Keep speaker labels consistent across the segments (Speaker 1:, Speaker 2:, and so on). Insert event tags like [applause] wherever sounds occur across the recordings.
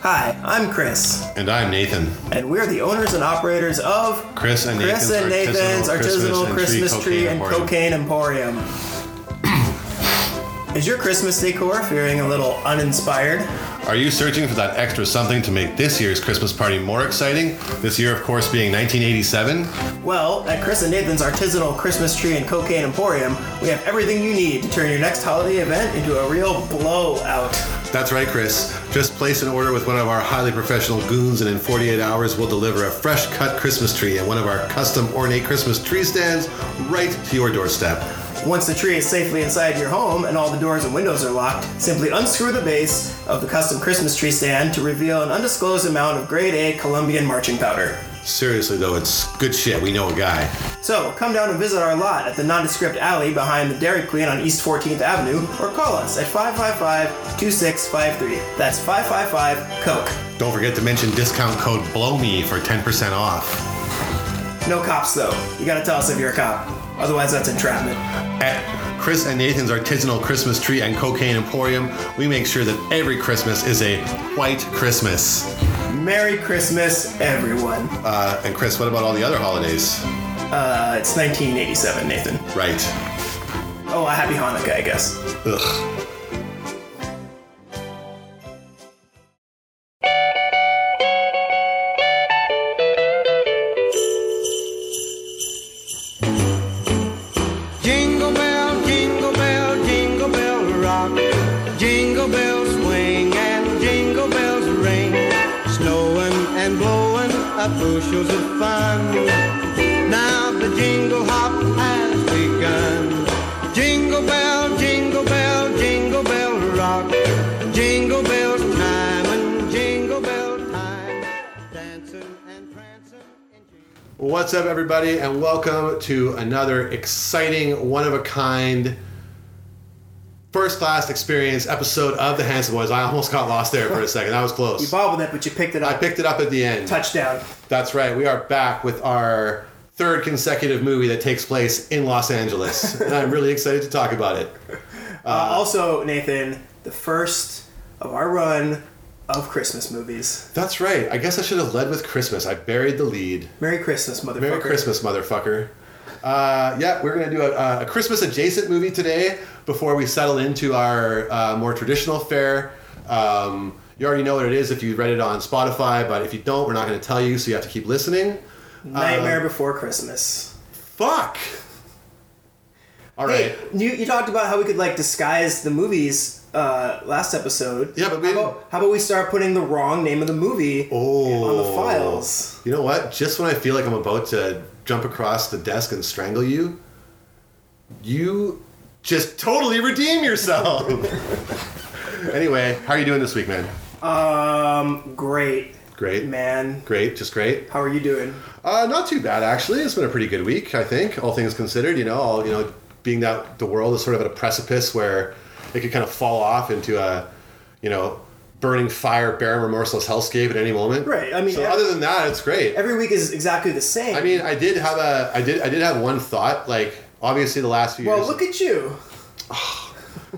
Speaker 1: Hi, I'm Chris,
Speaker 2: And I'm Nathan.
Speaker 1: and we're the owners and operators of
Speaker 2: Chris and
Speaker 1: Chris
Speaker 2: Nathan's,
Speaker 1: and Nathan's Artisanal
Speaker 2: and
Speaker 1: Christmas Tree and
Speaker 2: Emporium.
Speaker 1: Cocaine Emporium. [coughs] Is your Christmas decor feeling a little uninspired?
Speaker 2: Are you searching for that extra something to make this year's Christmas party more exciting? This year, of course, being 1987.
Speaker 1: Well, at Chris and Nathan's Artisanal Christmas Tree and Cocaine Emporium, we have everything you need to turn your next holiday event into a real blowout.
Speaker 2: That's right, Chris. Just place an order with one of our highly professional goons, and in 48 hours, we'll deliver a fresh cut Christmas tree at one of our custom ornate Christmas tree stands right to your doorstep.
Speaker 1: Once the tree is safely inside your home and all the doors and windows are locked, simply unscrew the base of the custom Christmas tree stand to reveal an undisclosed amount of grade A Colombian marching powder.
Speaker 2: Seriously, though, it's good shit. We know a guy.
Speaker 1: So, come down and visit our lot at the nondescript alley behind the Dairy Queen on East 14th Avenue or call us at 555 2653. That's 555 Coke.
Speaker 2: Don't forget to mention discount code BLOWME for 10% off.
Speaker 1: No cops though. You gotta tell us if you're a cop. Otherwise, that's entrapment.
Speaker 2: At Chris and Nathan's Artisanal Christmas Tree and Cocaine Emporium, we make sure that every Christmas is a white Christmas.
Speaker 1: Merry Christmas, everyone.
Speaker 2: Uh, and Chris, what about all the other holidays?
Speaker 1: Uh, it's 1987, Nathan.
Speaker 2: Right.
Speaker 1: Oh, a happy Hanukkah, I guess.
Speaker 2: Ugh.
Speaker 3: Jingle bell, jingle bell, jingle bell rock. Jingle bells swing and jingle bells ring. Snowing and blowing up bushels of fun. Now the jingle hop has begun. Jingle bell, jingle bell, jingle bell rock. Jingle bells time and jingle bell time. Dancing and prancing. in jingle-
Speaker 2: What's up, everybody, and welcome to another exciting, one of a kind, first class experience episode of The Handsome Boys. I almost got lost there for a second. That was
Speaker 1: You
Speaker 2: close.
Speaker 1: bobbled it, but you picked it
Speaker 2: I
Speaker 1: up.
Speaker 2: picked it up at the end.
Speaker 1: Touchdown.
Speaker 2: That's right. We are back with our third consecutive movie that takes place in Los Angeles. and I'm really excited to talk about it.
Speaker 1: Uh, also, Nathan, the first of our run of Christmas movies.
Speaker 2: That's right. I guess I should have led with Christmas. I buried the lead.
Speaker 1: Merry Christmas, motherfucker.
Speaker 2: Merry Christmas, motherfucker. Uh, yeah, we're going to do a, a Christmas adjacent movie today before we settle into our uh, more traditional fare. Um, you already know what it is if you read it on Spotify, but if you don't, we're not going to tell you, so you have to keep listening. Uh,
Speaker 1: Nightmare Before Christmas.
Speaker 2: Fuck! All right.
Speaker 1: Hey, you, you talked about how we could like disguise the movies uh, last episode.
Speaker 2: Yeah, but we
Speaker 1: how
Speaker 2: didn't-
Speaker 1: about, how about we start putting the wrong name of the movie on the
Speaker 2: Oh.
Speaker 1: files?
Speaker 2: You know what? Just when I feel like I'm about to jump across the desk and strangle you, you just totally redeem yourself. [laughs] anyway, how are you doing this week, man?
Speaker 1: Um, great,
Speaker 2: Great.
Speaker 1: man.
Speaker 2: Great, just great.
Speaker 1: How are you doing?
Speaker 2: Uh, not too bad actually. It's been a pretty good week, I think, all things considered. You know, all, you know, being that the world is sort of at a precipice where it could kind of fall off into a, you know, burning fire, barren, remorseless hellscape at any moment.
Speaker 1: Right, I mean,
Speaker 2: so
Speaker 1: ev-
Speaker 2: other than that, it's great.
Speaker 1: Every week is exactly the same.
Speaker 2: I mean, I did have a, I did, I did have one thought. Like, obviously, the last few
Speaker 1: well,
Speaker 2: years,
Speaker 1: look at you.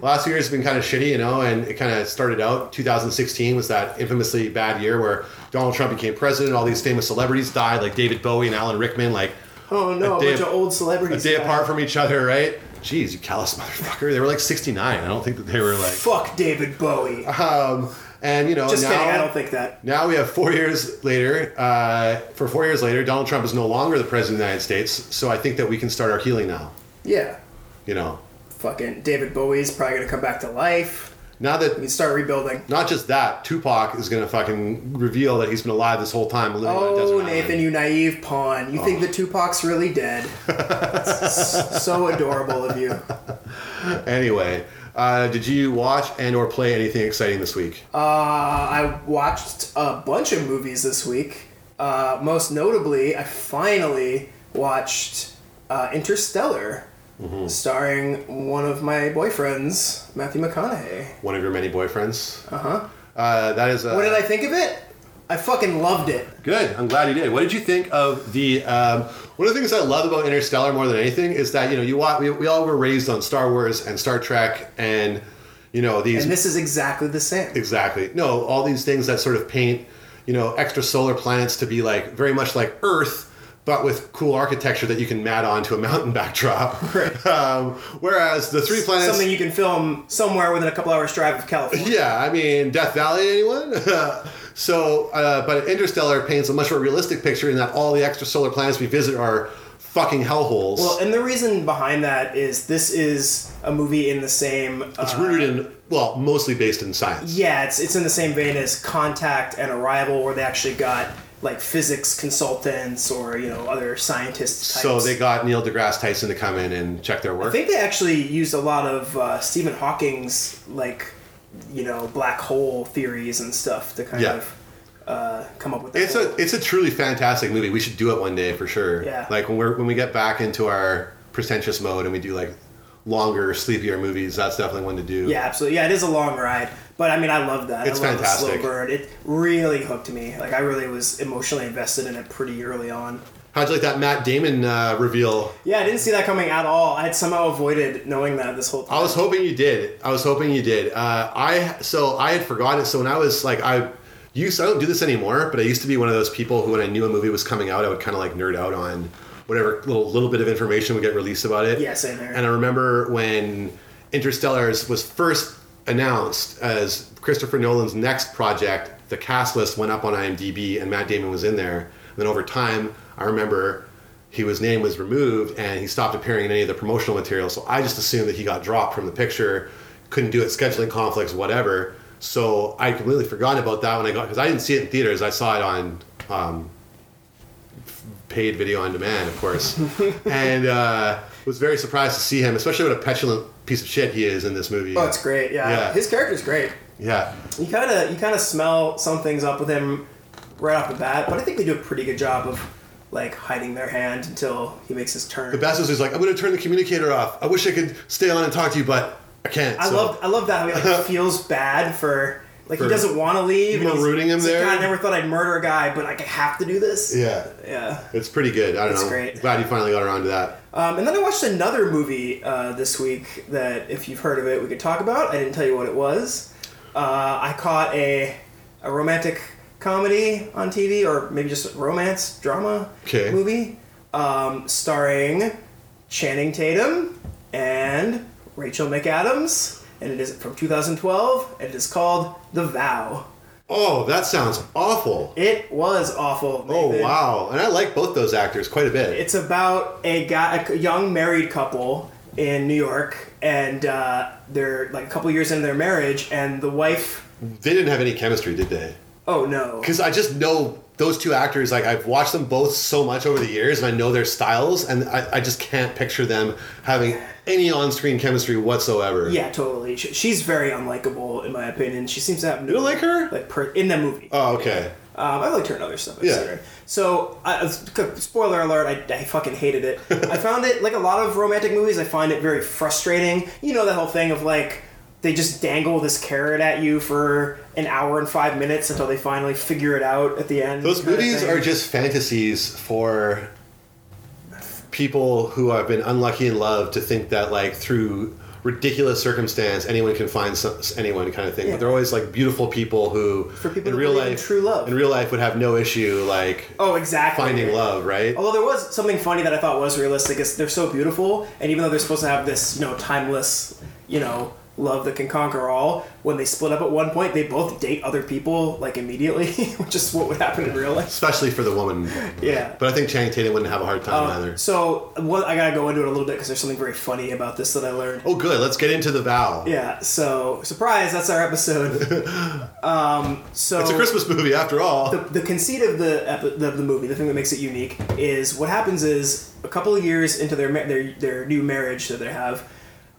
Speaker 2: last few years have been kind of shitty, you know, and it kind of started out. 2016 was that infamously bad year where Donald Trump became president. All these famous celebrities died, like David Bowie and Alan Rickman. Like,
Speaker 1: Oh no, a,
Speaker 2: day
Speaker 1: bunch
Speaker 2: of-
Speaker 1: of old
Speaker 2: a
Speaker 1: celebrities.
Speaker 2: day
Speaker 1: died.
Speaker 2: apart from each other, right? Jeez, you callous motherfucker. They were like 69. I don't think that they were like.
Speaker 1: Fuck David Bowie.
Speaker 2: Um, and you know,
Speaker 1: Just
Speaker 2: now,
Speaker 1: kidding. I don't think that.
Speaker 2: Now we have four years later. Uh, for four years later, Donald Trump is no longer the president of the United States. So I think that we can start our healing now.
Speaker 1: Yeah.
Speaker 2: You know,
Speaker 1: Fucking David Bowie's probably gonna come back to life.
Speaker 2: Now
Speaker 1: We
Speaker 2: that
Speaker 1: can start rebuilding.
Speaker 2: not just that, Tupac is gonna fucking reveal that he's been alive this whole time. Living on a desert
Speaker 1: Oh,
Speaker 2: island.
Speaker 1: Nathan, you naive pawn. You think the Tupac's really dead? It's so adorable of you.
Speaker 2: Anyway, uh, did you watch and or play anything exciting this week?
Speaker 1: Uh, I watched a bunch of movies this week. Uh, most notably, I finally watched uh, Interstellar, starring one of my boyfriends, Matthew McConaughey.
Speaker 2: One of your many boyfriends. Uh-huh. Uh That is. Uh,
Speaker 1: What did I think of it? I fucking loved it.
Speaker 2: Good. I'm glad you did. What did you think of the? Um, one of the things I love about Interstellar more than anything is that you know you watch, we, we all were raised on Star Wars and Star Trek and You know these
Speaker 1: And this is exactly the same.
Speaker 2: Exactly. No, all these things that sort of paint, you know, extrasolar planets to be like very much like Earth, but with cool architecture that you can mat onto a [laughs] mountain backdrop.
Speaker 1: Right.
Speaker 2: [laughs] Um, whereas the three planets.
Speaker 1: Something you can film somewhere within a couple hours drive of California.
Speaker 2: yeah, I mean, Death Valley, anyone? [laughs] so, uh, but Interstellar paints a much more realistic picture in that all the extrasolar planets we visit are fucking hellholes.
Speaker 1: Well, and the reason behind that is this is a movie in the same. Uh,
Speaker 2: it's rooted in, well, mostly based in science.
Speaker 1: yeah, it's it's in the same vein as Contact and Arrival, where they actually got like physics consultants or you know other scientists. Types.
Speaker 2: So they got Neil deGrasse Tyson to come in and check their work.
Speaker 1: I think they actually used a lot of uh, Stephen Hawking's like you know black hole theories and stuff to kind
Speaker 2: Yeah.
Speaker 1: of uh, come up with. that
Speaker 2: It's a it's a truly fantastic movie. We should do it one day for sure.
Speaker 1: Yeah.
Speaker 2: Like when we're when we get back into our pretentious mode and we do like longer, sleepier movies, that's definitely one to do.
Speaker 1: Yeah, absolutely. Yeah, it is a long ride, but I mean, I love that.
Speaker 2: It's
Speaker 1: I love The
Speaker 2: fantastic.
Speaker 1: slow burn. It really hooked me. Like I really was emotionally invested in it pretty early on.
Speaker 2: How'd you like that Matt Damon uh, reveal?
Speaker 1: Yeah, I didn't see that coming at all. I had somehow avoided knowing that this whole time.
Speaker 2: I was hoping you did. I was hoping you did. Uh, I so I had forgotten. So when I was like I used I don't do this anymore, but I used to be one of those people who when I knew a movie was coming out, I would kind of like nerd out on whatever little little bit of information would get released about it.
Speaker 1: Yeah, same here.
Speaker 2: And I remember when Interstellar was first announced as Christopher Nolan's next project, the cast list went up on IMDb and Matt Damon was in there. And then over time, I remember he was name was removed and he stopped appearing in any of the promotional material. So I just assumed that he got dropped from the picture, couldn't do it, scheduling conflicts, whatever. So I completely forgot about that when I got because I didn't see it in theaters. I saw it on um, paid video on demand, of
Speaker 1: [laughs]
Speaker 2: course, and uh, was very surprised to see him, especially what a petulant piece of shit he is in this movie.
Speaker 1: oh, it's great. Yeah,
Speaker 2: Yeah.
Speaker 1: his character's great.
Speaker 2: Yeah,
Speaker 1: You kind of you kind of smell something's up with him right off the bat, but I think they do a pretty good job of like hiding their hand until he makes his turn.
Speaker 2: the best was he's like, I'm gonna turn the communicator off. I wish I could stay on and talk to you, but I can't.
Speaker 1: I
Speaker 2: so.
Speaker 1: love I love that how he like, feels bad for like
Speaker 2: For
Speaker 1: he doesn't want to leave. and he's-
Speaker 2: marooning him
Speaker 1: he's like,
Speaker 2: there.
Speaker 1: God, I never thought I'd murder a guy, but like, I have to do this.
Speaker 2: [laughs] Yeah,
Speaker 1: Yeah.
Speaker 2: it's pretty good. I don't
Speaker 1: It's
Speaker 2: know.
Speaker 1: great.
Speaker 2: Glad you finally got around to that.
Speaker 1: Um, and then I watched another movie uh, this week that, if you've heard of it, we could talk about. I didn't tell you what it was. Uh, I caught a, a romantic comedy on TV, or maybe just romance drama
Speaker 2: 'Kay.
Speaker 1: movie, um, starring Channing Tatum and Rachel McAdams. And it is from 2012, and it is called The Vow.
Speaker 2: Oh, that sounds awful.
Speaker 1: It was awful.
Speaker 2: Oh
Speaker 1: Nathan.
Speaker 2: wow, and I like both those actors quite a bit.
Speaker 1: It's about a guy, a young married couple in New York, and uh, they're like a couple years into their marriage, and the wife.
Speaker 2: they didn't have any chemistry, did they?
Speaker 1: Oh no!
Speaker 2: because I just know those two actors. Like I've watched them both so much over the years, and I know their styles, and I, I just can't picture them having any on-screen chemistry whatsoever.
Speaker 1: Yeah, totally. She, she's very unlikable, in my opinion. She seems to have no.
Speaker 2: you don't like her?
Speaker 1: Like per, in that movie,
Speaker 2: oh, okay.
Speaker 1: um, I liked her in other stuff. I've
Speaker 2: Yeah.
Speaker 1: seen her. So, I, I- spoiler alert: I, I fucking hated
Speaker 2: [laughs]
Speaker 1: it. I found it like a lot of romantic movies. I find it very frustrating. You know that whole thing of like they just dangle this carrot at you for an hour and five minutes until they finally figure it out at the end.
Speaker 2: Those
Speaker 1: kinda
Speaker 2: movies
Speaker 1: thing.
Speaker 2: are just fantasies for people who have been unlucky in love to think that like through ridiculous circumstance anyone can find some, anyone kind of thing.
Speaker 1: Yeah.
Speaker 2: But they're always like beautiful people who
Speaker 1: For people
Speaker 2: in
Speaker 1: who
Speaker 2: real
Speaker 1: believe
Speaker 2: life
Speaker 1: in true love.
Speaker 2: in real life would have no issue like
Speaker 1: oh exactly
Speaker 2: finding love, right?
Speaker 1: Although there was something funny that I thought was realistic is they're so beautiful, and even though they're supposed to have this, you know, timeless, you know, love that can conquer all, when they split up at one point, they both date other people like immediately, [laughs] which is what would happen in real life.
Speaker 2: especially for the woman.
Speaker 1: Yeah.
Speaker 2: But I think Channing Tatum wouldn't have a hard
Speaker 1: Oh.
Speaker 2: time either.
Speaker 1: So what I gotta go into it a little bit because there's something very funny about this that I learned.
Speaker 2: Oh, good. Let's get into the vow.
Speaker 1: Yeah. So surprise, that's our episode.
Speaker 2: [laughs]
Speaker 1: um, so
Speaker 2: It's a Christmas movie after all.
Speaker 1: the conceit of the epi- of the movie, the thing that makes it unique, is what happens is a couple of years into their ma- their their new marriage that they have,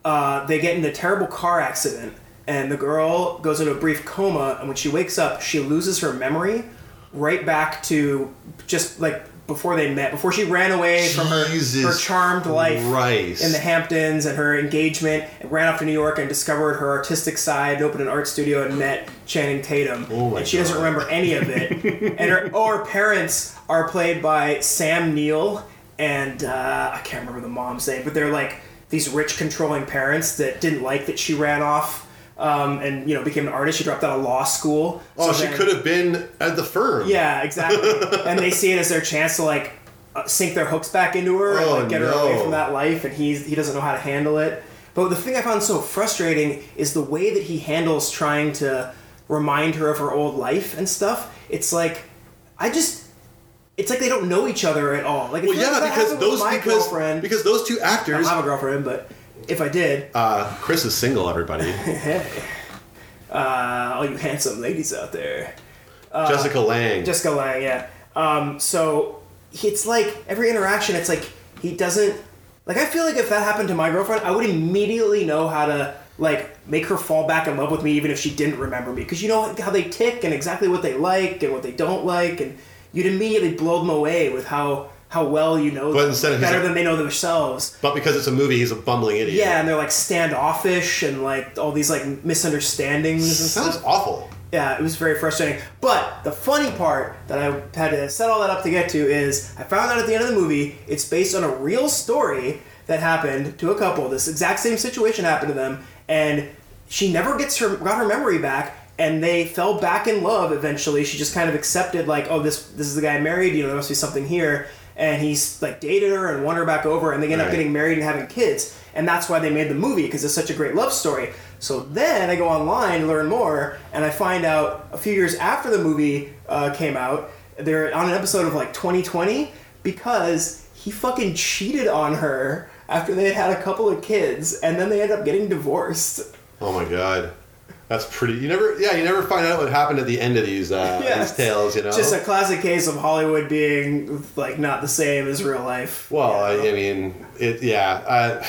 Speaker 1: uh, they get in a terrible car accident, and the girl goes into a brief coma, and when she wakes up, she loses her memory, right back to just like before they met, before she ran away from her her
Speaker 2: Jesus
Speaker 1: charmed life
Speaker 2: Christ.
Speaker 1: in the Hamptons and her engagement, and ran off to New York and discovered her artistic side, opened an art studio, and met Channing Tatum,
Speaker 2: Oh my
Speaker 1: and she doesn't
Speaker 2: God.
Speaker 1: remember remember any of it. and her, oh, her parents are played by Sam Neill and uh, I can't remember the mom's name, but they're like these rich controlling parents that didn't like that she ran off um, and you know became an artist. She dropped out of law school.
Speaker 2: Oh,
Speaker 1: So
Speaker 2: she
Speaker 1: then-
Speaker 2: could have been at the firm.
Speaker 1: Yeah, exactly. and they see it as their chance to like uh, sink their hooks back into her and
Speaker 2: Oh,
Speaker 1: like, get her
Speaker 2: no.
Speaker 1: away from that life, and he's he doesn't know how to handle it. But the thing I found so frustrating is the way that he handles trying to remind her of her old life and stuff. It's like I just. It's like they don't know each other at all. Like, I
Speaker 2: Well,
Speaker 1: feel like
Speaker 2: yeah,
Speaker 1: if that
Speaker 2: because
Speaker 1: happened with
Speaker 2: those
Speaker 1: my
Speaker 2: because
Speaker 1: girlfriend,
Speaker 2: because those two
Speaker 1: I
Speaker 2: actors.
Speaker 1: don't have a girlfriend, but if I did,
Speaker 2: Uh, Chris is
Speaker 1: [laughs]
Speaker 2: single. Everybody.
Speaker 1: hey, uh, all you [laughs] handsome ladies out there, Uh,
Speaker 2: Jessica Lang.
Speaker 1: Jessica Lang, yeah. Um, so it's like every interaction, it's like he doesn't. Like I feel like if that happened to my girlfriend, I would immediately know how to like make her fall back in love with me, even if she didn't remember me, because you know how they tick and exactly what they like and what they don't like, and you'd immediately blow them away with how how well you know
Speaker 2: But
Speaker 1: them,
Speaker 2: instead of-
Speaker 1: better than they know themselves.
Speaker 2: but because it's a movie, he's a bumbling idiot.
Speaker 1: Yeah, and they're like standoffish and like all these like misunderstandings and stuff.
Speaker 2: Sounds awful.
Speaker 1: Yeah, it was very frustrating. But the funny part that I had to set all that up to get to is I found out at the end of the movie it's based on a real story that happened to a couple. This exact same situation happened to them, and she never gets her got her memory back. And they fell back in love eventually. She just kind of accepted like, oh, this this is the guy I married. You know, there must be something here. And he's like dated her and won her back over, and they end up
Speaker 2: Right.
Speaker 1: getting married and having kids. And that's why they made the movie because it's such a great love story. So then I go online, learn more, and I find out a few years after the movie uh, came out, they're on an episode of like 2020 because he fucking cheated on her after they had had a couple of kids, and then they end up getting divorced.
Speaker 2: Oh my god, that's pretty. You never, yeah, you never find out what happened at the end of these uh,
Speaker 1: [laughs] Yes.
Speaker 2: these tales. You know,
Speaker 1: Just a classic case of Hollywood being like not the same as real life.
Speaker 2: Well,
Speaker 1: You know?
Speaker 2: I, I mean, it. Yeah, uh,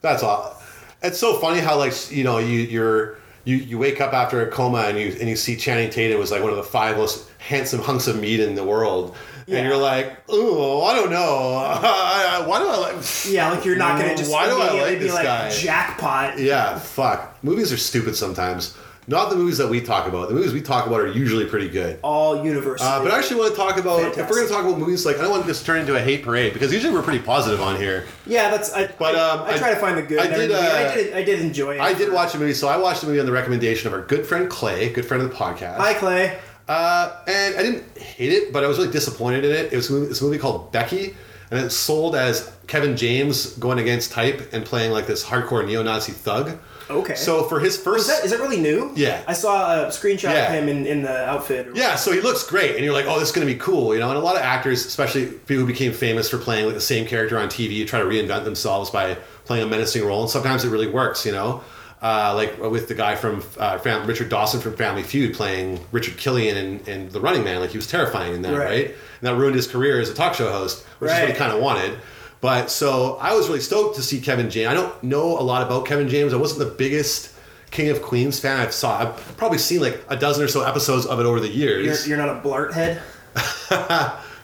Speaker 2: that's all. It's so funny how like you know you you're you, you wake up after a coma and you and you see Channing Tatum was like one of the five most handsome hunks of meat in the world,
Speaker 1: Yeah.
Speaker 2: and you're like, ooh, I don't know, [laughs] I- I- why do I like? [laughs]
Speaker 1: yeah, like you're not gonna just
Speaker 2: Why do I
Speaker 1: immediately
Speaker 2: like
Speaker 1: be
Speaker 2: this
Speaker 1: like
Speaker 2: guy?
Speaker 1: jackpot.
Speaker 2: Yeah, fuck. Movies are stupid sometimes. Not the movies that we talk about. The movies we talk about are usually pretty good.
Speaker 1: All universe.
Speaker 2: Uh, but I actually want to talk about if we're going
Speaker 1: Fantastic.
Speaker 2: to talk about movies, like I don't want this to turn into a hate parade because usually we're pretty positive on here.
Speaker 1: Yeah, that's. I,
Speaker 2: But,
Speaker 1: I-
Speaker 2: um,
Speaker 1: I,
Speaker 2: I-
Speaker 1: try to find the good.
Speaker 2: I
Speaker 1: in every
Speaker 2: did,
Speaker 1: movie.
Speaker 2: uh,
Speaker 1: I did. I did enjoy it.
Speaker 2: I did watch a movie, so I watched a movie on the recommendation of our good friend Clay, good friend of the podcast.
Speaker 1: Hi, Clay.
Speaker 2: Uh, and I didn't hate it, but I was really disappointed in it. It was a movie, it's a movie called Becky, and it's sold as Kevin James going against type and playing like this hardcore neo-Nazi thug.
Speaker 1: Okay.
Speaker 2: So for his first,
Speaker 1: Is that is that really new?
Speaker 2: Yeah.
Speaker 1: I saw a screenshot
Speaker 2: Yeah.
Speaker 1: of him in, in the outfit.
Speaker 2: yeah, so he looks great, and you're like, oh, this is going to be cool, you know. And a lot of actors, especially people who became famous for playing like the same character on TV, try to reinvent themselves by playing a menacing role, and sometimes it really works, you know. Uh, like with the guy from uh, fam- Richard Dawson from Family Feud playing Richard Killian in, in The Running Man, like he was terrifying in that,
Speaker 1: Right.
Speaker 2: right? And that ruined his career as a talk show host, which is what he
Speaker 1: Right.
Speaker 2: kind of wanted. But so I was really stoked to see Kevin James. I don't know a lot about Kevin James. I wasn't the biggest King of Queens fan. I've saw. I've probably seen like a dozen or so episodes of it over the years.
Speaker 1: You're, you're not a blart head.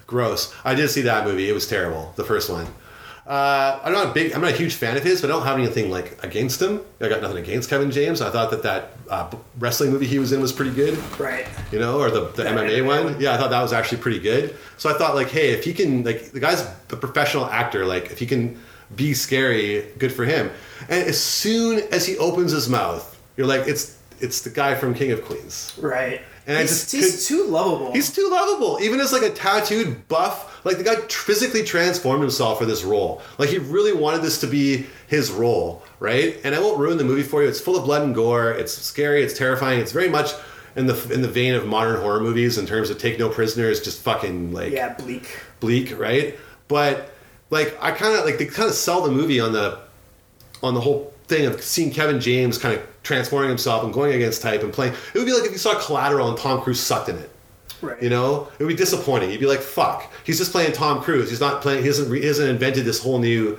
Speaker 2: Gross. I did see that movie. It was terrible. The first one. Uh, I'm not a big. I'm not a huge fan of his, but I don't have anything like against him. I got nothing against Kevin James. I thought that that uh, wrestling movie he was in was pretty good
Speaker 1: Right.
Speaker 2: you know, or the, the MMA one. Yeah, I thought that was actually pretty good. So I thought like, hey, if he can like the guy's a professional actor, like if he can be scary, good for him. And as soon as he opens his mouth, you're like, it's it's the guy from King of Queens.
Speaker 1: Right.
Speaker 2: And I
Speaker 1: he's,
Speaker 2: just
Speaker 1: he's too lovable.
Speaker 2: He's too lovable. Even as like a tattooed buff, like the guy tr- physically transformed himself for this role. Like he really wanted this to be his role, right? And I won't ruin the movie for you. It's full of blood and gore. It's scary. It's terrifying. It's very much in the in the vein of modern horror movies in terms of take no prisoners, just fucking like
Speaker 1: yeah, bleak.
Speaker 2: bleak, right? But like I kind of like they kind of sell the movie on the on the whole thing of seeing Kevin James kind of transforming himself and going against type and playing. It would be like if you saw Collateral and Tom Cruise sucked in it.
Speaker 1: Right.
Speaker 2: You know, it would be disappointing. You'd be like, "Fuck, he's just playing Tom Cruise. He's not playing. He hasn't, re- he hasn't invented this whole new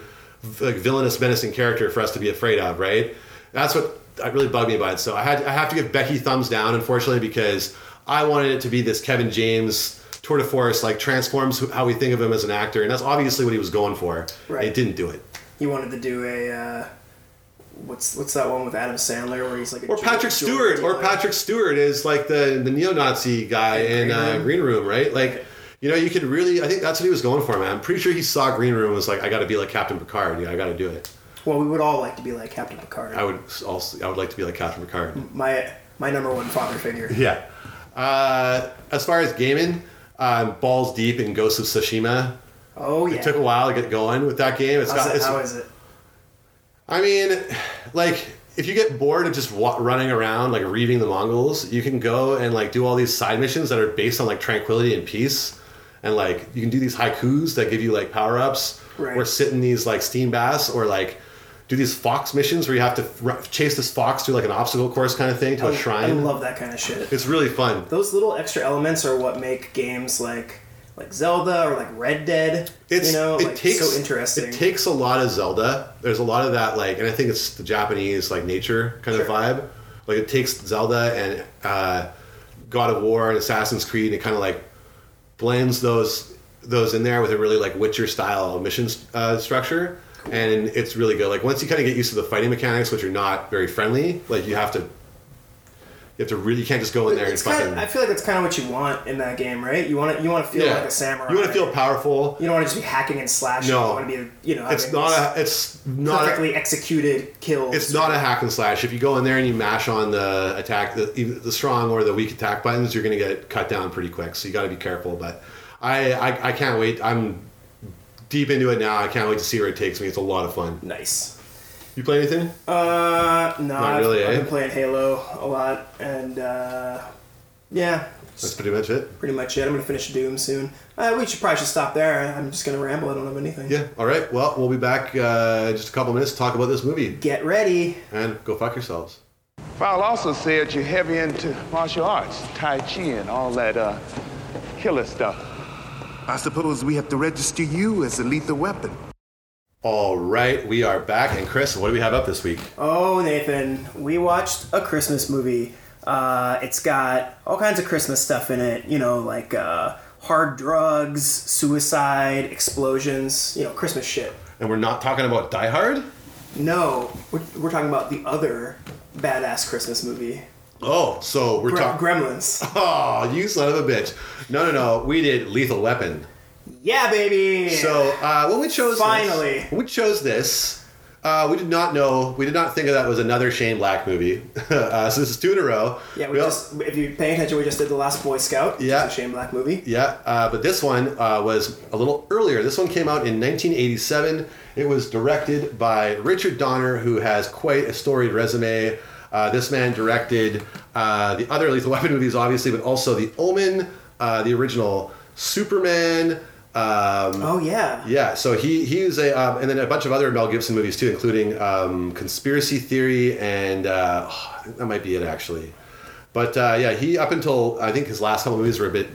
Speaker 2: like villainous, menacing character for us to be afraid of." Right? That's what that really bugged me about it. So I had I have to give Becky thumbs down, unfortunately, because I wanted it to be this Kevin James tour de force, like transforms who- how we think of him as an actor, and that's obviously what he was going for.
Speaker 1: Right.
Speaker 2: It didn't do it.
Speaker 1: He wanted to do a. Uh, what's what's that one with Adam Sandler where he's like a
Speaker 2: Or
Speaker 1: jewel-
Speaker 2: Patrick
Speaker 1: jewel
Speaker 2: Stewart, or
Speaker 1: dealer?
Speaker 2: Patrick Stewart is like the the neo-Nazi guy in
Speaker 1: Green
Speaker 2: uh,
Speaker 1: Room.
Speaker 2: Green Room, right? Like, you know, you could really. I think that's what he was going for, man. I'm pretty sure he saw Green Room and was like, I got to be like Captain Picard. Yeah, I got to do it.
Speaker 1: Well, we would all like to be like Captain Picard.
Speaker 2: I would also I would like to be like Captain Picard.
Speaker 1: my my number one father
Speaker 2: [laughs]
Speaker 1: figure.
Speaker 2: Yeah. Uh, as far as gaming, um, balls deep in Ghost of Tsushima.
Speaker 1: Oh yeah.
Speaker 2: It took a while to get going with that game. It's
Speaker 1: How's
Speaker 2: got
Speaker 1: it-
Speaker 2: it's,
Speaker 1: how is it?
Speaker 2: I mean, like if you get bored of just wa- running around like reading the Mongols, you can go and like do all these side missions that are based on like tranquility and peace, and like you can do these haikus that give you like power ups,
Speaker 1: Right.
Speaker 2: or sit in these like steam baths, or like do these fox missions where you have to r- chase this fox through like an obstacle course kind of thing to a shrine.
Speaker 1: I love that kind of shit.
Speaker 2: it's really fun.
Speaker 1: Those little extra elements are what make games like like Zelda or like Red Dead.
Speaker 2: It's
Speaker 1: you know,
Speaker 2: it
Speaker 1: like
Speaker 2: takes
Speaker 1: so interesting.
Speaker 2: It takes a lot of Zelda. There's a lot of that like, and I think it's the Japanese like nature kind of
Speaker 1: Sure.
Speaker 2: vibe. Like it takes Zelda and uh, God of War and Assassin's Creed and it kind of like blends those those in there with a really like Witcher style mission uh, structure, and it's really good. Like once you kind of get used to the fighting mechanics, which are not very friendly, like you have to. You have to really, you can't just go in there
Speaker 1: It's
Speaker 2: and
Speaker 1: kind
Speaker 2: fucking.
Speaker 1: of, I feel like that's kind of what you want in that game, right? You want to you want to feel
Speaker 2: yeah.
Speaker 1: like a samurai.
Speaker 2: You want to feel powerful.
Speaker 1: You don't want to just be hacking and slashing.
Speaker 2: No.
Speaker 1: You want to be you know
Speaker 2: It's
Speaker 1: having
Speaker 2: not a. It's
Speaker 1: these
Speaker 2: not. A,
Speaker 1: perfectly executed kills.
Speaker 2: It's not a hack and slash. If you go in there and you mash on the attack, the, either the strong or the weak attack buttons, you're going to get cut down pretty quick. So you got to be careful. But I, I, I can't wait. I'm deep into it now. I can't wait to see where it takes me. It's a lot of fun.
Speaker 1: nice.
Speaker 2: You play anything?
Speaker 1: Uh, no, I've,
Speaker 2: really,
Speaker 1: I've
Speaker 2: eh?
Speaker 1: been playing Halo a lot, and uh, yeah,
Speaker 2: That's pretty much it.
Speaker 1: pretty much it. I'm gonna finish Doom soon. Uh, we should probably should stop there. I'm just gonna ramble. I don't have anything.
Speaker 2: Yeah. All right. Well, we'll be back uh, in just a couple minutes to talk about this movie
Speaker 1: Get ready.
Speaker 2: and go fuck yourselves.
Speaker 4: Fowle also said you're heavy into martial arts, Tai Chi, and all that uh, killer stuff.
Speaker 5: I suppose we have to register you as a lethal weapon.
Speaker 2: All right. We are back. And Chris, what do we have up this week?
Speaker 1: Oh, Nathan, we watched a Christmas movie. Uh, it's got all kinds of Christmas stuff in it, you know, like uh, hard drugs, suicide, explosions, you know, Christmas shit.
Speaker 2: And we're not talking about Die Hard?
Speaker 1: No, we're, we're talking about the other badass Christmas movie,
Speaker 2: Oh, so we're
Speaker 1: Gre-
Speaker 2: talking.
Speaker 1: Gremlins.
Speaker 2: [laughs] Oh, you son of a bitch. No, no, no. We did Lethal Weapon.
Speaker 1: Yeah, baby!
Speaker 2: So uh, when we chose
Speaker 1: Finally.
Speaker 2: this, when we chose this, uh, we did not know, we did not think of that was another Shane Black movie. [laughs] uh, so this is two in a row.
Speaker 1: yeah, we
Speaker 2: al-
Speaker 1: just, if you're paying attention, we just did The Last Boy Scout. which is
Speaker 2: Yeah.
Speaker 1: a Shane Black movie.
Speaker 2: yeah, uh, but this one uh, was a little earlier. This one came out in 1987. It was directed by Richard Donner, who has quite a storied resume. Uh, this man directed uh, the other Lethal Weapon movies, obviously, but also The Omen, uh, the original Superman. Um,
Speaker 1: Oh, yeah.
Speaker 2: yeah, so he he was a um, and then a bunch of other Mel Gibson movies too, including um, Conspiracy Theory and uh, oh, I think that might be it actually. But uh, yeah, he up until I think his last couple movies were a bit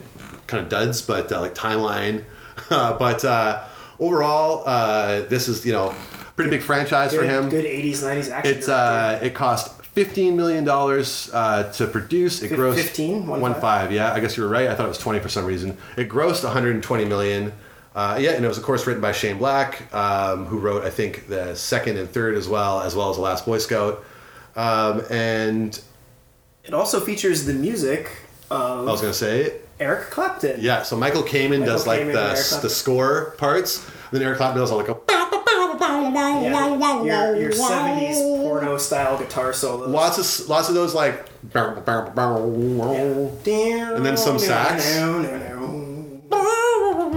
Speaker 2: kind of duds, but uh, like Timeline. [laughs] but uh, overall, uh, this is you know pretty big franchise
Speaker 1: Good,
Speaker 2: for him.
Speaker 1: good 80s, 90s action.
Speaker 2: It's uh, it cost fifteen million dollars uh, to produce. It
Speaker 1: Fif-
Speaker 2: grossed
Speaker 1: 15? One
Speaker 2: one
Speaker 1: five?
Speaker 2: five. Yeah, I guess you were right. I thought it was twenty for some reason. It grossed one hundred and twenty million. Uh, yeah, and it was of course written by Shane Black, um, who wrote I think the second and third as well, as well as the Last Boy Scout. Um, and
Speaker 1: it also features the music
Speaker 2: I was gonna say
Speaker 1: Eric Clapton.
Speaker 2: Yeah, so Michael Kamen does like
Speaker 1: Kamen and Eric
Speaker 2: the,
Speaker 1: Clapton.
Speaker 2: the score parts, and then Eric Clapton does all like a [laughs]
Speaker 1: Yeah, your, your 70s porno style guitar solos.
Speaker 2: lots of lots of those like
Speaker 1: And
Speaker 2: then some sax.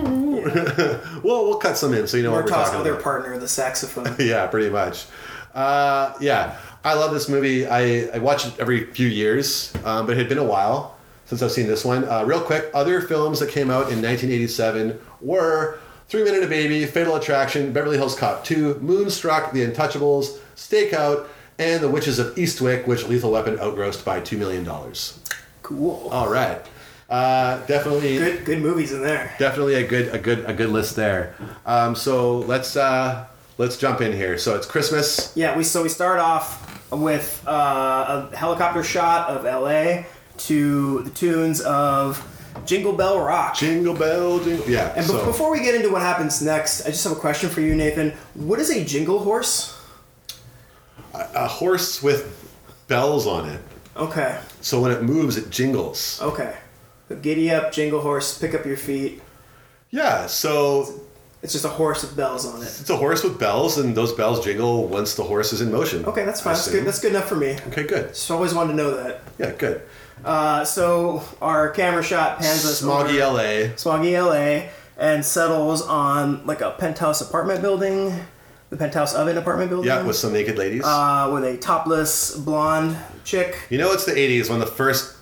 Speaker 2: Well, we'll cut some in so you know
Speaker 1: Or
Speaker 2: what we're
Speaker 1: toss
Speaker 2: talking
Speaker 1: other
Speaker 2: about.
Speaker 1: partner the
Speaker 2: [laughs]
Speaker 1: saxophone.
Speaker 2: yeah, pretty much. Uh, yeah, I love this movie. I, I watch it every few years, um, but it had been a while since I've seen this one. Uh, real quick, other films that came out in 1987 were Three Men and a Baby, Fatal Attraction, Beverly Hills Cop 2, Moonstruck, The Untouchables, Stakeout, and The Witches of Eastwick, which Lethal Weapon outgrossed by $2 million. All
Speaker 1: Cool.
Speaker 2: right. Uh, definitely
Speaker 1: good, good movies in there.
Speaker 2: definitely a good a good a good list there. Um, so let's uh, let's jump in here. So it's Christmas.
Speaker 1: Yeah, we so we start off with uh, a helicopter shot of L.A. to the tunes of Jingle Bell Rock.
Speaker 2: Jingle bell, jingle. Yeah.
Speaker 1: and be-
Speaker 2: so
Speaker 1: before we get into what happens next, I just have a question for you, Nathan. What is a jingle horse?
Speaker 2: a horse with bells on it.
Speaker 1: Okay,
Speaker 2: So when it moves, it jingles.
Speaker 1: okay. Giddy up, jingle horse, pick up your feet.
Speaker 2: Yeah. So
Speaker 1: It's just a horse with bells on it.
Speaker 2: It's a horse with bells, and those bells jingle once the horse is in motion.
Speaker 1: Okay, that's fine.
Speaker 2: I
Speaker 1: That's good.
Speaker 2: assume.
Speaker 1: That's good enough for me.
Speaker 2: okay, good.
Speaker 1: Just always wanted to know that.
Speaker 2: Yeah, good.
Speaker 1: Uh, so our camera shot pans us
Speaker 2: Smoggy
Speaker 1: over
Speaker 2: LA.
Speaker 1: Smoggy LA and settles on like a penthouse apartment building, the penthouse of an apartment building.
Speaker 2: Yeah, with some naked ladies.
Speaker 1: uh, with a topless blonde chick.
Speaker 2: you know, it's the 80s when the first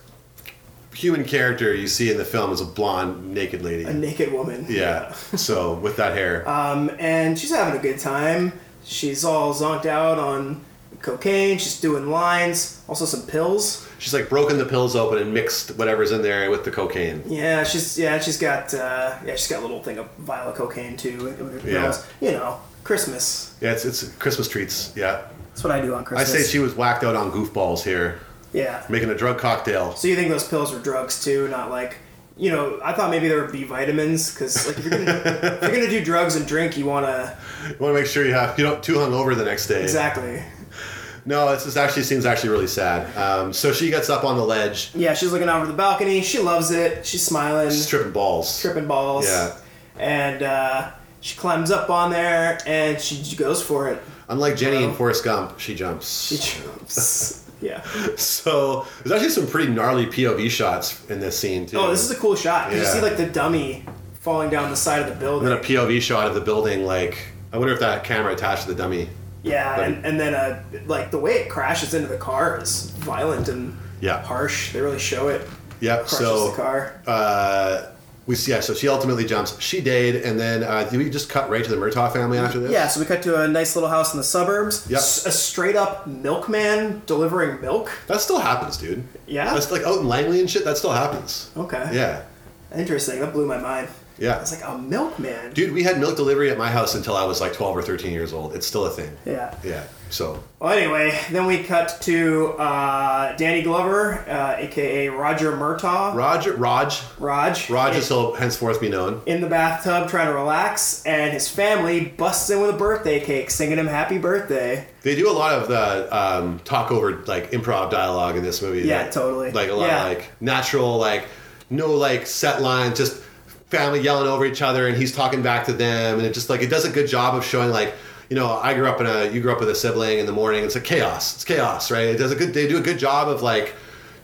Speaker 2: human character you see in the film is a blonde, naked lady.
Speaker 1: a naked woman.
Speaker 2: yeah, so with that hair.
Speaker 1: Um, and she's having a good time. She's all zonked out on cocaine. She's doing lines, also some pills.
Speaker 2: She's like broken the pills open and mixed whatever's in there with the cocaine.
Speaker 1: Yeah, she's yeah, she's got uh, yeah, she's got a little thing of vial of cocaine too. with- with her
Speaker 2: Yeah.
Speaker 1: pills. you know, Christmas.
Speaker 2: Yeah, it's, it's Christmas treats. Yeah.
Speaker 1: That's what I do on
Speaker 2: I
Speaker 1: Christmas.
Speaker 2: say she was whacked out on goofballs here,
Speaker 1: yeah.
Speaker 2: making a drug cocktail. [laughs]
Speaker 1: So you think those pills were drugs too, not like. You know, I thought maybe there would be vitamins because, like, if you're, gonna, if you're gonna do drugs and drink, you wanna
Speaker 2: You want to make sure you have you don't too hungover the next day.
Speaker 1: exactly.
Speaker 2: No, this is actually seems actually really sad. Um, so she gets up on the ledge,
Speaker 1: Yeah, she's looking out over the balcony. She loves it. She's smiling.
Speaker 2: she's tripping balls.
Speaker 1: tripping balls.
Speaker 2: Yeah.
Speaker 1: And uh, she climbs up on there and she j- goes for it.
Speaker 2: Unlike Jenny in Forrest Gump, she jumps.
Speaker 1: She
Speaker 2: [laughs]
Speaker 1: jumps. yeah.
Speaker 2: So there's actually some pretty gnarly POV shots in this scene too.
Speaker 1: Oh, this is a cool shot. 'cause
Speaker 2: Yeah.
Speaker 1: You see like the dummy falling down the side of the
Speaker 2: and
Speaker 1: building.
Speaker 2: then a POV shot of the building. Like, I wonder if that camera attached to the dummy.
Speaker 1: yeah, and, and then uh, like the way it crashes into the car is violent and
Speaker 2: Yeah.
Speaker 1: harsh. They really show it.
Speaker 2: Yep.
Speaker 1: Crushes
Speaker 2: so
Speaker 1: the car.
Speaker 2: uh, we see. Yeah. So she ultimately jumps. She did, and then uh, do we just cut right to the Murtaugh family after this?
Speaker 1: Yeah, so we cut to a nice little house in the suburbs.
Speaker 2: Yep.
Speaker 1: S- a straight up milkman delivering milk.
Speaker 2: That still happens, dude.
Speaker 1: Yeah?
Speaker 2: That's like out in Langley and shit. That still happens.
Speaker 1: Okay.
Speaker 2: Yeah.
Speaker 1: Interesting. That blew my mind.
Speaker 2: Yeah.
Speaker 1: I was like, a milkman?
Speaker 2: Dude, we had milk delivery at my house until I was like 12 or 13 years old. It's still a thing.
Speaker 1: Yeah.
Speaker 2: Yeah. So,
Speaker 1: Well, anyway, then we cut to uh, Danny Glover, uh, aka Roger Murtaugh.
Speaker 2: Roger, Raj,
Speaker 1: Raj.
Speaker 2: Raj is he'll henceforth be known.
Speaker 1: In the bathtub trying to relax, and his family busts in with a birthday cake, singing him happy birthday.
Speaker 2: They do a lot of the um, talk over like improv dialogue in this movie.
Speaker 1: Yeah,
Speaker 2: Like-
Speaker 1: totally.
Speaker 2: Like a lot
Speaker 1: Yeah.
Speaker 2: of like natural, like no like set line, just family yelling over each other, and he's talking back to them, and it just like it does a good job of showing like you know I grew up in a you grew up with a sibling in the morning. It's a chaos. It's chaos, right? It does a good. They do a good job of like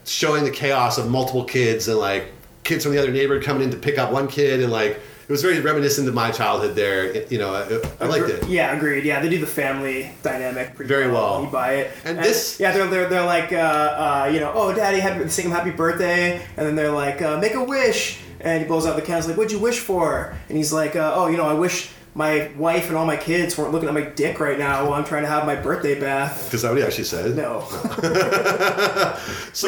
Speaker 2: showing the chaos of multiple kids and like kids from the other neighborhood coming in to pick up one kid, and like it was very reminiscent of my childhood. There, you know, I, I liked it.
Speaker 1: Yeah, agreed. Yeah, they do the family dynamic pretty
Speaker 2: Very well.
Speaker 1: You buy it.
Speaker 2: And this-
Speaker 1: yeah, they're they're, they're like, uh, uh, you know, oh, daddy, happy, sing him happy birthday, and then they're like, uh, make a wish, and he blows out the candles, like, what'd you wish for? And he's like, uh, oh, you know, I wish my wife and all my kids weren't looking at my dick right now while I'm trying to have my birthday bath.
Speaker 2: Is that what he actually said?
Speaker 1: No,
Speaker 2: So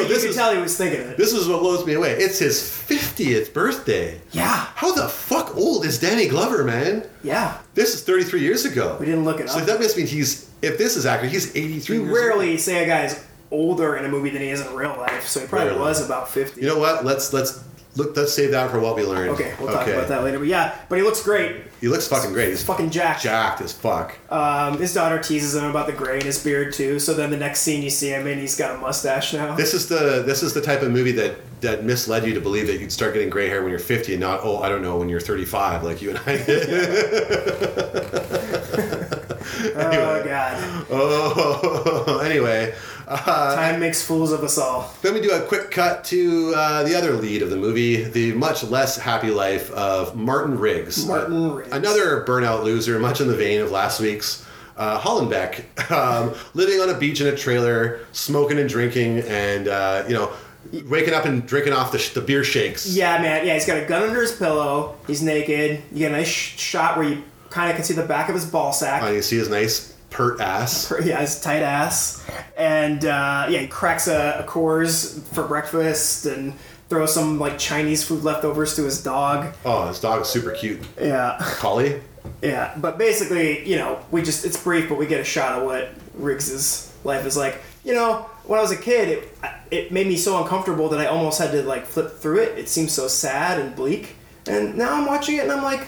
Speaker 1: [laughs] you
Speaker 2: this
Speaker 1: can
Speaker 2: is
Speaker 1: tell he was thinking it.
Speaker 2: This is what blows me away. It's his 50th birthday.
Speaker 1: yeah,
Speaker 2: How the fuck old is Danny Glover, man?
Speaker 1: yeah.
Speaker 2: This is 33 years ago.
Speaker 1: We didn't look it
Speaker 2: So
Speaker 1: up.
Speaker 2: that must mean he's, if this is accurate, he's 83
Speaker 1: You
Speaker 2: years old.
Speaker 1: rarely say a guy's older in a movie than he is in real life, so he probably
Speaker 2: Rarely.
Speaker 1: was about fifty.
Speaker 2: You know what? Let's, let's, look, let's save that for what we learned.
Speaker 1: okay, we'll talk about that later. But yeah, but he looks great.
Speaker 2: He looks fucking great. He's
Speaker 1: Fucking jacked.
Speaker 2: jacked as fuck.
Speaker 1: Um, his daughter teases him about the gray in his beard too. So then the next scene you see him and he's got a mustache
Speaker 2: [laughs]
Speaker 1: now.
Speaker 2: this is the, this is the type of movie that, that misled you to believe that you'd start getting gray hair when you're 50 and not, oh, I don't know, when you're 35 like you and I did.
Speaker 1: [laughs]
Speaker 2: [laughs]
Speaker 1: oh god,
Speaker 2: oh, [laughs] anyway. Uh,
Speaker 1: time makes fools of us all.
Speaker 2: Then we do a quick cut to uh, the other lead of the movie, the much less happy life of Martin Riggs.
Speaker 1: Martin Riggs.
Speaker 2: Another burnout loser, much in the vein of last week's uh, Hollenbeck, [laughs] um, living on a beach in a trailer, smoking and drinking, and, uh, you know, waking up and drinking off the, sh- the beer shakes.
Speaker 1: Yeah, man. Yeah, he's got a gun under his pillow. He's naked. You get a nice sh- shot where you kind of can see the back of his ball sack.
Speaker 2: And you see his nice, pert ass.
Speaker 1: yeah, his tight ass, and uh, yeah, he cracks a, a Coors for breakfast and throws some like Chinese food leftovers to his dog.
Speaker 2: Oh, his dog's super cute.
Speaker 1: Yeah.
Speaker 2: Collie?
Speaker 1: Yeah, but basically, you know, we just it's brief, but we get a shot of what Riggs's life is like. You know, when I was a kid, it it made me so uncomfortable that I almost had to like flip through it. It seemed so sad and bleak. And now I'm watching it and I'm like,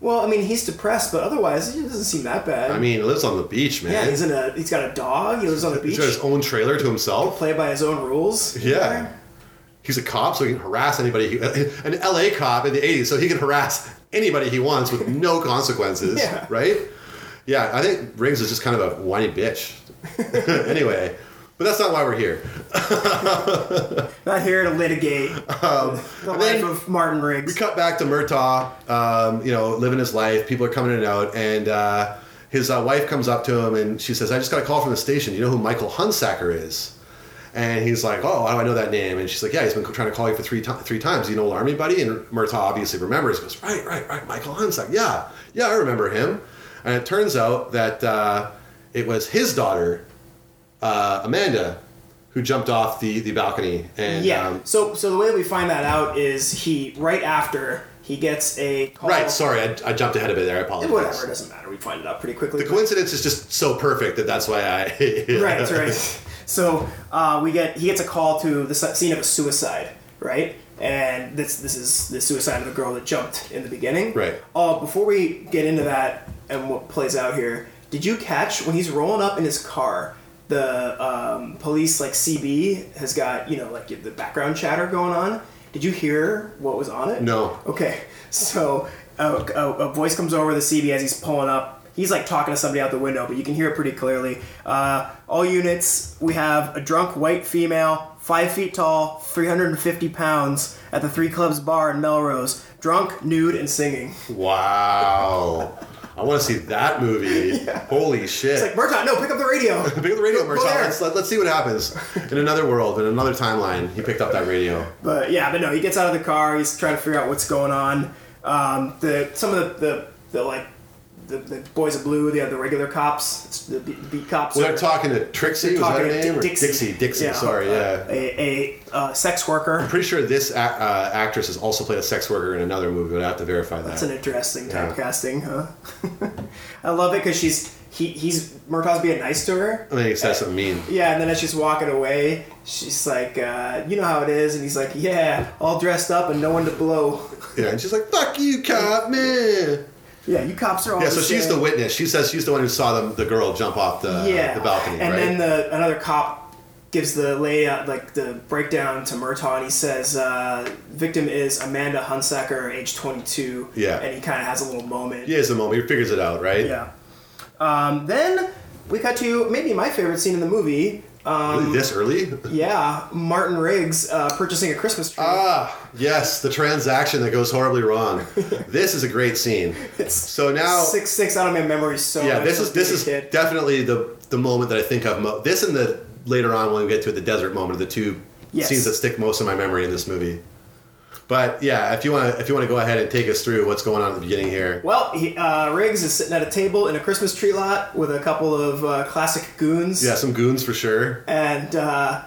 Speaker 1: well, I mean, he's depressed, but otherwise, it doesn't seem that bad.
Speaker 2: I mean, he lives on the beach, man.
Speaker 1: yeah, he's in a he's got a dog. He lives on a
Speaker 2: He's
Speaker 1: beach,
Speaker 2: got his own trailer to himself.
Speaker 1: play by his own rules.
Speaker 2: uh, Yeah. He's a cop, so he can harass anybody. He, an LA cop in the 80s, so he can harass anybody he wants with no consequences,
Speaker 1: Yeah.
Speaker 2: right? Yeah, I think Rings is just kind of a whiny bitch. [laughs] anyway, but that's not why we're here.
Speaker 1: Not here to
Speaker 2: [laughs]
Speaker 1: litigate the life
Speaker 2: and then-
Speaker 1: of Martin
Speaker 2: Um, We
Speaker 1: Riggs.
Speaker 2: cut back to Murtaugh, um, you know, living his life. People are coming in and out, and uh, his uh, wife comes up to him and she says, "I just got a call from the station. You know who Michael Hunsacker is?" And he's like, "Oh, how do I know that name?" And she's like, "Yeah, he's been trying to call you for three ti three times. You know, old army buddy." And Murtaugh obviously remembers. Goes, "Right, right, right. Michael Hunsacker. Yeah, yeah, I remember him." And it turns out that uh, it was his daughter, uh, Amanda, who jumped off the, the balcony. And
Speaker 1: yeah.
Speaker 2: um,
Speaker 1: so so the way that we find that out is he right after he gets a call.
Speaker 2: right, sorry, I, I jumped ahead a bit there. I apologize.
Speaker 1: Whatever, it doesn't matter. We find it out pretty quickly.
Speaker 2: The coincidence is just so perfect that that's why I. [laughs]
Speaker 1: right, right. So uh, we get he gets a call to the s- scene of a suicide, right? And this this is the suicide of the girl that jumped in the beginning.
Speaker 2: Right.
Speaker 1: Uh, before we get into that and what plays out here, did you catch when he's rolling up in his car? The um, police, like CB, has got you know like the background chatter going on. Did you hear what was on it?
Speaker 2: No.
Speaker 1: Okay, so a, a, a voice comes over the CB as he's pulling up. He's like talking to somebody out the window, but you can hear it pretty clearly. Uh, all units, we have a drunk white female, five feet tall, 350 pounds, at the Three Clubs bar in Melrose, drunk, nude, and singing.
Speaker 2: Wow. I want to see that movie.
Speaker 1: [laughs]
Speaker 2: Holy shit.
Speaker 1: It's like, Murtaugh, no, pick up the radio.
Speaker 2: Pick up the radio,
Speaker 1: Go
Speaker 2: Murtaugh.
Speaker 1: there.
Speaker 2: Let's, let, us let us see what happens. In another world, in another timeline, he picked up that radio.
Speaker 1: But yeah, but no, he gets out of the car. He's trying to figure out what's going on. Um, the some of the the, the like the, the boys of blue, they have the regular cops, it's the beat, beat cops.
Speaker 2: Well,
Speaker 1: are-
Speaker 2: they're talking to Trixie, was that her
Speaker 1: talking to
Speaker 2: name? Or
Speaker 1: Di- Dixie.
Speaker 2: Dixie, Dixie,
Speaker 1: Yeah. Uh,
Speaker 2: sorry, yeah.
Speaker 1: a, a uh, sex worker.
Speaker 2: Pretty sure this a- uh, actress has also played a sex worker in another movie, but I have to verify that.
Speaker 1: That's an interesting
Speaker 2: Yeah.
Speaker 1: typecasting, huh? [laughs] I love it because she's he he's Murtaugh's being nice to her.
Speaker 2: I mean, excessive mean.
Speaker 1: Yeah, and then as she's walking away, she's like, uh, "You know how it is," and he's like, "Yeah, all dressed up and no one to blow." [laughs]
Speaker 2: Yeah, and she's like, fuck you, cop, man.
Speaker 1: Yeah, you cops are all.
Speaker 2: Yeah,
Speaker 1: the
Speaker 2: so she's
Speaker 1: same.
Speaker 2: the witness. She says she's the one who saw the, the girl jump off the,
Speaker 1: yeah.
Speaker 2: uh, the balcony,
Speaker 1: And
Speaker 2: right?
Speaker 1: then the another cop gives the layout like the breakdown to Murtaugh and he says uh, victim is Amanda Hunsacker, age 22.
Speaker 2: Yeah.
Speaker 1: And he kind of has a little moment.
Speaker 2: He is the moment. He figures it out, right?
Speaker 1: Yeah. Um, then we cut to maybe my favorite scene in the movie. Um,
Speaker 2: Really, this early?
Speaker 1: yeah, Martin Riggs uh, purchasing a Christmas tree.
Speaker 2: Ah, yes, the transaction that goes horribly
Speaker 1: [laughs]
Speaker 2: wrong. this is a great scene. So now,
Speaker 1: six six out of my memory so
Speaker 2: oh. yeah,
Speaker 1: much
Speaker 2: this
Speaker 1: since
Speaker 2: is this
Speaker 1: being a
Speaker 2: is
Speaker 1: kid.
Speaker 2: definitely the the moment that I think of. Mo- this and the later on when we get to the desert moment, are the two
Speaker 1: Yes.
Speaker 2: scenes that stick most in my memory in this movie. But yeah, if you want to if you want to go ahead and take us through what's going on at the beginning here,
Speaker 1: well, he, uh, Riggs is sitting at a table in a Christmas tree lot with a couple of uh, classic goons.
Speaker 2: yeah, some goons for sure.
Speaker 1: and uh,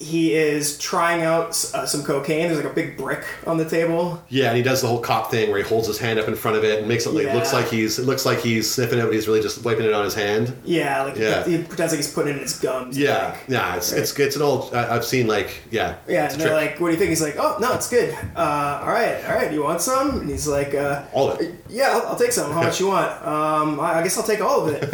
Speaker 1: he is trying out s- uh, some cocaine. There's like a big brick on the table.
Speaker 2: Yeah, and he does the whole cop thing where he holds his hand up in front of it and makes it like,
Speaker 1: Yeah.
Speaker 2: looks like he's it looks like he's sniffing it, but he's really just wiping it on his hand.
Speaker 1: Yeah, like
Speaker 2: Yeah.
Speaker 1: He, he pretends like he's putting it in his gums.
Speaker 2: Yeah, yeah, it's it's, it's an old. I, I've seen like yeah,
Speaker 1: Yeah,
Speaker 2: it's a
Speaker 1: and they're
Speaker 2: trick.
Speaker 1: like, "What do you think?" He's like, "Oh no, it's good. Uh, all right, all right. You want some?" And he's like, uh,
Speaker 2: all of it.
Speaker 1: "Yeah, I'll, I'll take some. How much you want? Um, I, I guess I'll take all
Speaker 2: [laughs]
Speaker 1: of it." and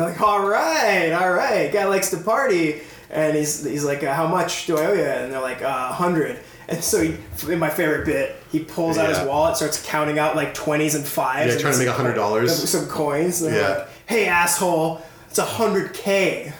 Speaker 1: they're like, "All right, all right. Guy likes to party." And he's he's like, uh, "How much do I owe you?" And they're like, uh, hundred. And so, he, in my favorite bit, he pulls out
Speaker 2: Yeah.
Speaker 1: his wallet, starts counting out like twenties and fives.
Speaker 2: Yeah,
Speaker 1: and
Speaker 2: trying to
Speaker 1: some
Speaker 2: make $100.
Speaker 1: coin- Some coins. And they're
Speaker 2: Yeah.
Speaker 1: like, "Hey, asshole, it's a hundred k."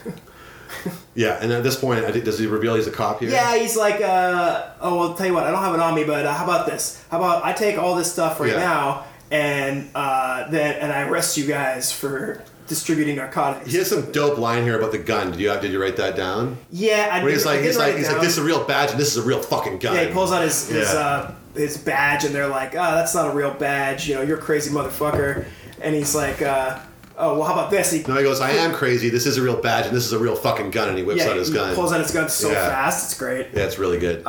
Speaker 2: Yeah, and at this point, I think, does he reveal he's a cop here?
Speaker 1: Yeah, he's like, uh, oh, well, tell you what, I don't have it on me, but uh, how about this? How about I take all this stuff right
Speaker 2: Yeah.
Speaker 1: now and uh, then and I arrest you guys for distributing narcotics?
Speaker 2: He has some dope line here about the gun. Did you have, did you write that down?
Speaker 1: yeah, I
Speaker 2: Where he's
Speaker 1: didn't- I
Speaker 2: like
Speaker 1: didn't
Speaker 2: he's
Speaker 1: write
Speaker 2: like
Speaker 1: it
Speaker 2: he's like
Speaker 1: down.
Speaker 2: this is a real badge and this is a real fucking gun.
Speaker 1: Yeah, he pulls out his his,
Speaker 2: Yeah.
Speaker 1: uh, his badge, and they're like, "Oh, that's not a real badge. You know, you're a crazy motherfucker." And he's like, uh, "Oh, well, how about this?" He,
Speaker 2: No, he goes, I am crazy. This is a real badge and this is a real fucking gun, and he whips
Speaker 1: yeah,
Speaker 2: out his
Speaker 1: he
Speaker 2: gun.
Speaker 1: pulls out Uh, his gun so
Speaker 2: Yeah.
Speaker 1: fast, it's great.
Speaker 2: yeah, it's really good.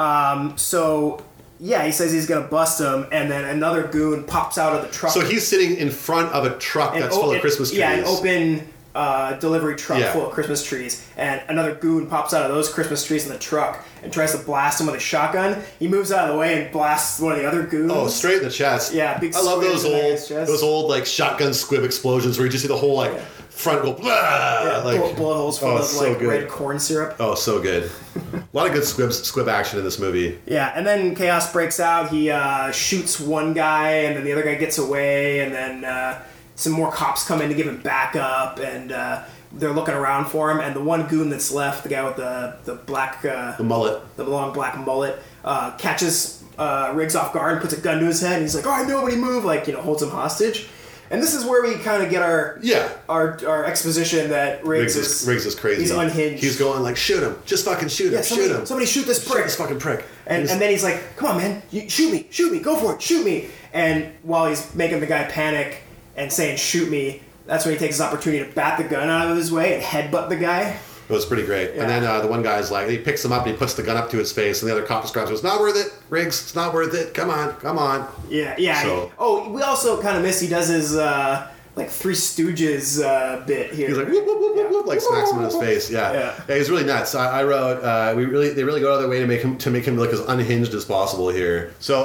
Speaker 1: So. Yeah, he says he's gonna bust him, and then another goon pops out of the truck.
Speaker 2: so he's sitting in front of a truck
Speaker 1: an
Speaker 2: that's
Speaker 1: o-
Speaker 2: full of
Speaker 1: an-
Speaker 2: Christmas trees.
Speaker 1: Yeah, an open uh, delivery truck
Speaker 2: Yeah.
Speaker 1: full of Christmas trees, and another goon pops out of those Christmas trees in the truck and tries to blast him with a shotgun. He moves out of the way and blasts one of the other goons.
Speaker 2: Oh, straight in the chest.
Speaker 1: Yeah, big
Speaker 2: I love
Speaker 1: squib
Speaker 2: those
Speaker 1: in the
Speaker 2: old
Speaker 1: guy's chest.
Speaker 2: those old like shotgun squib explosions where you just see the whole like front go blah
Speaker 1: Yeah,
Speaker 2: like
Speaker 1: bullet, bullet holes full
Speaker 2: oh,
Speaker 1: of
Speaker 2: it's so
Speaker 1: like
Speaker 2: good.
Speaker 1: red corn syrup.
Speaker 2: Oh, so
Speaker 1: [laughs]
Speaker 2: good. A lot of good squib squib action in this movie.
Speaker 1: Yeah, and then chaos breaks out. He uh, shoots one guy, and then the other guy gets away, and then uh, some more cops come in to give him backup, and uh, they're looking around for him. And the one goon that's left, the guy with the the black uh,
Speaker 2: The mullet.
Speaker 1: the long black mullet, uh, catches uh, Riggs off guard and puts a gun to his head. And he's like, "All right, nobody move!" Like you know, holds him hostage. And this is where we kind of get our
Speaker 2: Yeah.
Speaker 1: our our exposition that Riggs,
Speaker 2: Riggs is,
Speaker 1: is
Speaker 2: Riggs is crazy.
Speaker 1: He's unhinged.
Speaker 2: He's going like, shoot him, just fucking shoot him,
Speaker 1: yeah, somebody,
Speaker 2: shoot him,
Speaker 1: somebody shoot this
Speaker 2: shoot
Speaker 1: prick.
Speaker 2: this fucking prick.
Speaker 1: And,
Speaker 2: He's-
Speaker 1: and then he's like, come on, man, you, shoot me, shoot me, go for it, shoot me. And while he's making the guy panic and saying, shoot me, that's when he takes his opportunity to bat the gun out of his way and headbutt the guy.
Speaker 2: It was pretty great.
Speaker 1: Yeah.
Speaker 2: And then uh, the one guy's like, he picks him up and he puts the gun up to his face, and the other cop just grabs him. It's not worth it, Riggs. It's not worth it. Come on, come on.
Speaker 1: Yeah, yeah.
Speaker 2: So-
Speaker 1: oh, we also kind of miss he does his, uh, like, Three Stooges uh, bit here.
Speaker 2: He's like whoop whoop whoop whoop whoop, like smacks him in his face. Yeah,
Speaker 1: Yeah.
Speaker 2: he's really nuts. I, I wrote, uh, we really they really go out of their way to make him to make him look as unhinged as possible here. So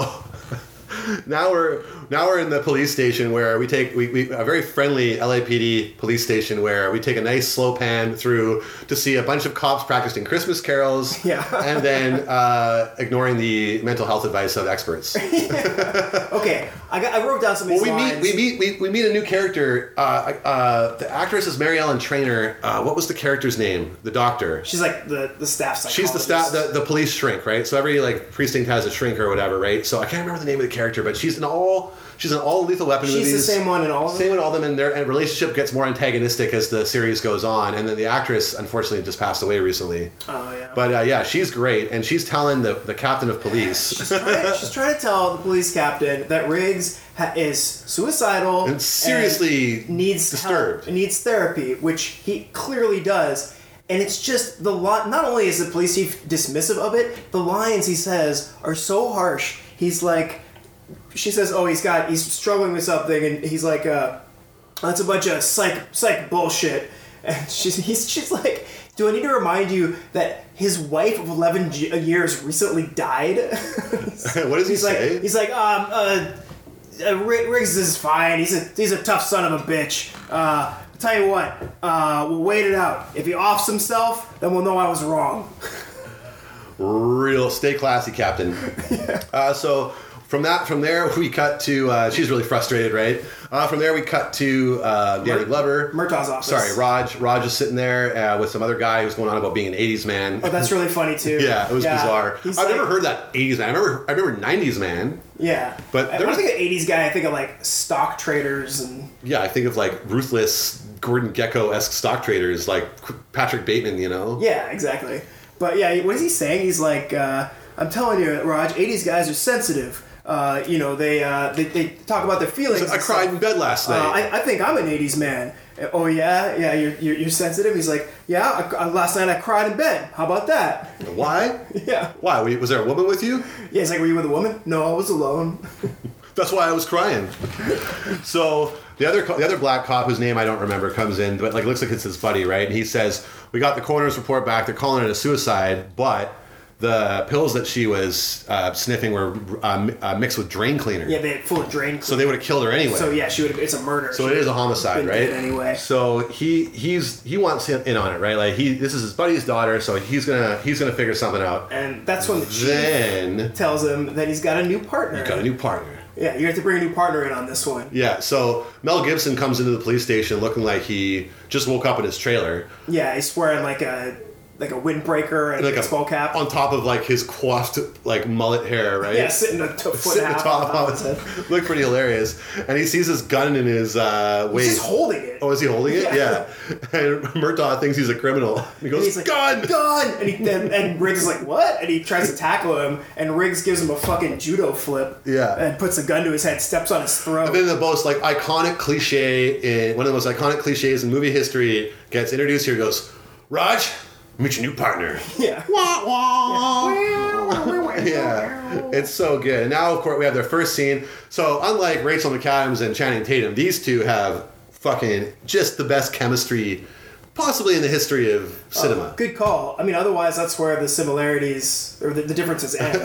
Speaker 2: [laughs] now we're now we're in the police station where we take we, we a very friendly LAPD police station where we take a nice slow pan through to see a bunch of cops practicing Christmas
Speaker 1: [laughs]
Speaker 2: carols.
Speaker 1: Yeah.
Speaker 2: and then uh, ignoring the mental health advice of experts.
Speaker 1: Okay, I, got, I wrote down some of
Speaker 2: Well,
Speaker 1: these
Speaker 2: we meet
Speaker 1: lines.
Speaker 2: we meet we, we meet a new character. Uh, uh, the actress is Mary Ellen Trainer. Uh, what was the character's name? The doctor.
Speaker 1: She's like the, the staff
Speaker 2: She's the staff,
Speaker 1: psychologist.
Speaker 2: the, the police shrink, right? So every like precinct has a shrink or whatever, right? So I can't remember the name of the character, but she's in all she's in all Lethal Weapon
Speaker 1: She's the
Speaker 2: movies.
Speaker 1: same one in all of them?
Speaker 2: Same in all of them, and their and relationship gets more antagonistic as the series goes on. And then the actress, unfortunately, just passed away recently.
Speaker 1: Oh, yeah.
Speaker 2: But uh, yeah, she's great, and she's telling the, the captain of police.
Speaker 1: She's trying, she's trying to tell the police captain that Riggs ha- is suicidal
Speaker 2: And seriously
Speaker 1: and needs
Speaker 2: disturbed.
Speaker 1: help, needs therapy, which he clearly does. And it's just the lot. Not only is the police chief dismissive of it, the lines he says are so harsh. He's like, she says, "Oh, he's got, he's struggling with something," and he's like, uh, "That's a bunch of psych, psych bullshit." [laughs] And she's, he's, she's like, "Do I need to remind you that his wife of eleven ge- years recently died?"
Speaker 2: [laughs] what does he
Speaker 1: He's like,
Speaker 2: say?
Speaker 1: he's like, um, uh, uh, Rig- Riggs is fine. He's a he's a tough son of a bitch. Uh, I'll tell you what, uh, we'll wait it out. If he offs himself, then we'll know I was wrong. [laughs]
Speaker 2: real stay
Speaker 1: [laughs]
Speaker 2: classy captain uh, so from that from there we cut to uh, she's really frustrated right uh, from there we cut to uh, danny glover
Speaker 1: Murtaugh's office.
Speaker 2: sorry raj raj is sitting there uh, with some other guy who's going on about being an 80s man
Speaker 1: But Oh, that's really funny too.
Speaker 2: [laughs] yeah it was bizarre i've
Speaker 1: He's like-
Speaker 2: never heard that 80s man i remember i remember 90s man
Speaker 1: Yeah,
Speaker 2: But
Speaker 1: I,
Speaker 2: there
Speaker 1: when I
Speaker 2: was-
Speaker 1: think of '80s guy. I think of like stock traders and
Speaker 2: yeah i think of like ruthless gordon gecko-esque stock traders like patrick bateman you know
Speaker 1: yeah, exactly. But yeah, what is he saying? He's like, uh, I'm telling you, Raj, '80s guys are sensitive. Uh, you know, they, uh, they they talk about their feelings.
Speaker 2: I
Speaker 1: and
Speaker 2: cried
Speaker 1: stuff.
Speaker 2: in bed last night.
Speaker 1: Uh, I, I think I'm an 80s man. Oh, yeah, yeah, you're, you're, you're sensitive. He's like, yeah, I, I- last night I cried in bed. How about that? [laughs]
Speaker 2: Why?
Speaker 1: Yeah.
Speaker 2: Why? Was there a woman with you?
Speaker 1: Yeah, he's like, were you with a woman? No, I was alone. [laughs]
Speaker 2: That's why I was crying. so the other co- the other black cop whose name I don't remember comes in, but like looks like it's his buddy, right? And he says, "We got the coroner's report back. They're calling it a suicide, but the pills that she was uh, sniffing were uh, mi- uh, mixed with drain cleaner,
Speaker 1: Yeah, they full of drain.
Speaker 2: so they would have killed her anyway.
Speaker 1: So, yeah, she would have, it's a murder.
Speaker 2: So it is a homicide,
Speaker 1: Been
Speaker 2: right?
Speaker 1: dead anyway.
Speaker 2: So he he's he wants in on it, right? Like he this is his buddy's daughter, so he's gonna he's gonna figure something out.
Speaker 1: And that's when the chief
Speaker 2: Then
Speaker 1: tells him that he's got a new partner.
Speaker 2: got a new partner.
Speaker 1: yeah, you have to bring a new partner in on this one.
Speaker 2: Yeah, so Mel Gibson comes into the police station looking like he just woke up in his trailer,
Speaker 1: Yeah, he's wearing like a like a windbreaker and
Speaker 2: like
Speaker 1: a baseball cap.
Speaker 2: on top of like his coiffed like mullet
Speaker 1: [laughs]
Speaker 2: hair, right?
Speaker 1: yeah, sitting a t- foot
Speaker 2: Sitting
Speaker 1: and a half
Speaker 2: atop
Speaker 1: on
Speaker 2: of
Speaker 1: his head.
Speaker 2: [laughs] it. Looked pretty hilarious, and he sees his gun in his uh, waist.
Speaker 1: He's just holding it.
Speaker 2: Oh, is he holding it?
Speaker 1: Yeah.
Speaker 2: Yeah. [laughs] And Murtaugh thinks he's a criminal. He
Speaker 1: And
Speaker 2: goes,
Speaker 1: he's like,
Speaker 2: "Gun!"
Speaker 1: gun, and he and, and Riggs is like, what? And he tries to tackle him, and Riggs gives him a fucking judo flip.
Speaker 2: Yeah.
Speaker 1: and puts a gun to his head, steps on his throat.
Speaker 2: And then the most like iconic cliche in one of the most iconic cliches in movie history gets introduced here. Goes, Raj, meet your new partner.
Speaker 1: yeah,
Speaker 2: Wah, wah. yeah, it's so good. And now, of course, we have their first scene. So, unlike Rachel McAdams and Channing Tatum, these two have fucking just the best chemistry possibly in the history of cinema.
Speaker 1: Oh, Good call. I mean, otherwise, that's where the similarities or the, the differences
Speaker 2: [laughs]
Speaker 1: end.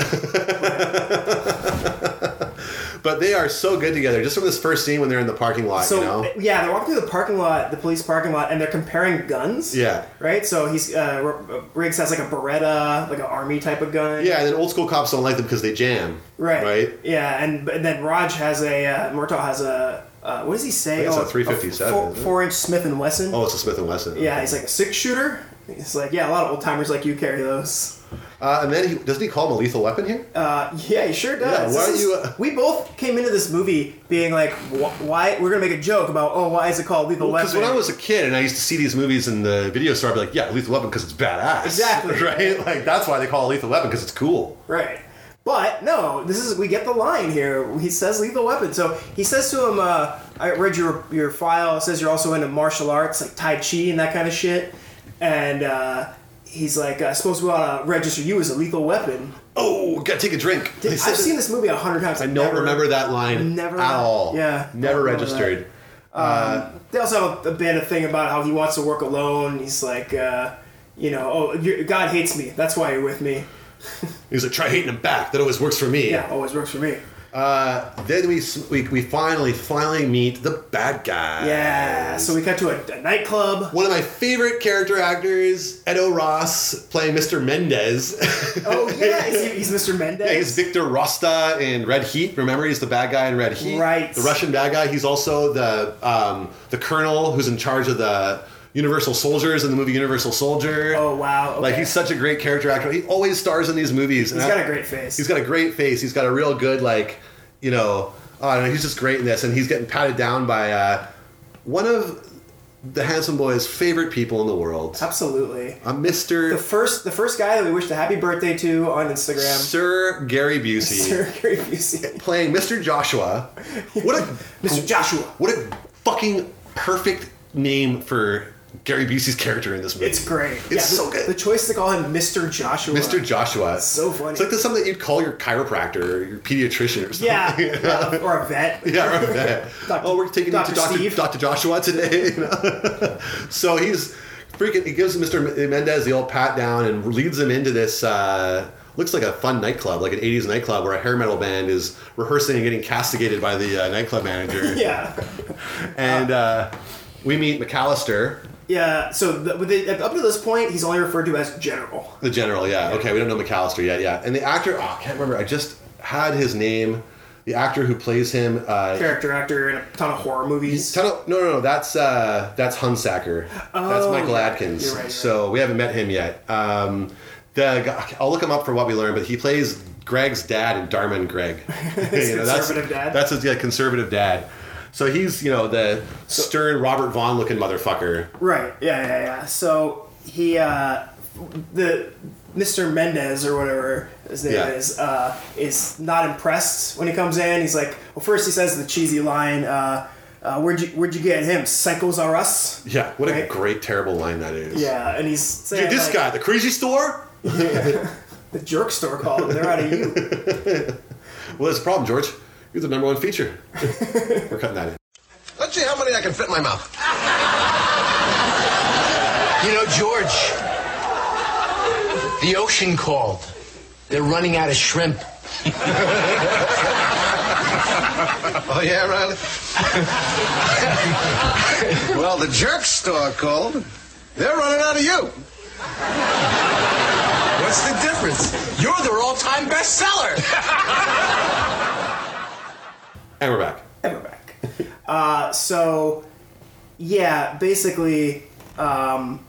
Speaker 2: But they are so good together. Just from this first scene when they're in the parking lot,
Speaker 1: So
Speaker 2: you know.
Speaker 1: yeah, they're walking through the parking lot, the police parking lot, and they're comparing guns.
Speaker 2: Yeah.
Speaker 1: Right. So he's uh, R- Riggs has like a Beretta, like an army type of gun.
Speaker 2: Yeah, and then old school cops don't like them because they jam.
Speaker 1: Right.
Speaker 2: Right.
Speaker 1: Yeah, and, but then Raj has a uh, Murtaugh has a uh, what does he say?
Speaker 2: I think it's a
Speaker 1: f-
Speaker 2: 357,
Speaker 1: four-
Speaker 2: isn't it?
Speaker 1: four inch Smith and Wesson.
Speaker 2: Oh, it's a Smith and Wesson.
Speaker 1: Yeah, he's like a six shooter. He's like, yeah, a lot of old timers like you carry those. [laughs]
Speaker 2: Uh, and then he doesn't he call him a lethal weapon here?
Speaker 1: Uh, yeah, he sure does.
Speaker 2: Yeah, why
Speaker 1: This
Speaker 2: are
Speaker 1: is-
Speaker 2: you, uh,
Speaker 1: We both came into this movie being like, wh- why? We're gonna make a joke about, oh, why is it called Lethal
Speaker 2: Because
Speaker 1: Weapon?
Speaker 2: when I was a kid and I used to see these movies in the video store, I'd be like, "Yeah, Lethal Weapon because it's badass."
Speaker 1: Exactly.
Speaker 2: [laughs] Right. Like that's why they call it Lethal Weapon because it's cool.
Speaker 1: Right. But no, this is we get the line here. He says lethal weapon. So he says to him, uh, "I read your your file. It says you're also into martial arts, like tai chi and that kind of shit." And uh, he's like, "I suppose we ought to register you as a lethal weapon."
Speaker 2: Oh, gotta take a drink. They
Speaker 1: I've
Speaker 2: said it-
Speaker 1: seen this movie a hundred times.
Speaker 2: I don't remember that line
Speaker 1: Never-
Speaker 2: at all.
Speaker 1: yeah,
Speaker 2: Never
Speaker 1: don't remember
Speaker 2: registered.
Speaker 1: They also have a, a bit of thing about how he wants to work alone. He's like, uh, you know, oh, you God hates me. That's why you're with me.
Speaker 2: He's like, "Try hating him back. That always works for me." Uh,
Speaker 1: Yeah, always works for me.
Speaker 2: Then we, s- we we finally finally meet the bad guy.
Speaker 1: Yeah. So we cut to a, a nightclub.
Speaker 2: One of my favorite character actors, Edo Ross, playing Mr. Mendez. [laughs]
Speaker 1: Oh yeah, is he, he's Mr. Mendez.
Speaker 2: Yeah, he's Victor Rosta in Red Heat. Remember, he's the bad guy in Red Heat.
Speaker 1: Right.
Speaker 2: The Russian bad guy. He's also the um, the colonel who's in charge of the Universal Soldiers in the movie Universal Soldier.
Speaker 1: Oh wow!
Speaker 2: Like
Speaker 1: okay.
Speaker 2: he's such a great character actor. He always stars in these movies.
Speaker 1: He's got a great face.
Speaker 2: He's got a great face. He's got a real good like, you know, oh, I don't know, he's just great in this, and he's getting patted down by uh, one of the handsome boy's favorite people in the world,
Speaker 1: absolutely
Speaker 2: a Mister
Speaker 1: the first the first guy that we wished a happy birthday to on Instagram.
Speaker 2: Sir Gary Busey.
Speaker 1: Sir Gary Busey,
Speaker 2: playing Mr.
Speaker 1: [laughs]
Speaker 2: Joshua. What a
Speaker 1: Mr. Joshua.
Speaker 2: what a fucking perfect name for Gary Busey's character in this movie.
Speaker 1: It's great.
Speaker 2: It's
Speaker 1: Yeah, the-
Speaker 2: so good.
Speaker 1: The choice to call him Mr. Joshua.
Speaker 2: Mr. Joshua.
Speaker 1: So funny.
Speaker 2: It's like the something that you'd call your chiropractor or your pediatrician or something.
Speaker 1: Yeah, yeah, or a vet.
Speaker 2: [laughs] Yeah, I
Speaker 1: [laughs]
Speaker 2: remember that.
Speaker 1: Doctor-
Speaker 2: oh, we're taking you
Speaker 1: Doctor
Speaker 2: to
Speaker 1: Steve.
Speaker 2: Doctor, Dr. Joshua today. you know? [laughs] so he's freaking. He gives Mr. Mendez the old pat down and leads him into this. Uh, looks like a fun nightclub, like an '80s nightclub where a hair metal band is rehearsing and getting castigated by the uh, nightclub
Speaker 1: [laughs]
Speaker 2: manager.
Speaker 1: Yeah,
Speaker 2: And uh, we meet McAllister,
Speaker 1: yeah. So the, with the, up to this point, he's only referred to as General.
Speaker 2: the general. Yeah. Okay. We don't know McAllister yet. Yeah. And the actor. Oh, I can't remember. I just had his name. The actor who plays him. Uh,
Speaker 1: Character actor in a ton of horror movies.
Speaker 2: Ton of- no, no, no. That's uh, that's Hunsacker. that's
Speaker 1: Oh,
Speaker 2: Michael
Speaker 1: yeah,
Speaker 2: Adkins.
Speaker 1: you're right, you're
Speaker 2: So we haven't met him yet. Um, the guy, I'll look him up for what we learned, but he plays Greg's dad in Dharma
Speaker 1: [laughs]
Speaker 2: and Greg. [laughs] You
Speaker 1: conservative
Speaker 2: that's,
Speaker 1: dad?
Speaker 2: That's his yeah, conservative dad. So he's you know the stern Robert Vaughn looking motherfucker.
Speaker 1: Right. Yeah, yeah, yeah. So he, uh, the Mr. Mendez or whatever his name
Speaker 2: Yeah.
Speaker 1: is, uh, is not impressed when he comes in. He's like, well, first he says the cheesy line, uh, uh, "Where'd you Where'd you get him? Psychos are us."
Speaker 2: [laughs] Yeah. What a
Speaker 1: Right.
Speaker 2: great terrible line that is.
Speaker 1: Yeah, and he's saying
Speaker 2: Dude, this
Speaker 1: like,
Speaker 2: guy, the crazy store.
Speaker 1: the jerk store called him. They're out of you.
Speaker 2: Well, that's a problem, George. You're the number one
Speaker 1: [laughs]
Speaker 2: feature. We're cutting that in.
Speaker 6: Let's see how many I can fit in my mouth. you know, George, the ocean called. They're running out of shrimp. oh, yeah, Riley? [laughs] well, the jerk store called. They're running out of you. What's the difference? You're their all time bestseller.
Speaker 2: And we're back.
Speaker 1: And we're back. Uh, so, yeah, basically, um,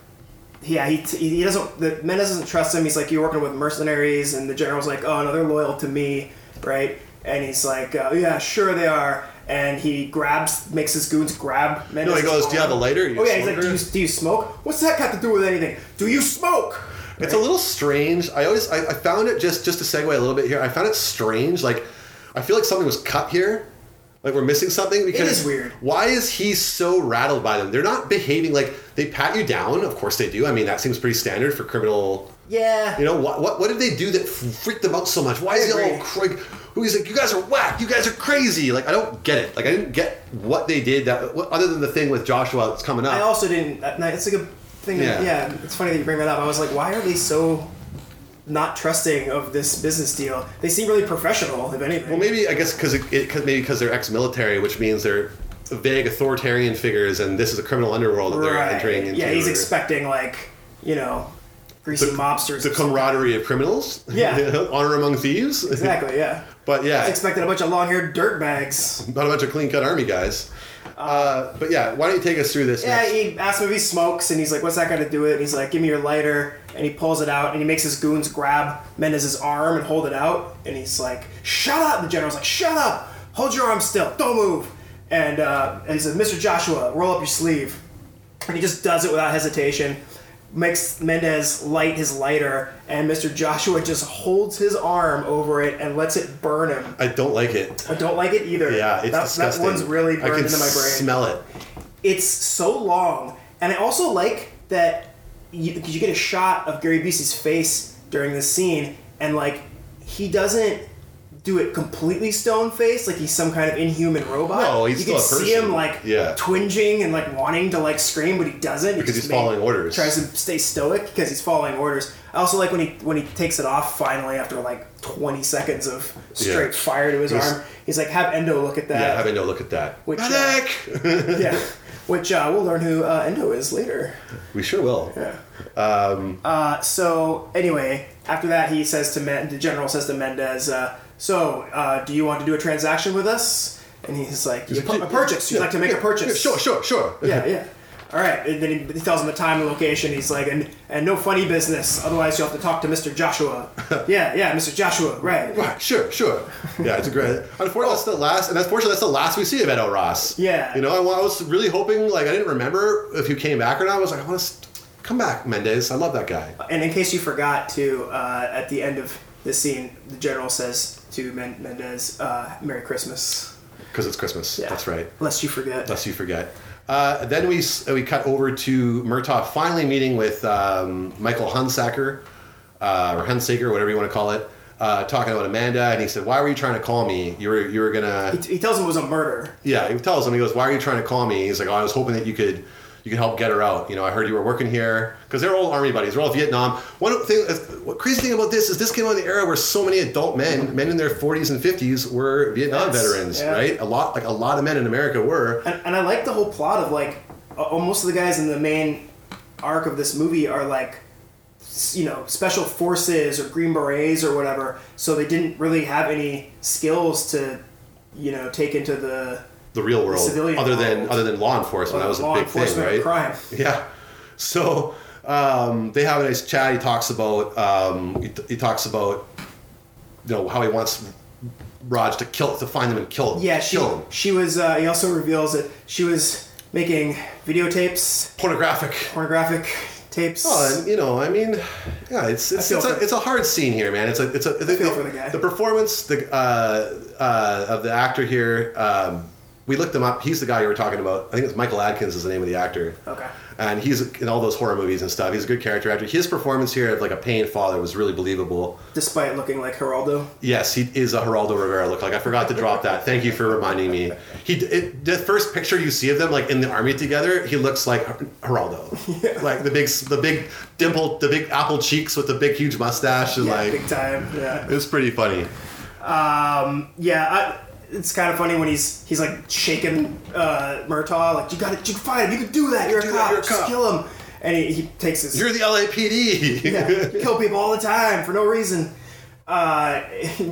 Speaker 1: yeah, he, he doesn't. The Mendez doesn't trust him. He's like, "You're working with mercenaries," and the general's like, "Oh no, they're loyal to me, right?" And he's like, uh, "Yeah, sure they are." And he grabs, makes his goons grab. Mendez
Speaker 2: No, he goes, "Do you have a lighter? You
Speaker 1: Oh
Speaker 2: a
Speaker 1: yeah, he's like, "Do you,
Speaker 2: smoker?"
Speaker 1: do you smoke? What's that got to do with anything? Do you smoke?"
Speaker 2: It's a little strange. I always I, I found it just just to segue a little bit here. I found it strange. Like I feel like something was cut here. Like we're missing something because
Speaker 1: is weird.
Speaker 2: Why is he so rattled by them? They're not behaving like they pat you down. Of course they do. I mean that seems pretty standard for criminal.
Speaker 1: Yeah.
Speaker 2: You know what? What, what did they do that f- freaked them out so much? Why is he all
Speaker 1: agree.
Speaker 2: cr- like? He's like, you guys are whack. You guys are crazy. Like, I don't get it. Like, I didn't get what they did that, what, other than the thing with Joshua that's coming up.
Speaker 1: I also didn't. that- That's like a thing. Yeah.
Speaker 2: Ah. Yeah.
Speaker 1: yeah, it's funny that you bring that up. I was like, why are they so not trusting of this business deal? They seem really professional, if anything.
Speaker 2: Well, maybe I guess because it, it, 'cause- maybe because they're ex-military, which means they're vague authoritarian figures, and this is a criminal underworld that they're entering into.
Speaker 1: Yeah, he's expecting like you know, greasy mobsters.
Speaker 2: the camaraderie of criminals.
Speaker 1: Yeah.
Speaker 2: [laughs] You know, honor among thieves.
Speaker 1: exactly. Yeah.
Speaker 2: [laughs] But yeah,
Speaker 1: I expected a bunch of long-haired dirtbags.
Speaker 2: not a bunch of clean-cut army guys. Uh, but yeah, why don't you take us through this?
Speaker 1: Yeah,
Speaker 2: next-
Speaker 1: he asks him if he smokes, and he's like, "What's that got to do with it?" And he's like, "Give me your lighter." And he pulls it out, and he makes his goons grab Mendez's arm and hold it out, and he's like, "Shut up!" The general's like, "Shut up! Hold your arm still. Don't move." And, uh, and he says, "Mr. Joshua, roll up your sleeve." And he just does it without hesitation. Makes Mendez light his lighter, and Mr. Joshua just holds his arm over it and lets it burn him.
Speaker 2: I don't like it.
Speaker 1: I don't like it either.
Speaker 2: Yeah, it's
Speaker 1: that,
Speaker 2: disgusting.
Speaker 1: That one's really
Speaker 2: I can
Speaker 1: burned into my brain
Speaker 2: Smell it.
Speaker 1: it's so long, and I also like that you, 'cause you get a shot of Gary Busey's face during this scene, and like he doesn't do it completely stone faced, like he's some kind of inhuman robot.
Speaker 2: No, he's
Speaker 1: you
Speaker 2: still
Speaker 1: can
Speaker 2: a
Speaker 1: see him
Speaker 2: person.
Speaker 1: like
Speaker 2: Yeah.
Speaker 1: twinging and like wanting to like scream, but he doesn't He
Speaker 2: Because
Speaker 1: just
Speaker 2: he's following orders.
Speaker 1: Tries to stay stoic because he's following orders. I also like when he when he takes it off finally after like twenty seconds of straight
Speaker 2: Yeah.
Speaker 1: fire to his
Speaker 2: It was-
Speaker 1: arm. He's like, have Endo look at that.
Speaker 2: Yeah, having no look at that.
Speaker 1: Which, uh,
Speaker 2: Medic!
Speaker 1: Yeah, which uh, we'll learn who uh, Endo is later.
Speaker 2: we sure will. Um,
Speaker 1: Uh, so anyway, after that, he says to Men- the general says to Mendez, uh, "So, uh, do you want to do a transaction with us?" And he's like, "Yeah, "A purchase. You'd like to make a purchase?"
Speaker 2: Yeah, sure, sure, sure.
Speaker 1: Yeah, yeah. All right. And then he, he tells him the time and location. He's like, "And and no funny business. Otherwise, you'll have to talk to Mr.
Speaker 2: [laughs]
Speaker 1: Joshua." yeah, yeah, Mr. Joshua. Right.
Speaker 2: Right, sure, sure. Yeah, it's a great. Unfortunately, that's the last, and unfortunately, that's the last we see of Edo Ross.
Speaker 1: Yeah.
Speaker 2: You know, I, wa- I was really hoping, like, I didn't remember if you came back or not. I was like, I want to come back, Mendez. I love that guy.
Speaker 1: And in case you forgot to, uh, at the end of the scene, the general says to Men- Mendez, uh, "Merry Christmas."
Speaker 2: Because it's Christmas.
Speaker 1: Yeah.
Speaker 2: That's right.
Speaker 1: Lest you forget.
Speaker 2: Lest you forget. Uh, then we s- we cut over to Murtaugh finally meeting with um, Michael Hunsaker, uh, or Hunsaker, whatever you want to call it, uh, talking about Amanda, and he said, "Why were you trying to call me? You were you were gonna."
Speaker 1: he, he tells him it was a murder.
Speaker 2: yeah, he tells him, he goes, "Why are you trying to call me?" He's like, "Oh, I was hoping that you could, you could help get her out. You know, I heard you were working here because they're all army buddies. They're all Vietnam. One thing, uh, what crazy thing about this is this came out in the era where so many adult men, men in their 40s and 50s, were Vietnam
Speaker 1: Yes,
Speaker 2: veterans,
Speaker 1: yeah.
Speaker 2: right? A lot, like a lot of men in America were.
Speaker 1: And, and I like the whole plot of like a- almost the guys in the main arc of this movie are like s- you know special forces or green berets or whatever, so they didn't really have any skills to you know take into the
Speaker 2: the real world,
Speaker 1: civilian
Speaker 2: other
Speaker 1: world.
Speaker 2: than other than law enforcement. that was
Speaker 1: law
Speaker 2: a big thing,
Speaker 1: enforcement
Speaker 2: right?
Speaker 1: crime.
Speaker 2: [laughs] Yeah. So um, they have a nice chat. He talks about um, he, he talks about you know how he wants Raj to kill to find them and kill him.
Speaker 1: Yeah, she
Speaker 2: kill him.
Speaker 1: she was. Uh, he also reveals that she was making videotapes,
Speaker 2: pornographic.
Speaker 1: pornographic tapes.
Speaker 2: Oh, and, you know, I mean, yeah, it's it's,
Speaker 1: I feel
Speaker 2: it's, a,
Speaker 1: for-
Speaker 2: it's a hard scene here, man. It's a it's a the,
Speaker 1: feel for the guy.
Speaker 2: performance the uh, uh, of the actor here. Um, we looked him up. He's the guy you were talking about. I think it's Michael Adkins is the name of the actor.
Speaker 1: Okay.
Speaker 2: And he's in all those horror movies and stuff. He's a good character actor. His performance here of like a pained father was really believable.
Speaker 1: despite looking like Geraldo.
Speaker 2: Yes, he is a Geraldo Rivera look. Like I forgot to drop that. Thank you for reminding me. He it, the first picture you see of them like in the army together, he looks like
Speaker 1: [laughs]
Speaker 2: Geraldo, like the big the big dimple, the big apple cheeks with the big huge mustache, and
Speaker 1: Yeah,
Speaker 2: like
Speaker 1: big time. Yeah. Um,
Speaker 2: it's pretty funny.
Speaker 1: Yeah, I, it's kind of funny when he's he's like shaking uh, Murtaugh, like you got it, you can fight him, you can do that, you're a
Speaker 2: Do that,
Speaker 1: cop,
Speaker 2: you're a
Speaker 1: just
Speaker 2: cop."
Speaker 1: kill him, and he, he takes his
Speaker 2: You're the LAPD. [laughs]
Speaker 1: yeah, you kill people all the time for no reason. Uh,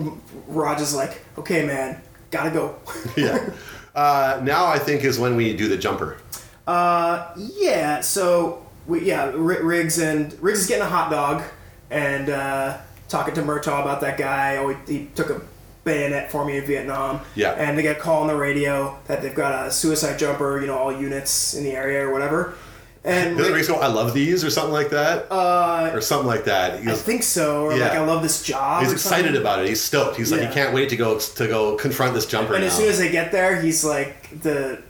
Speaker 1: [laughs] Raj is like, okay, man, gotta go. [laughs]
Speaker 2: yeah. Uh, now I think is when we do the jumper.
Speaker 1: yeah, so we, yeah, R- Riggs and Riggs is getting a hot dog and uh, talking to Murtaugh about that guy. Oh, he, he took a bayonet for me in Vietnam.
Speaker 2: Yeah.
Speaker 1: and they get a call on the radio that they've got a suicide jumper. You know, all units in the area or whatever. And
Speaker 2: The other
Speaker 1: Riggs-
Speaker 2: go, I love these or something like that, uh, or something like that. He
Speaker 1: I
Speaker 2: goes-
Speaker 1: think so. Or like,
Speaker 2: Yeah.
Speaker 1: I love this job.
Speaker 2: He's
Speaker 1: or something.
Speaker 2: excited about it. He's stoked. He's like,
Speaker 1: Yeah.
Speaker 2: he can't wait to go to go confront this jumper.
Speaker 1: And
Speaker 2: now.
Speaker 1: as soon as they get there, he's like the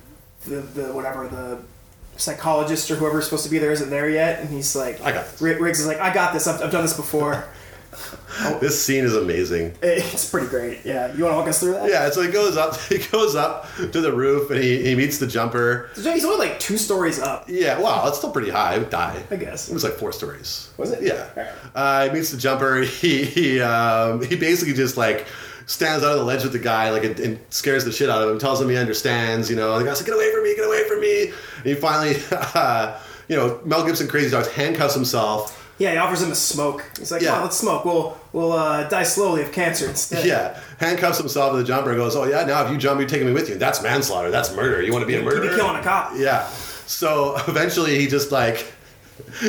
Speaker 1: the, the whatever the psychologist or whoever's supposed to be there isn't there yet, and he's like,
Speaker 2: I got this.
Speaker 1: Rig- Riggs is like, I got this. I've, I've done this before.
Speaker 2: This scene is amazing.
Speaker 1: It's pretty great. Yeah. You want to walk us through that?
Speaker 2: Yeah, so he goes up. [laughs] He goes up to the roof, and he, he meets the jumper.
Speaker 1: So he's only like two stories up.
Speaker 2: Yeah, wow, it's still pretty high. I would die.
Speaker 1: I guess.
Speaker 2: it was like four stories.
Speaker 1: Was it?
Speaker 2: Yeah.
Speaker 1: Alright.
Speaker 2: Uh, he meets the jumper. [laughs] He he um, he basically just like stands out on the ledge with the guy like and, and scares the shit out of him. Tells him he understands. You know, the guy's like, "Get away from me! Get away from me!" And he finally, [laughs] uh, you know, Mel Gibson, crazy dogs, handcuffs himself.
Speaker 1: Yeah. He offers him a smoke. He's like,
Speaker 2: Yeah.
Speaker 1: "Oh, let's smoke. We'll we'll uh, die slowly of cancer instead."
Speaker 2: Yeah, handcuffs himself to the jumper and goes, "Oh yeah, now if you jump, you're taking me with you. That's manslaughter. That's murder. You want to be a
Speaker 1: You'd
Speaker 2: murderer?
Speaker 1: be killing a cop.
Speaker 2: Yeah. So [laughs] eventually he just like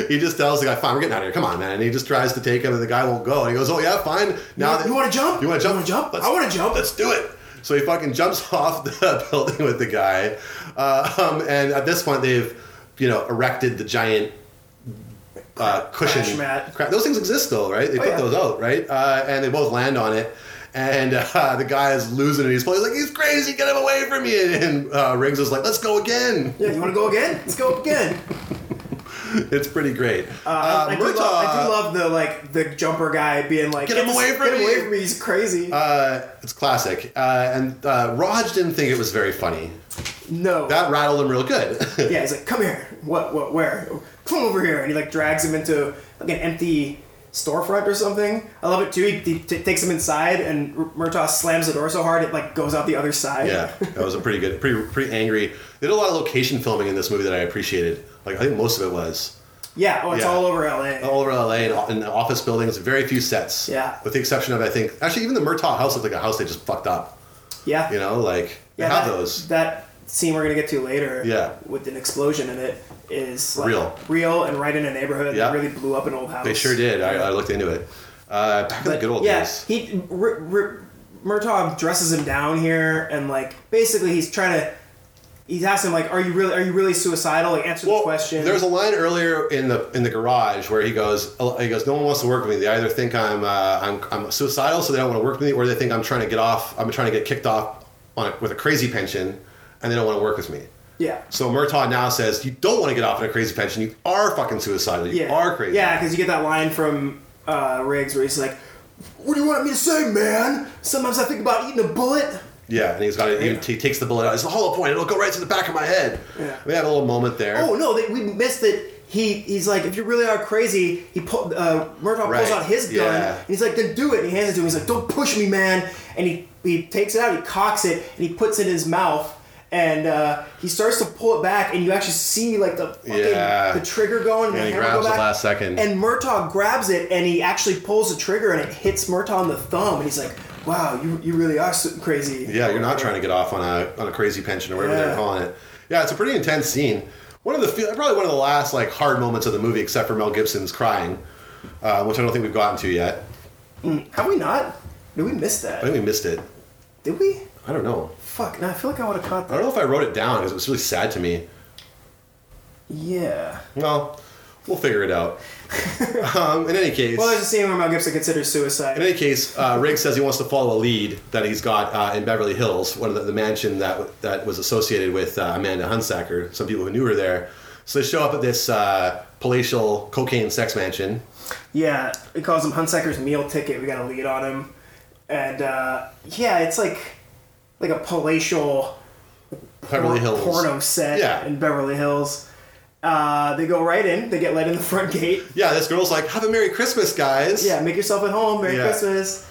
Speaker 2: he just tells the guy, "Fine, we're getting out of here. Come on, man." And he just tries to take him, and the guy won't go. And he goes, "Oh yeah, fine. Now
Speaker 1: You,
Speaker 2: that-
Speaker 1: want to jump?
Speaker 2: You want to jump?
Speaker 1: jump?
Speaker 2: Let's-
Speaker 1: I want to jump.
Speaker 2: Let's do it." So he fucking jumps [laughs] off the building with the guy, uh, um, and at this point they've you know erected the giant. Uh, cushion
Speaker 1: Crash mat. Oh,
Speaker 2: Crap. Those things exist though, right? They put
Speaker 1: yeah.
Speaker 2: those out, right? Uh, and they both land on it, and [laughs] uh, the guy is losing it. He's playing like he's crazy. Get him away from me! [laughs] And, uh, Riggs is like, "Let's go again."
Speaker 1: Yeah, you want to go again? Let's go again.
Speaker 2: It's pretty great. [laughs] Uh,
Speaker 1: I, do
Speaker 2: Murtaugh,
Speaker 1: love, I do love the like the jumper guy being like,
Speaker 2: Get him
Speaker 1: this-
Speaker 2: away from
Speaker 1: get
Speaker 2: me."
Speaker 1: Him away from me! He's crazy.
Speaker 2: uh, it's classic. Uh, and uh, Raj didn't think it was very funny.
Speaker 1: no.
Speaker 2: That rattled him real good. [laughs]
Speaker 1: yeah, he's like, come here. What? What? Where? Come over here. And he like drags him into like an empty storefront or something. I love it too. He, he t- takes him inside, and R- Murtaugh slams the door so hard it like goes out the other side.
Speaker 2: yeah, that was a pretty good, pretty pretty angry. They did a lot of location filming in this movie that I appreciated. Like I think most of it was
Speaker 1: [laughs] Yeah. Oh, it's
Speaker 2: Yeah.
Speaker 1: all over LA.
Speaker 2: all over LA and in office buildings. Very few sets.
Speaker 1: Yeah.
Speaker 2: with the exception of I think actually even the Murtaugh house looked like a house they just fucked up.
Speaker 1: yeah.
Speaker 2: You know, like they
Speaker 1: yeah,
Speaker 2: have
Speaker 1: that,
Speaker 2: those.
Speaker 1: That scene we're gonna get to later.
Speaker 2: Yeah.
Speaker 1: With an explosion in it is like,
Speaker 2: Real.
Speaker 1: real, and right in a neighborhood
Speaker 2: Yeah.
Speaker 1: that really blew up an old house.
Speaker 2: they sure did. I, I looked into it. Uh, back in the good old
Speaker 1: yeah,
Speaker 2: days.
Speaker 1: he R- R- Murtaugh dresses him down here, and like basically he's trying to. He's asking like, "Are you really? Are you really suicidal?" Like, answer the question.
Speaker 2: There's a line earlier in the in the garage where he goes, uh, he goes, no one wants to work with me. They either think I'm uh, I'm, I'm suicidal, so they don't want to work with me, or they think I'm trying to get off. I'm trying to get kicked off on a, with a crazy pension, and they don't want to work with me.
Speaker 1: yeah.
Speaker 2: So Murtaugh now says, you don't want to get off on a crazy pension. You are fucking suicidal. You
Speaker 1: Yeah.
Speaker 2: are crazy.
Speaker 1: Yeah, because you get that line from uh, Riggs where he's like, "What do you want me to say, man? Sometimes I think about eating a bullet."
Speaker 2: Yeah, and he's got it. He, he takes the bullet out. It's the hollow point. It'll go right to the back of my head.
Speaker 1: Yeah.
Speaker 2: We have a little moment there.
Speaker 1: Oh no, they, we missed it. He he's like, if you really are crazy, he pull, uh, Murtaugh
Speaker 2: Right,
Speaker 1: pulls out his gun
Speaker 2: yeah.
Speaker 1: and he's like, then do it. And he hands it to him. He's like, don't push me, man. And he he takes it out, he cocks it, and he puts it in his mouth. And uh, he starts to pull it back, and you actually see like the fucking,
Speaker 2: Yeah.
Speaker 1: the trigger going, and,
Speaker 2: Yeah,
Speaker 1: the
Speaker 2: he
Speaker 1: hammer go
Speaker 2: grabs it
Speaker 1: back.
Speaker 2: last second.
Speaker 1: And Murtaugh grabs it, and he actually pulls the trigger, and it hits Murtaugh on the thumb, and he's like, "Wow, you, you really are so crazy."
Speaker 2: Yeah, you're not trying to get off on a on a crazy pension or whatever
Speaker 1: Yeah.
Speaker 2: they're calling it. Yeah, it's a pretty intense scene. One of the fe- probably one of the last like hard moments of the movie, except for Mel Gibson's crying, uh, which I don't think we've gotten to yet.
Speaker 1: Have we not? Did we miss that?
Speaker 2: I think we missed it.
Speaker 1: Did we?
Speaker 2: I don't know.
Speaker 1: Fuck. No, I feel like I would have caught
Speaker 2: I
Speaker 1: that.
Speaker 2: don't know if I wrote it down because it was really sad to me.
Speaker 1: Yeah.
Speaker 2: Well, we'll figure
Speaker 1: [laughs]
Speaker 2: it out. um, in any case,
Speaker 1: Well, there's a scene where Mel Gibson considers
Speaker 2: in
Speaker 1: suicide.
Speaker 2: any case, uh, Riggs says he wants to follow a lead that he's got uh, in Beverly Hills, one of the, the mansion that w- that was associated with uh, Amanda Hunsaker. Some people who knew her there. So they show up at this uh, palatial cocaine sex mansion.
Speaker 1: Yeah, he calls him Hunsaker's meal ticket. We got a lead on him, and uh, yeah, it's like like a palatial
Speaker 2: Beverly Hills.
Speaker 1: porno set
Speaker 2: Yeah.
Speaker 1: in Beverly Hills. Uh, they go right in. They get let in the front gate.
Speaker 2: Yeah, this girl's like, "Have a Merry Christmas, guys."
Speaker 1: Yeah, make yourself at home. Merry
Speaker 2: Yeah.
Speaker 1: Christmas.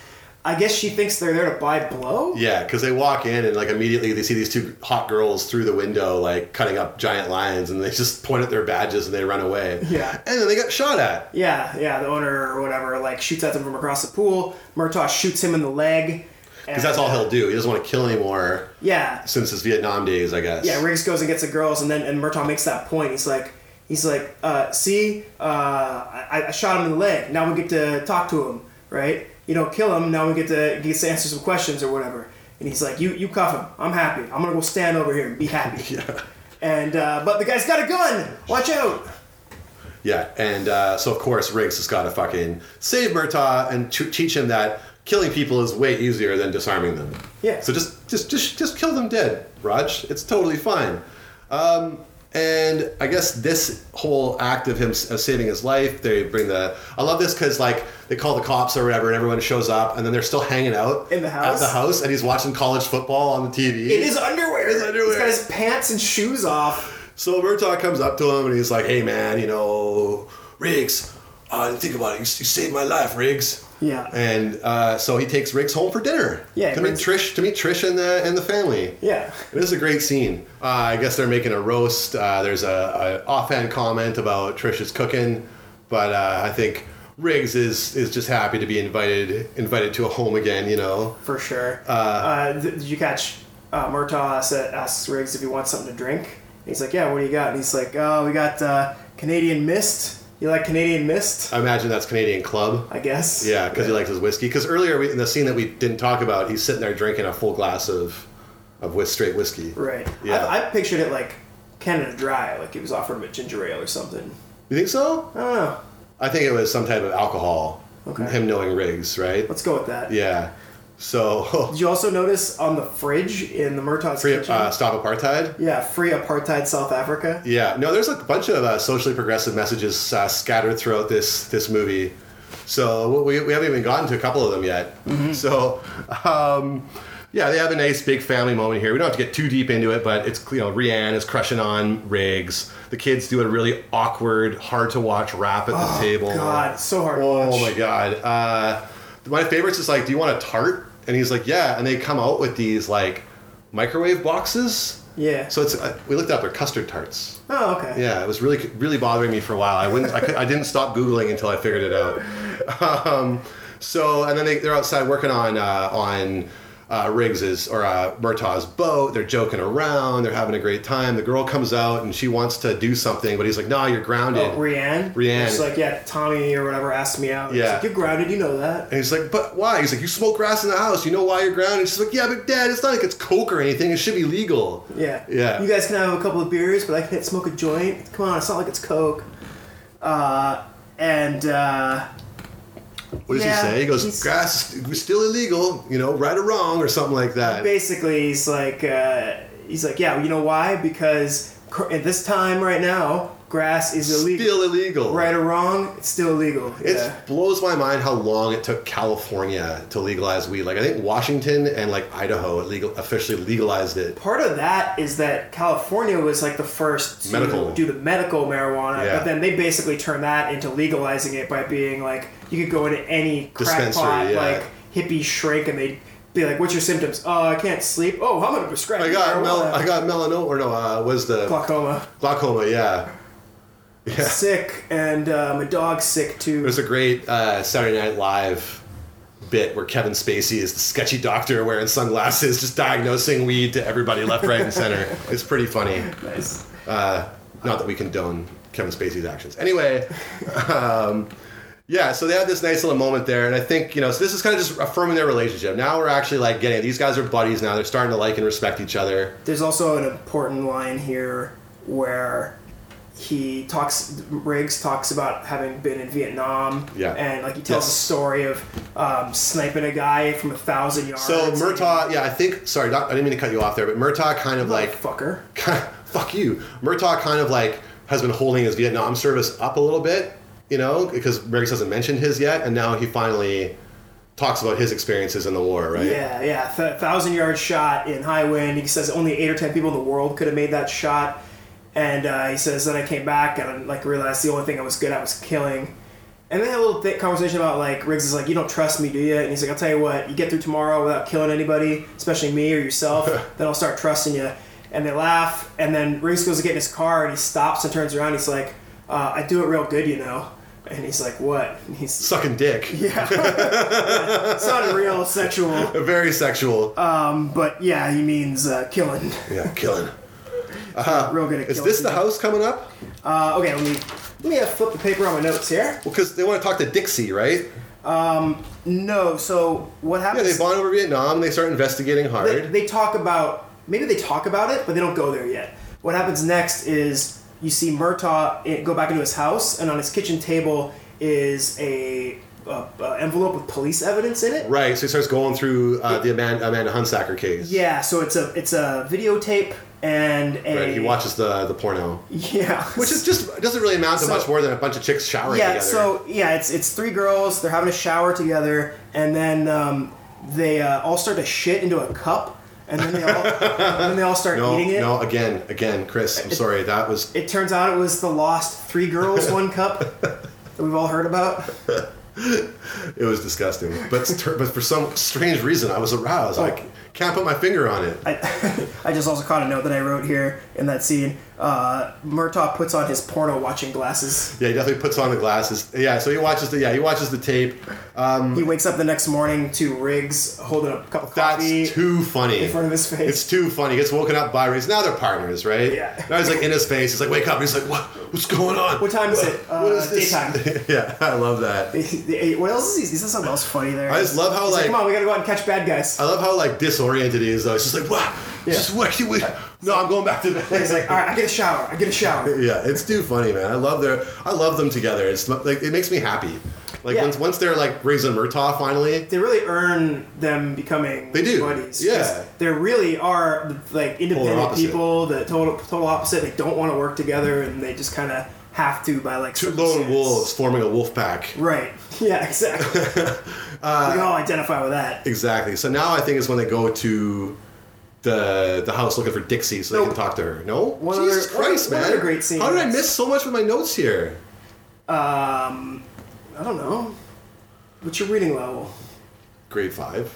Speaker 1: I guess she thinks they're there to buy blow.
Speaker 2: Yeah, because they walk in and like immediately they see these two hot girls through the window, like cutting up giant lions, and they just [laughs] point at their badges and they run away.
Speaker 1: Yeah.
Speaker 2: and then they got shot at.
Speaker 1: Yeah, yeah. The owner or whatever like shoots at them from across the pool. Murtaugh shoots him in the leg.
Speaker 2: Because that's all he'll do. He doesn't want to kill anymore
Speaker 1: Yeah,
Speaker 2: since his Vietnam days, I guess.
Speaker 1: Yeah, Riggs goes and gets the girls, and then and Murtaugh makes that point. He's like, he's like, uh, see, uh, I, I shot him in the leg. Now we get to talk to him, right? You don't kill him. Now we get to he gets to answer some questions or whatever. And he's like, you you cuff him. I'm happy. I'm gonna go stand over here and be happy. yeah. And uh, but the guy's got a gun. Watch out.
Speaker 2: Yeah, and uh, so of course Riggs has got to fucking save Murtaugh and t- teach him that killing people is way easier than disarming them.
Speaker 1: Yeah.
Speaker 2: So just just just just kill them dead, Raj. It's totally fine. Um, And I guess this whole act of him s- of saving his life, they bring the. I love this because like they call the cops or whatever, and everyone shows up, and then they're still hanging out
Speaker 1: In the house?
Speaker 2: At the house, and he's watching college football on the TV.
Speaker 1: In his underwear.
Speaker 2: His underwear.
Speaker 1: He's got his pants and shoes off.
Speaker 2: So Murtaugh comes up to him and he's like, "Hey man, you know, Riggs, uh, think about it. You, you saved my life, Riggs."
Speaker 1: Yeah.
Speaker 2: And uh, so he takes Riggs home for dinner.
Speaker 1: Yeah,
Speaker 2: To
Speaker 1: it brings-
Speaker 2: meet Trish, to meet Trish and the and the family.
Speaker 1: Yeah.
Speaker 2: It is a great scene. Uh, I guess they're making a roast. Uh, there's a, a offhand comment about Trish's cooking, but uh, I think Riggs is is just happy to be invited invited to a home again. You know.
Speaker 1: for sure. Uh, th- did you catch uh, Murtaugh asks, asks Riggs if he wants something to drink? And he's like, yeah, what do you got? And he's like, oh, we got uh, Canadian Mist. You like Canadian Mist?
Speaker 2: I imagine that's Canadian Club.
Speaker 1: I guess.
Speaker 2: Uh, Yeah, because he likes his whiskey. Because earlier we, in the scene that we didn't talk about, he's sitting there drinking a full glass of of whis- straight whiskey.
Speaker 1: Right.
Speaker 2: Yeah.
Speaker 1: I, I pictured it like Canada Dry, like he was offered him a ginger ale or something.
Speaker 2: You think so?
Speaker 1: I don't know.
Speaker 2: I think it was some type of alcohol.
Speaker 1: Okay.
Speaker 2: Him knowing Riggs, right?
Speaker 1: Let's go with that.
Speaker 2: yeah. So [laughs]
Speaker 1: Did you also notice on the fridge in the Murtaugh's
Speaker 2: free,
Speaker 1: kitchen?
Speaker 2: uh, stop apartheid.
Speaker 1: yeah, free apartheid South Africa.
Speaker 2: Yeah. No, there's a bunch of uh, socially progressive messages uh, scattered throughout this this movie. So we, we haven't even gotten to a couple of them yet.
Speaker 1: Mm-hmm.
Speaker 2: So, um, yeah, they have a nice big family moment here. We don't have to get too deep into it, but it's you know Rianne is crushing on Riggs. The kids do a really awkward, hard to watch rap at the table.
Speaker 1: Oh, God, so hard to
Speaker 2: Oh
Speaker 1: watch.
Speaker 2: my god. Uh, my favorites is like, do you want a tart? And he's like, yeah. And they come out with these like microwave boxes.
Speaker 1: Yeah.
Speaker 2: So it's uh, we looked up they're custard tarts.
Speaker 1: Oh, okay.
Speaker 2: Yeah, it was really really bothering me for a while. I wouldn't I, could, I didn't stop googling until I figured it out. [laughs] Um, so and then they, they're outside working on uh, on uh, Riggs's or uh, Murtaugh's boat. They're joking around. They're having a great time. The girl comes out and she wants to do something, but he's like, "Nah, you're grounded."
Speaker 1: Oh, Rianne.
Speaker 2: Rianne.
Speaker 1: She's like, yeah, Tommy or whatever asked me out. She's
Speaker 2: Yeah.
Speaker 1: like, You're grounded, you know that.
Speaker 2: And he's like, but why? He's like, you smoke grass in the house. You know why you're grounded? And she's like, yeah, but dad, it's not like it's coke or anything. It should be legal.
Speaker 1: Yeah.
Speaker 2: Yeah.
Speaker 1: You guys can have a couple of beers, but I can't smoke a joint. Come on, it's not like it's Coke. Uh, and uh,
Speaker 2: What does
Speaker 1: Yeah,
Speaker 2: he say? He goes,
Speaker 1: he's-
Speaker 2: grass is still illegal, you know, right or wrong or something like that.
Speaker 1: basically, he's like, uh, he's like, yeah, you know why? Because cr- at this time right now, grass is illegal.
Speaker 2: Still illegal.
Speaker 1: right or wrong, it's still illegal.
Speaker 2: It
Speaker 1: yeah.
Speaker 2: blows my mind how long it took California to legalize weed. Like I think Washington and like Idaho legal officially legalized it.
Speaker 1: Part of that is that California was like the first to
Speaker 2: Medical.
Speaker 1: do the medical marijuana,
Speaker 2: Yeah.
Speaker 1: but then they basically turned that into legalizing it by being like you could go into any
Speaker 2: Dispensary,
Speaker 1: crackpot
Speaker 2: yeah.
Speaker 1: like hippie shrink and they'd be like, "What's your symptoms? Oh, I can't sleep. Oh, I'm gonna prescribe
Speaker 2: I
Speaker 1: you
Speaker 2: got mel-
Speaker 1: marijuana."
Speaker 2: I got melanoma or no, uh, was the
Speaker 1: glaucoma,
Speaker 2: glaucoma, yeah. Yeah.
Speaker 1: sick, and uh, my dog's sick too."
Speaker 2: There's a great uh, Saturday Night Live bit where Kevin Spacey is the sketchy doctor wearing sunglasses, just diagnosing weed to everybody left, right, and
Speaker 1: [laughs]
Speaker 2: center. It's pretty funny.
Speaker 1: Nice.
Speaker 2: Uh, not that we condone Kevin Spacey's actions. Anyway, um, yeah, so they had this nice little moment there, and I think you know so this is kind of just affirming their relationship. Now we're actually like getting these guys are buddies now. They're starting to like and respect each other.
Speaker 1: There's also an important line here where he talks, Riggs talks about having been in Vietnam.
Speaker 2: Yeah.
Speaker 1: And like he tells
Speaker 2: Yes.
Speaker 1: a story of um, sniping a guy from a thousand yards.
Speaker 2: So Murtaugh, yeah, I think. Sorry, not, I didn't mean to cut you off there, but Murtaugh kind of
Speaker 1: like,
Speaker 2: like
Speaker 1: fucker.
Speaker 2: kind of- [laughs] fuck you. Murtaugh kind of like has been holding his Vietnam service up a little bit, you know, because Riggs hasn't mentioned his yet, and now he finally talks about his experiences in the war, right?
Speaker 1: Yeah, yeah. Th- thousand yard shot in high wind. He says only eight or ten people in the world could have made that shot. And uh, he says, then I came back and I like realized the only thing I was good at was killing. And they had a little thick conversation about like Riggs is like, you don't trust me, do you? And he's like, I'll tell you what, you get through tomorrow without killing anybody, especially me or yourself, then I'll start trusting you. And they laugh, and then Riggs goes to get in his car and he stops and turns around. He's like, uh, I do it real good, you know. And he's like, what? And he's
Speaker 2: Sucking dick.
Speaker 1: sounded real sexual. [laughs]
Speaker 2: Very sexual.
Speaker 1: But yeah, he means uh, killing.
Speaker 2: yeah, killing.
Speaker 1: Real good at
Speaker 2: Is
Speaker 1: killing.
Speaker 2: this the house coming up?
Speaker 1: Uh, okay, let me let me uh, flip the paper on my notes here.
Speaker 2: Well, because they want to talk to Dixie, right?
Speaker 1: No, so what
Speaker 2: Yeah,
Speaker 1: happens?
Speaker 2: they bond over Vietnam and they start investigating hard.
Speaker 1: they, they talk about maybe they talk about it, but they don't go there yet. What happens next is you see Murtaugh i- go back into his house, and on his kitchen table is a, uh uh envelope with police evidence in it.
Speaker 2: right, so he starts going through uh, the Amanda, Amanda Hunsacker case.
Speaker 1: Yeah, so it's a it's a videotape and a
Speaker 2: Right, he watches the the porno,
Speaker 1: [laughs] yeah,
Speaker 2: which is just it doesn't really amount to
Speaker 1: So-
Speaker 2: much more than a bunch of chicks showering
Speaker 1: yeah.
Speaker 2: together.
Speaker 1: So yeah, it's it's three girls. They're having a shower together, and then um, they uh, all start to shit into a cup, and then they all then they all start
Speaker 2: [laughs] no,
Speaker 1: eating it.
Speaker 2: no, again, again, Chris, I'm sorry, that was
Speaker 1: It turns out it was the lost three girls one cup that we've all heard about.
Speaker 2: it was disgusting. But ter- but for some strange reason, I was aroused. I c- can't put my finger on it.
Speaker 1: I, [laughs] I just also caught a note that I wrote here in that scene. Uh, Murtaugh puts on his porno watching glasses.
Speaker 2: yeah, he definitely puts on the glasses. Yeah, so he watches the yeah he watches the tape.
Speaker 1: He wakes up the next morning to Riggs holding a cup of
Speaker 2: Mm-hmm. That's
Speaker 1: coffee. [laughs]
Speaker 2: too funny.
Speaker 1: in front of his face.
Speaker 2: It's too funny. He gets woken up by Riggs. Now they're partners, right?
Speaker 1: Yeah.
Speaker 2: Now he's like in his face. He's like, wake up. He's like, what? What's going on?
Speaker 1: what time is it? Uh,
Speaker 2: [laughs] What is this?
Speaker 1: daytime.
Speaker 2: [laughs] yeah, I love that.
Speaker 1: They- what else is he? He says something else funny there.
Speaker 2: I just love how,
Speaker 1: He's
Speaker 2: like-
Speaker 1: come on, we gotta go out and catch bad guys.
Speaker 2: I love how like disoriented he is though. It's just like, wow, just what
Speaker 1: [laughs]
Speaker 2: you No, I'm going back to bed.
Speaker 1: He's like, "Oh." all right, I get a shower. I get a shower.
Speaker 2: [laughs] yeah, it's too funny, man. I love their, I love them together. It's not- like it makes me happy. Like
Speaker 1: Yeah.
Speaker 2: once once they're like Riggs and Murtaugh finally.
Speaker 1: They really earn them becoming
Speaker 2: They do.
Speaker 1: buddies.
Speaker 2: Yeah.
Speaker 1: 'Cause They really are like independent
Speaker 2: opposite.
Speaker 1: people. The total total opposite. They don't want to work together, and they just kind of have to by like
Speaker 2: Two lone
Speaker 1: circumstance.
Speaker 2: wolves forming a wolf pack.
Speaker 1: Right. [laughs] Yeah.
Speaker 2: [laughs]
Speaker 1: Exactly. we
Speaker 2: Uh,
Speaker 1: can all identify with that.
Speaker 2: Exactly. So now I think is when they go to the the house looking for Dixie so they
Speaker 1: No.
Speaker 2: can talk to her. No?
Speaker 1: One
Speaker 2: Jesus
Speaker 1: other-
Speaker 2: Christ,
Speaker 1: one
Speaker 2: man.
Speaker 1: other great scene.
Speaker 2: How did I miss so much with my notes here?
Speaker 1: I don't know. What's your reading level?
Speaker 2: Grade five.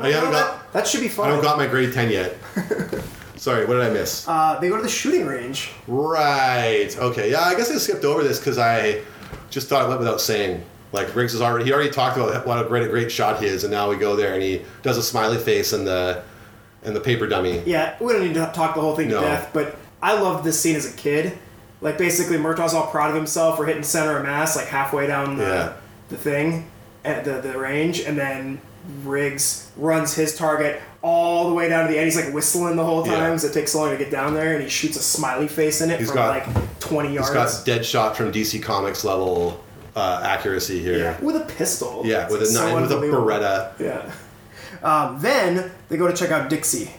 Speaker 2: I haven't got
Speaker 1: Uh, That should be fun.
Speaker 2: I don't got my grade ten
Speaker 1: [laughs]
Speaker 2: yet. Sorry, what did I miss?
Speaker 1: uh, they go to the shooting range.
Speaker 2: right. Okay. Yeah, I guess I skipped over this because I just thought it went without saying. Like Riggs is already he already talked about what a great a great shot he is, and now we go there and he does a smiley face and the and the paper dummy.
Speaker 1: Yeah, we don't need to talk the whole thing
Speaker 2: No.
Speaker 1: to death, but I loved this scene as a kid. Like, basically, Murtaugh's all proud of himself for hitting center of mass, like halfway down the,
Speaker 2: Yeah.
Speaker 1: the thing, at the, the range, and then Riggs runs his target all the way down to the end. He's like whistling the whole time,
Speaker 2: Yeah.
Speaker 1: so it takes so long to get down there, and he shoots a smiley face in it
Speaker 2: He's
Speaker 1: from
Speaker 2: got-
Speaker 1: like 20 yards.
Speaker 2: It's got dead shot from DC Comics level uh, accuracy here.
Speaker 1: yeah, with a pistol.
Speaker 2: Yeah,
Speaker 1: It's
Speaker 2: with a
Speaker 1: so
Speaker 2: nine, with a
Speaker 1: unbelievable.
Speaker 2: Beretta.
Speaker 1: Yeah. [laughs] Um, then they go to check out Dixie.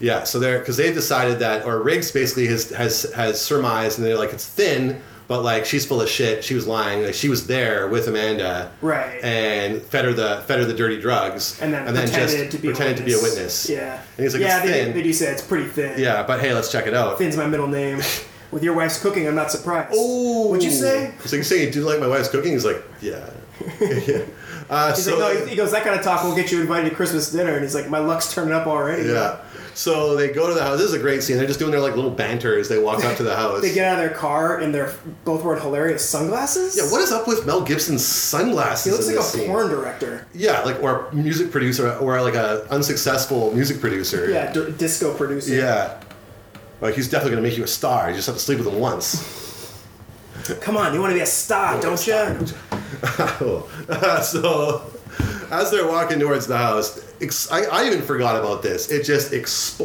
Speaker 2: Yeah, so they're because they've decided that, or Riggs basically has has has surmised, and they're like, it's thin, but like she's full of shit. She was lying. Like she was there with Amanda,
Speaker 1: Right.
Speaker 2: And fed her the fed her the dirty drugs,
Speaker 1: And then,
Speaker 2: just
Speaker 1: pretended, to be
Speaker 2: pretended
Speaker 1: a
Speaker 2: to be
Speaker 1: witness.
Speaker 2: a witness.
Speaker 1: Yeah.
Speaker 2: and he's like,
Speaker 1: yeah,
Speaker 2: it's
Speaker 1: they,
Speaker 2: thin.
Speaker 1: they do say it's pretty thin.
Speaker 2: yeah, but hey, let's check it out.
Speaker 1: Thin's my middle
Speaker 2: [laughs]
Speaker 1: name. With your wife's cooking, I'm not surprised.
Speaker 2: Ooh.
Speaker 1: What'd you say?
Speaker 2: So you say you do like my wife's cooking? He's like, yeah. [laughs] Yeah. Uh,
Speaker 1: He's
Speaker 2: so-
Speaker 1: like, no, he goes, that kind of talk will get you invited to Christmas dinner. And he's like, my luck's turning up already.
Speaker 2: Yeah. So they go to the house. This is a great scene. They're just doing their like little banter as they walk up to
Speaker 1: [laughs]
Speaker 2: the house.
Speaker 1: They get out of their car and they're both wearing hilarious sunglasses.
Speaker 2: yeah, what is up with Mel Gibson's sunglasses?
Speaker 1: He looks
Speaker 2: in
Speaker 1: like a
Speaker 2: this scene?
Speaker 1: porn director.
Speaker 2: Yeah, like or a music producer or like a unsuccessful music producer.
Speaker 1: Yeah, d- disco producer.
Speaker 2: Yeah. Like he's definitely gonna make you a star. You just have to sleep with
Speaker 1: [laughs]
Speaker 2: him once.
Speaker 1: Come on, you want to be a star, don't you?
Speaker 2: Cool. [laughs] so as they're walking towards the house, ex- I, I even forgot about this. It just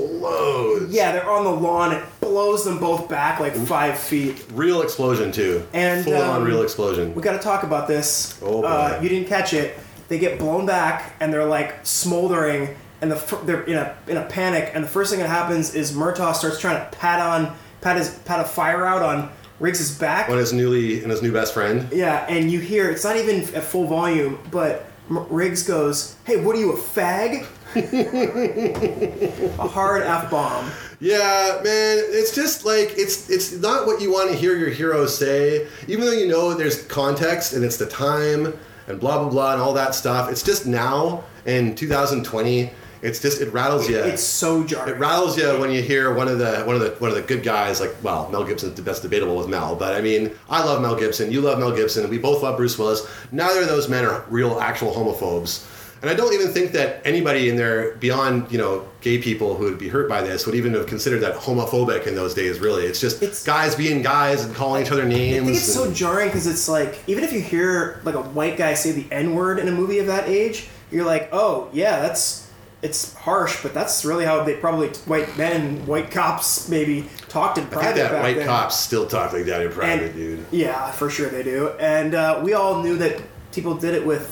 Speaker 2: explodes.
Speaker 1: Yeah, they're on the lawn. It blows them both back like five feet.
Speaker 2: Real explosion too.
Speaker 1: And,
Speaker 2: full on
Speaker 1: um,
Speaker 2: real explosion.
Speaker 1: We got to talk about this.
Speaker 2: Oh, boy.
Speaker 1: uh, you didn't catch it. They get blown back and they're like smoldering, and the fir- they're in a in a panic. And the first thing that happens is Murtaugh starts trying to pat on pat his pat a fire out on Riggs's back.
Speaker 2: on his newly and his new best friend.
Speaker 1: Yeah, and you hear it's not even at full volume, but M- Riggs goes, "Hey, what are you a
Speaker 2: [laughs]
Speaker 1: fag?" a hard f bomb.
Speaker 2: Yeah, man, it's just like it's it's not what you want to hear your hero say, even though you know there's context and it's the time and blah blah blah and all that stuff. It's just now in 2020, it's just it rattles you.
Speaker 1: It's so jarring.
Speaker 2: it rattles you when you hear one of the one of the one of the good guys like well Mel Gibson that's debatable with Mel but I mean I love Mel Gibson you love Mel Gibson we both love Bruce Willis neither of those men are real actual homophobes and I don't even think that anybody in there beyond you know gay people who would be hurt by this would even have considered that homophobic in those days really it's just
Speaker 1: It's-
Speaker 2: guys being guys and calling each other names
Speaker 1: I think it's so
Speaker 2: and-
Speaker 1: jarring because it's like even if you hear like a white guy say the N word in a movie of that age, you're like, oh yeah, that's it's harsh, but that's really how they probably white men, white cops maybe talked in
Speaker 2: I
Speaker 1: private
Speaker 2: think that
Speaker 1: back
Speaker 2: white
Speaker 1: then.
Speaker 2: cops still talk like that in private
Speaker 1: And-
Speaker 2: dude
Speaker 1: Yeah, for sure they do, and uh, we all knew that people did it with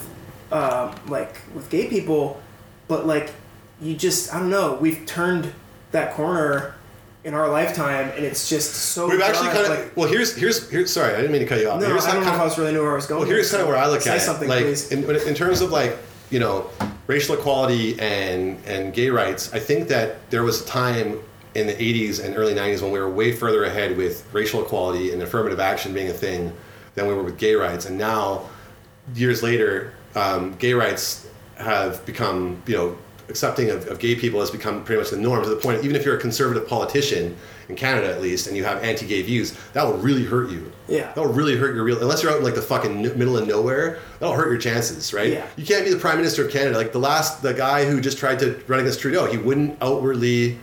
Speaker 1: um, like with gay people, but like you just I don't know, we've turned that corner in our lifetime, and it's just so.
Speaker 2: We've actually
Speaker 1: broad,
Speaker 2: kind of
Speaker 1: Oh like-
Speaker 2: well. Here's here's here's. Sorry, I didn't mean to cut you off.
Speaker 1: no,
Speaker 2: here's
Speaker 1: I don't know
Speaker 2: kind
Speaker 1: if I was really knew where I was going.
Speaker 2: well, here's
Speaker 1: with
Speaker 2: kind of
Speaker 1: this.
Speaker 2: where I look
Speaker 1: Say
Speaker 2: at it.
Speaker 1: something,
Speaker 2: like
Speaker 1: please.
Speaker 2: in in terms of like you know racial equality and and gay rights. I think that there was a time in the 80s and early 90s when we were way further ahead with racial equality and affirmative action being a thing than we were with gay rights. And now, years later, um, gay rights have become you know accepting of, of gay people has become pretty much the norm to the point even if you're a conservative politician in Canada at least and you have anti-gay views that will really hurt you
Speaker 1: Yeah.
Speaker 2: that will really hurt your real unless you're out in like the fucking n- middle of nowhere that'll hurt your chances right
Speaker 1: Yeah.
Speaker 2: you can't be the prime minister of canada like the last the guy who just tried to run against trudeau he wouldn't outwardly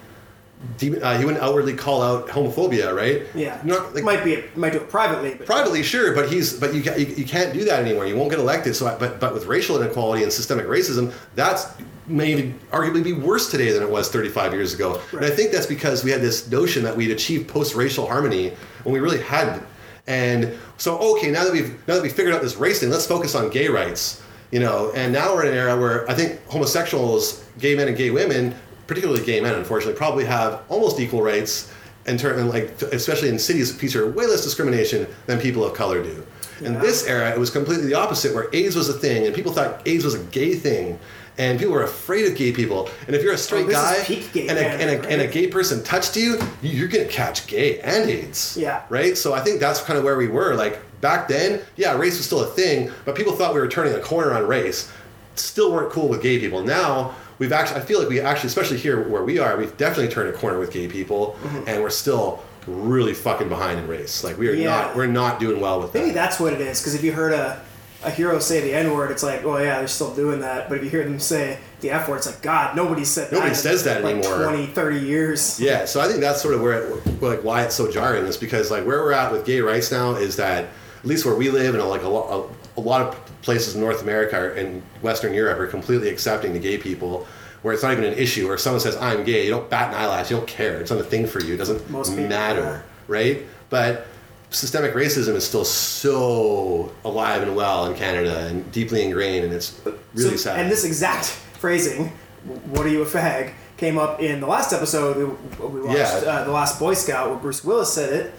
Speaker 2: de- uh, he wouldn't outwardly call out homophobia right
Speaker 1: yeah,
Speaker 2: Not- like,
Speaker 1: might be might do it privately, but
Speaker 2: privately sure but he's but you, ca- you, you can't do that anymore you won't get elected so I, but but with racial inequality and systemic racism that's made arguably be worse today than it was 35 years ago and i think that's because we had this notion that we'd achieved post-racial harmony when we really hadn't and so okay now that we've now that we figured out this race thing let's focus on gay rights you know and now we're in an era where i think homosexuals gay men and gay women particularly gay men unfortunately probably have almost equal rights in term, and like especially in cities feature way less discrimination than people of color do. In this era, it was completely the opposite, where AIDS was a thing, and people thought AIDS was a gay thing, and people were afraid of gay people. And if you're a straight
Speaker 1: Oh, this is
Speaker 2: guy
Speaker 1: peak gay
Speaker 2: and, a, and, a,
Speaker 1: panic,
Speaker 2: and a
Speaker 1: right?
Speaker 2: gay person touched you, you- you're gonna catch gay and AIDS.
Speaker 1: Yeah.
Speaker 2: Right. So I think that's kind of where we were. Like back then, yeah, race was still a thing, but people thought we were turning a corner on race. Still weren't cool with gay people. Now we've actually, I feel like we actually, especially here where we are, we've definitely turned a corner with gay people,
Speaker 1: Mm-hmm.
Speaker 2: and we're still really fucking behind in race. Like we are
Speaker 1: Yeah.
Speaker 2: not, we're not doing well with that.
Speaker 1: maybe that's what it is. Because if you heard a a hero say the N word, it's like, oh yeah, they're still doing that. But if you hear them say the F word, it's like, God, nobody said that.
Speaker 2: Nobody
Speaker 1: in,
Speaker 2: says that
Speaker 1: like
Speaker 2: anymore.
Speaker 1: 20, 30 years.
Speaker 2: Yeah, so I think that's sort of where, it, like, why it's so jarring is because like where we're at with gay rights now is that at least where we live and like a lot, a, a lot of places in North America are- and Western Europe are completely accepting to gay people, where it's not even an issue. Or if someone says I'm gay, you don't bat an eyelash, you don't care. It's not a thing for you. It doesn't
Speaker 1: Most people,
Speaker 2: matter, right? But systemic racism is still so alive and well in Canada and deeply ingrained, and it's really
Speaker 1: So-
Speaker 2: sad.
Speaker 1: And this exact phrasing, "What are you a fag?" came up in the last episode we, we watched,
Speaker 2: Yeah.
Speaker 1: uh, the last Boy Scout, where Bruce Willis said it.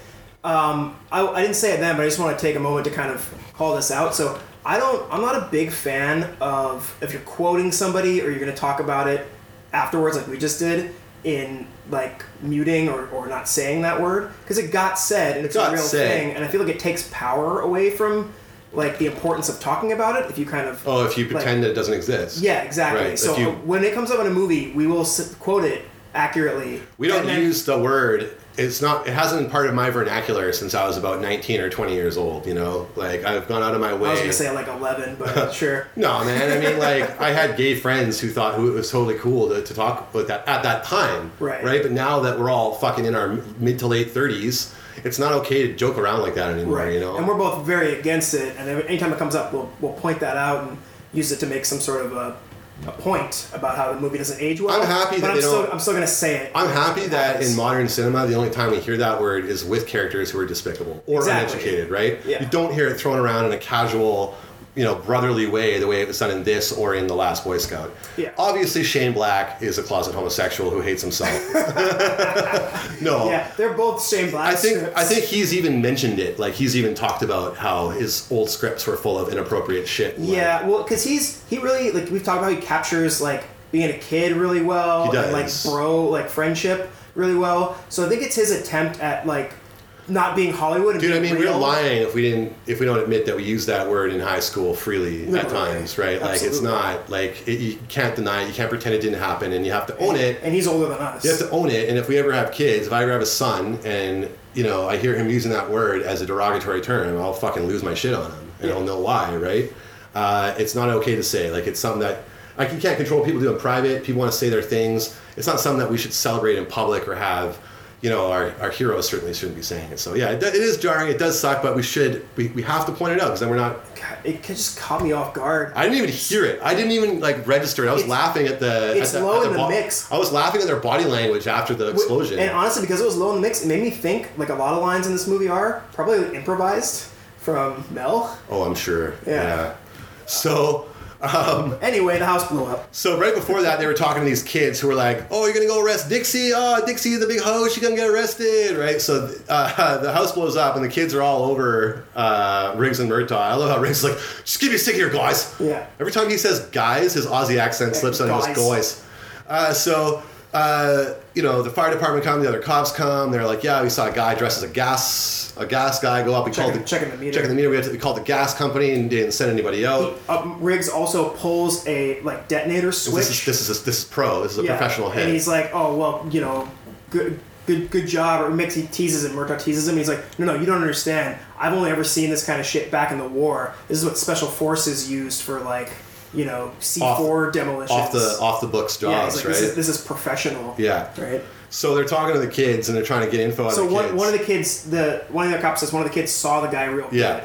Speaker 1: Um, I, I didn't say it then, but I just want to take a moment to kind of call this out. So I don't, I'm not a big fan of if you're quoting somebody or you're going to talk about it afterwards, like we just did, in like muting or, or not saying that word because it got said and it's
Speaker 2: Got
Speaker 1: a real
Speaker 2: said.
Speaker 1: thing, and I feel like it takes power away from like the importance of talking about it if you kind of
Speaker 2: oh, if you
Speaker 1: like-
Speaker 2: pretend it doesn't exist.
Speaker 1: yeah, exactly.
Speaker 2: Right,
Speaker 1: So uh,
Speaker 2: if you-
Speaker 1: when it comes up in a movie, we will s- quote it accurately.
Speaker 2: We don't
Speaker 1: And then-
Speaker 2: use the word. It's not. It hasn't been part of my vernacular since I was about nineteen or twenty years old. You know, like I've gone out of my way.
Speaker 1: I was gonna say like eleven,
Speaker 2: [laughs]
Speaker 1: but sure.
Speaker 2: no, man. I mean, like I had gay friends who thought who it was totally cool to, to talk with that at that time.
Speaker 1: Right.
Speaker 2: Right. But now that we're all fucking in our mid to late thirties, it's not okay to joke around like that anymore.
Speaker 1: Right.
Speaker 2: You know.
Speaker 1: And we're both very against it. And every- anytime it comes up, we'll we'll point that out and use it to make some sort of a, a point about how the movie doesn't age well.
Speaker 2: I'm happy
Speaker 1: but
Speaker 2: that
Speaker 1: I'm
Speaker 2: they
Speaker 1: still,
Speaker 2: don't-
Speaker 1: I'm still gonna say it.
Speaker 2: I'm happy that in modern cinema, the only time we hear that word is with characters who are despicable or
Speaker 1: Exactly.
Speaker 2: uneducated, right?
Speaker 1: Yeah.
Speaker 2: You don't hear it thrown around in a casual, you know, brotherly way the way it was done in this or in The Last Boy Scout.
Speaker 1: Yeah.
Speaker 2: Obviously, Shane Black is a closet homosexual who
Speaker 1: [laughs]
Speaker 2: hates himself. no.
Speaker 1: Yeah, they're both Shane Black.
Speaker 2: I think
Speaker 1: strips.
Speaker 2: I think he's even mentioned it. Like he's even talked about how his old scripts were full of inappropriate shit. and, like,
Speaker 1: Yeah, well, because he's he really like we've talked about he captures like being a kid really well,
Speaker 2: He
Speaker 1: and, like
Speaker 2: does.
Speaker 1: bro like friendship really well. So I think it's his attempt at like not being Hollywood. And
Speaker 2: Dude, I
Speaker 1: being
Speaker 2: mean,
Speaker 1: real.
Speaker 2: we're lying if we didn't if we don't admit that we use that word in high school freely
Speaker 1: No,
Speaker 2: at times, right? Like it's
Speaker 1: absolutely.
Speaker 2: not like it, you can't deny it, you can't pretend it didn't happen, and you have to own it.
Speaker 1: and he's older than us.
Speaker 2: You have to own it, and if we ever have kids, if I ever have a son, and you know I hear him using that word as a derogatory term, I'll fucking lose my shit on him, and
Speaker 1: Yeah.
Speaker 2: I'll know why, right? Uh, it's not okay to say. Like it's something that like you can't control what people do in private. People want to say their things. It's not something that we should celebrate in public or have. You know, our, our heroes certainly shouldn't be saying it. So yeah, it, do- it is jarring. It does suck, but we should we, we have to point it out because then we're not.
Speaker 1: God, it just caught me off guard.
Speaker 2: I didn't even hear it. I didn't even like register it. I was
Speaker 1: It's-
Speaker 2: laughing at the.
Speaker 1: it's
Speaker 2: at the,
Speaker 1: low
Speaker 2: at
Speaker 1: in the
Speaker 2: bo-
Speaker 1: mix.
Speaker 2: I was laughing at their body language after the explosion.
Speaker 1: And honestly, because it was low in the mix, it made me think like a lot of lines in this movie are probably improvised from Mel.
Speaker 2: Oh, I'm sure.
Speaker 1: Yeah.
Speaker 2: So,
Speaker 1: Anyway, the house blew up.
Speaker 2: So right before that, they were talking to these kids who were like, "Oh, you're gonna go arrest Dixie? Oh, Dixie, the big hoe, she's gonna get arrested, right?" So uh, [laughs] the house blows up, and the kids are all over uh, Riggs and Murtaugh. I love how Riggs is like, "Just give me a stick here, guys."
Speaker 1: Yeah.
Speaker 2: Every time he says "guys," his Aussie accent slips on his
Speaker 1: Guys.
Speaker 2: "guys." Uh, so. Uh, you know, the fire department come, the other cops come. They're like, "Yeah, we saw a guy dressed as a gas, a gas guy go up. We
Speaker 1: Checking-
Speaker 2: called the
Speaker 1: checking the meter.
Speaker 2: Checking the meter. We, had to, we called the gas company and didn't send anybody out.
Speaker 1: Um, Riggs also pulls a like detonator switch.
Speaker 2: This is this is this is pro. This is a
Speaker 1: Yeah.
Speaker 2: professional hit.
Speaker 1: And he's like, oh well, you know, good, good, good job. Or makes he teases him. Murtaugh teases him. He's like, no, no, you don't understand. I've only ever seen this kind of shit back in the war. This is what special forces used for like, you know, C four demolitions.
Speaker 2: off the off the books
Speaker 1: yeah, he's
Speaker 2: jobs,
Speaker 1: like,
Speaker 2: right?
Speaker 1: this, is, this is professional.
Speaker 2: Yeah.
Speaker 1: Right.
Speaker 2: so they're talking to the kids and they're trying to get info out
Speaker 1: So
Speaker 2: of the
Speaker 1: one,
Speaker 2: kids.
Speaker 1: one of the kids, the one of the cops says one of the kids saw the guy real
Speaker 2: Yeah.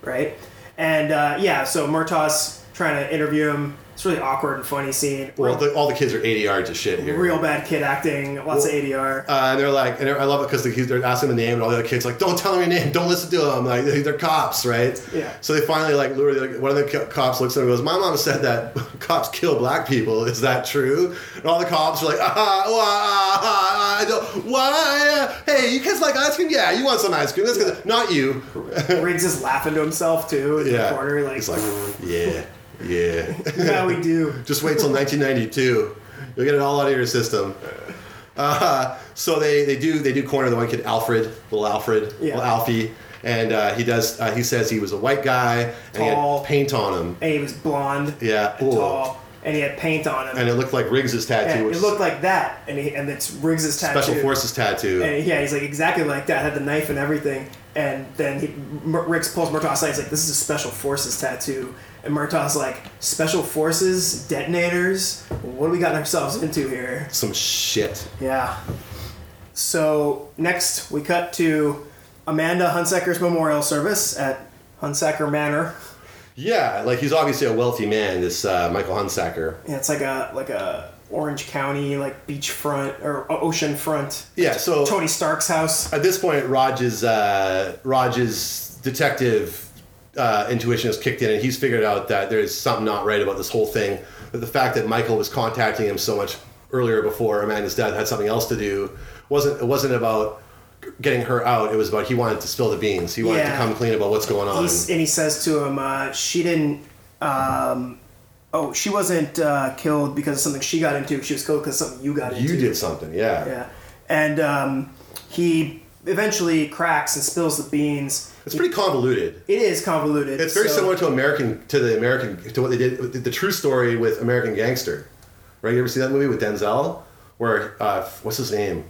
Speaker 1: good, right? And uh, yeah, so Murtaugh's trying to interview him. It's really awkward and funny scene.
Speaker 2: well,
Speaker 1: real,
Speaker 2: the, all the kids are ADR to shit here.
Speaker 1: real bad kid acting, lots of ADR.
Speaker 2: Uh, and they're like, and I love it because the, they're asking the name, and all the other kids like, "Don't tell them your name. Don't listen to them. Like they- they're cops, right?"
Speaker 1: Yeah.
Speaker 2: So they finally like lure. Like, one of the co- cops looks at him and goes, "My mom said that [laughs] cops kill black people. Is that true?" And all the cops are like, "Ah, wah, ah, ah, I don't- why? uh, Hey, you kids like ice cream? Yeah, you want some ice cream? That's good. Not you.
Speaker 1: Riggs is laughing to himself too in
Speaker 2: Yeah.
Speaker 1: the corner, like, [laughs]
Speaker 2: He's like, yeah, yeah."
Speaker 1: yeah, we do.
Speaker 2: [laughs] Just wait till 1992. You'll get it all out of your system. Uh, so they, they do they do corner the one kid Alfred, little Alfred,
Speaker 1: Yeah.
Speaker 2: little Alfie, and uh, he does uh, he says he was a white guy and he
Speaker 1: Tall.
Speaker 2: had paint on him.
Speaker 1: And he was blonde,
Speaker 2: Yeah,
Speaker 1: and
Speaker 2: cool.
Speaker 1: tall, and he had paint on him.
Speaker 2: and it looked like Riggs's tattoo,
Speaker 1: Yeah,
Speaker 2: which
Speaker 1: it looked like that, and he, and it's Riggs's tattoo.
Speaker 2: Special Forces tattoo.
Speaker 1: And yeah, he's like exactly like that. Had the knife and everything, and then he, Mur- Riggs pulls Murtaugh aside. He's like, "This is a special forces tattoo." And Murtaugh's like, "Special forces detonators. What do we got ourselves into here?"
Speaker 2: Some shit.
Speaker 1: Yeah. So next we cut to Amanda Hunsacker's memorial service at Hunsacker Manor.
Speaker 2: Yeah, like he's obviously a wealthy man. This uh, Michael Hunsacker.
Speaker 1: Yeah, it's like a like a Orange County like beachfront or o- ocean front.
Speaker 2: Yeah, so
Speaker 1: Tony Stark's house.
Speaker 2: at this point, Raj's uh, Raj's detective uh, intuition has kicked in, and he's figured out that there's something not right about this whole thing. That the fact that Michael was contacting him so much earlier before Amanda's death had something else to do. wasn't It wasn't about getting her out. It was about he wanted to spill the beans. He wanted to
Speaker 1: Yeah.
Speaker 2: come clean about what's going on.
Speaker 1: He's, and he says to him, uh, "She didn't. Um, oh, she wasn't uh, killed because of something she got into. She was killed because of something you got into.
Speaker 2: you did something, yeah.
Speaker 1: Yeah. And um, he eventually cracks and spills the beans.
Speaker 2: It's pretty convoluted.
Speaker 1: It is convoluted.
Speaker 2: It's very
Speaker 1: so-
Speaker 2: similar to American to the American to what they did with the true story with American Gangster, right? You ever see that movie with Denzel? Where uh, what's his name?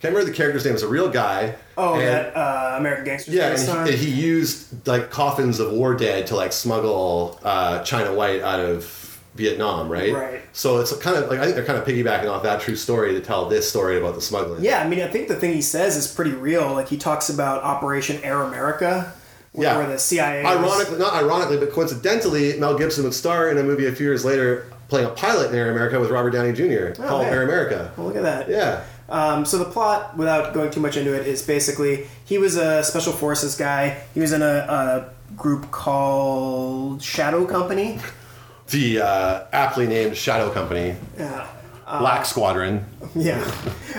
Speaker 2: Can't remember the character's name. It's a real guy.
Speaker 1: Oh,
Speaker 2: and,
Speaker 1: that uh, American Gangster.
Speaker 2: yeah, and he, and he used like coffins of war dead to like smuggle uh, China White out of Vietnam, right?
Speaker 1: Right.
Speaker 2: So it's kind of like I think they're kind of piggybacking off that true story to tell this story about the smuggling.
Speaker 1: yeah, I mean, I think the thing he says is pretty real. Like he talks about Operation Air America, where,
Speaker 2: Yeah.
Speaker 1: where the CIA. was-
Speaker 2: Ironically, not ironically, but coincidentally, Mel Gibson would star in a movie a few years later playing a pilot in Air America with Robert Downey Jr. called
Speaker 1: hey.
Speaker 2: Air America.
Speaker 1: Well, look at that.
Speaker 2: Yeah.
Speaker 1: Um, so the plot, without going too much into it, is basically he was a special forces guy. He was in a, a group called Shadow
Speaker 2: [laughs]
Speaker 1: Company.
Speaker 2: The uh, aptly named Shadow Company,
Speaker 1: Yeah.
Speaker 2: Black Squadron.
Speaker 1: Uh, Yeah.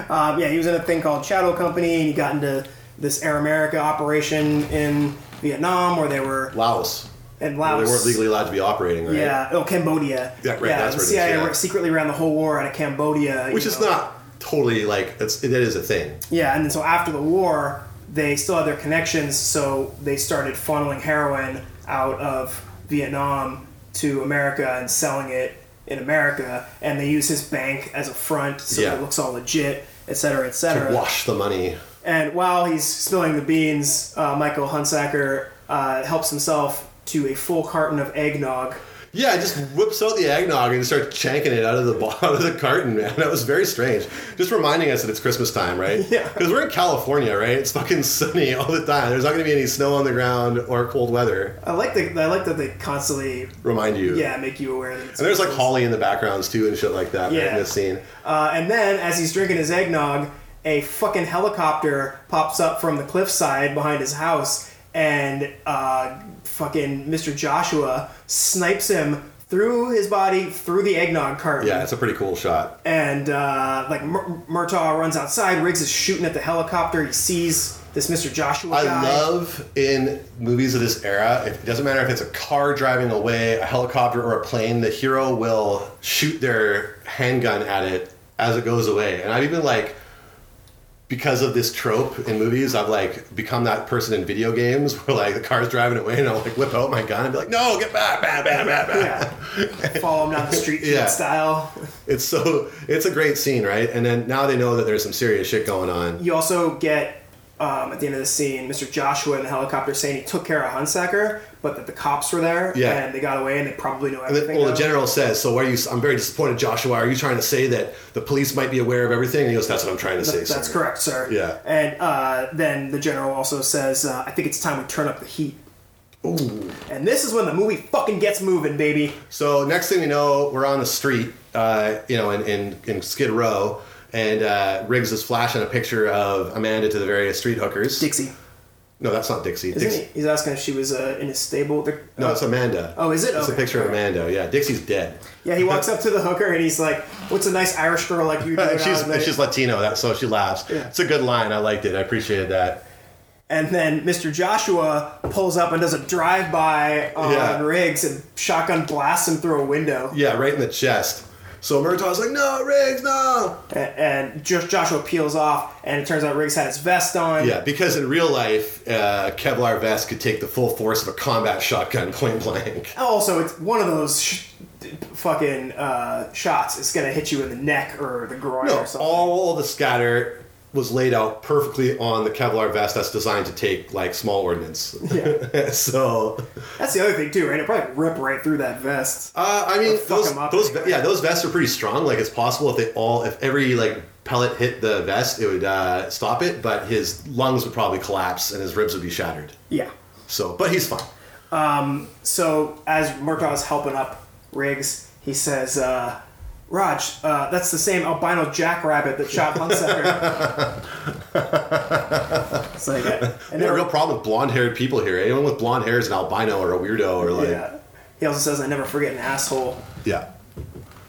Speaker 1: Um, yeah, he was in a thing called Shadow Company, and he got into this Air America operation in Vietnam where they were
Speaker 2: Laos.
Speaker 1: in
Speaker 2: They
Speaker 1: Laos.
Speaker 2: weren't legally allowed to be operating, right?
Speaker 1: Yeah. Oh, Cambodia.
Speaker 2: Yeah, right, that's
Speaker 1: the
Speaker 2: where it is,
Speaker 1: CIA
Speaker 2: yeah.
Speaker 1: secretly ran the whole war out of Cambodia. you
Speaker 2: Which is
Speaker 1: know.
Speaker 2: not totally like, that's, that is a thing.
Speaker 1: Yeah, and then so after the war, they still had their connections, so they started funneling heroin out of Vietnam to America and selling it in America, and they use his bank as a front so
Speaker 2: Yeah.
Speaker 1: that it looks all legit, et cetera, et cetera.
Speaker 2: Wash the money.
Speaker 1: And while he's spilling the beans, uh, Michael Hunsacker uh, helps himself to a full carton of eggnog.
Speaker 2: Yeah, just whips out the eggnog and starts chanking it out of the bo- [laughs] out of the carton, man. That was very strange. Just reminding us that it's Christmas time, right?
Speaker 1: [laughs] Yeah.
Speaker 2: Because we're in California, right? It's fucking sunny [laughs] all the time. There's not going to be any snow on the ground or cold weather.
Speaker 1: I like the I like that they constantly
Speaker 2: Remind you.
Speaker 1: yeah make you aware that it's
Speaker 2: And there's like holly in the backgrounds too and shit like that right,
Speaker 1: Yeah.
Speaker 2: in this scene.
Speaker 1: Uh, and then, as he's drinking his eggnog, a fucking helicopter pops up from the cliffside behind his house, and uh, fucking Mr. Joshua snipes him through his body, through the eggnog carton.
Speaker 2: Yeah, it's a pretty cool shot.
Speaker 1: And uh, like Mur- Murtaugh runs outside. Riggs is shooting at the helicopter. He sees this Mr. Joshua
Speaker 2: I
Speaker 1: guy.
Speaker 2: love in movies of this era, it doesn't matter if it's a car driving away, a helicopter, or a plane, the hero will shoot their handgun at it as it goes away. And I've even like, because of this trope in movies, I've like become that person in video games where like the car's driving away and I'll like whip out my gun and be like, no, get back, bam, bam, bam, bam.
Speaker 1: yeah.
Speaker 2: [laughs]
Speaker 1: Follow him down the street
Speaker 2: Yeah.
Speaker 1: kid style.
Speaker 2: It's so, it's a great scene, right? And then now they know that there's some serious shit going on.
Speaker 1: You also get um, at the end of the scene, Mr. Joshua in the helicopter saying he took care of Hunsacker, but that the cops were there
Speaker 2: Yeah.
Speaker 1: and they got away and they probably know
Speaker 2: And
Speaker 1: everything.
Speaker 2: then, well, the
Speaker 1: now.
Speaker 2: general says, "So are you?" I'm very disappointed, Joshua. Are you trying to say that the police might be aware of everything? And he goes, "That's what I'm trying to say."
Speaker 1: That's
Speaker 2: sir."
Speaker 1: correct, sir.
Speaker 2: Yeah.
Speaker 1: And uh, then the general also says, uh, "I think it's time we turn up the heat." Ooh. And this is when the movie fucking gets moving, baby.
Speaker 2: So next thing we know, we're on the street, uh, you know, in, in, in Skid Row, and uh, Riggs is flashing a picture of Amanda to the various street hookers.
Speaker 1: Dixie,
Speaker 2: No, that's not Dixie.
Speaker 1: isn't
Speaker 2: Dixie.
Speaker 1: he? He's asking if she was uh, in his stable. They're-
Speaker 2: No, it's Amanda.
Speaker 1: Oh, is it?
Speaker 2: It's a
Speaker 1: Okay.
Speaker 2: picture of Amanda. Yeah, Dixie's dead.
Speaker 1: Yeah, he walks up to the hooker and he's like, "What's a nice Irish girl like
Speaker 2: [laughs]
Speaker 1: you doing?"
Speaker 2: And she's
Speaker 1: out there?"
Speaker 2: and she's Latino, that so she laughs.
Speaker 1: Yeah.
Speaker 2: It's a good line. I liked it. I appreciated that.
Speaker 1: And then Mr. Joshua pulls up and does a drive by on
Speaker 2: Yeah.
Speaker 1: Riggs and shotgun blasts him through a window.
Speaker 2: Yeah, right in the chest. So Murtaugh's like, "No, Riggs, no."
Speaker 1: A- And just Joshua peels off, and it turns out Riggs had his vest on.
Speaker 2: Yeah, because in real life, uh, Kevlar vest could take the full force of a combat shotgun [laughs] point blank.
Speaker 1: Also, it's one of those sh- fucking uh, shots. It's gonna hit you in the neck or the groin
Speaker 2: No,
Speaker 1: or something.
Speaker 2: all the scatter was laid out perfectly on the Kevlar vest that's designed to take like small ordnance.
Speaker 1: Yeah.
Speaker 2: [laughs] so,
Speaker 1: That's the other thing too, right? It probably rip right through that vest.
Speaker 2: uh, I mean,
Speaker 1: Or fuck
Speaker 2: those,
Speaker 1: 'em up
Speaker 2: those
Speaker 1: anyway.
Speaker 2: yeah, those vests are pretty strong. Like it's possible if they all if every like pellet hit the vest, it would uh, stop it, but his lungs would probably collapse and his ribs would be shattered.
Speaker 1: yeah.
Speaker 2: So, but he's fine.
Speaker 1: So as Murtaugh's helping up Riggs, he says, uh, "Raj, uh, that's the same albino jackrabbit that shot
Speaker 2: [laughs]
Speaker 1: Hunsaker." it's like, and
Speaker 2: We have a
Speaker 1: then,
Speaker 2: real problem with blonde-haired people here. Anyone with blonde hair is an albino or a weirdo or like
Speaker 1: yeah. He also says, "I never forget an asshole."
Speaker 2: Yeah.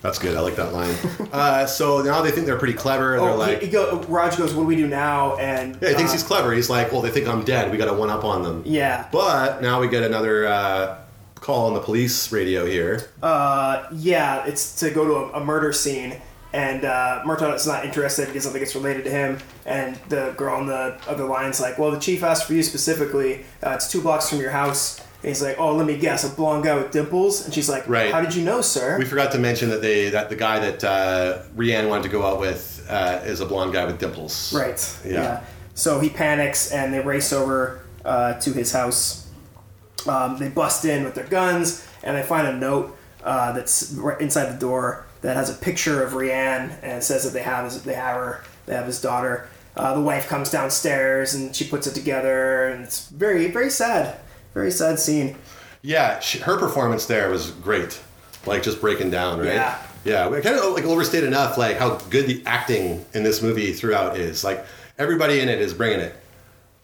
Speaker 2: That's good. I like
Speaker 1: [laughs]
Speaker 2: that line. uh, so now they think they're pretty clever. and
Speaker 1: Oh,
Speaker 2: they're
Speaker 1: he-
Speaker 2: like,
Speaker 1: he go, Raj goes, "What do we do now?" And
Speaker 2: yeah, he thinks
Speaker 1: uh,
Speaker 2: he's clever. He's like, well, they think I'm dead. We got to one up on them.
Speaker 1: yeah,
Speaker 2: But now we get another uh, call on the police radio here.
Speaker 1: Uh, yeah. It's to go to a, a murder scene. And uh, Murtaugh is not interested. He doesn't think it's related to him. And the girl on the other line's like, "Well, the chief asked for you specifically. Uh, it's two blocks from your house." And he's like, "Oh, let me guess, a blonde guy with dimples." And she's like,
Speaker 2: Right.
Speaker 1: "How did you know, sir?"
Speaker 2: we forgot to mention that they that the guy that uh, Rianne wanted to go out with uh, is a blonde guy with dimples.
Speaker 1: right.
Speaker 2: Yeah.
Speaker 1: So he panics, and they race over uh, to his house. Um, they bust in with their guns, and they find a note uh, that's right inside the door that has a picture of Rianne and it says that they have his, they have her, they have his daughter. Uh, the wife comes downstairs and she puts it together, and it's very very sad, very sad scene.
Speaker 2: Yeah, she, her performance there was great. Like just breaking down, right?
Speaker 1: Yeah.
Speaker 2: Yeah, we kind of like overstate enough like how good the acting in this movie throughout is. Like everybody in it is bringing it.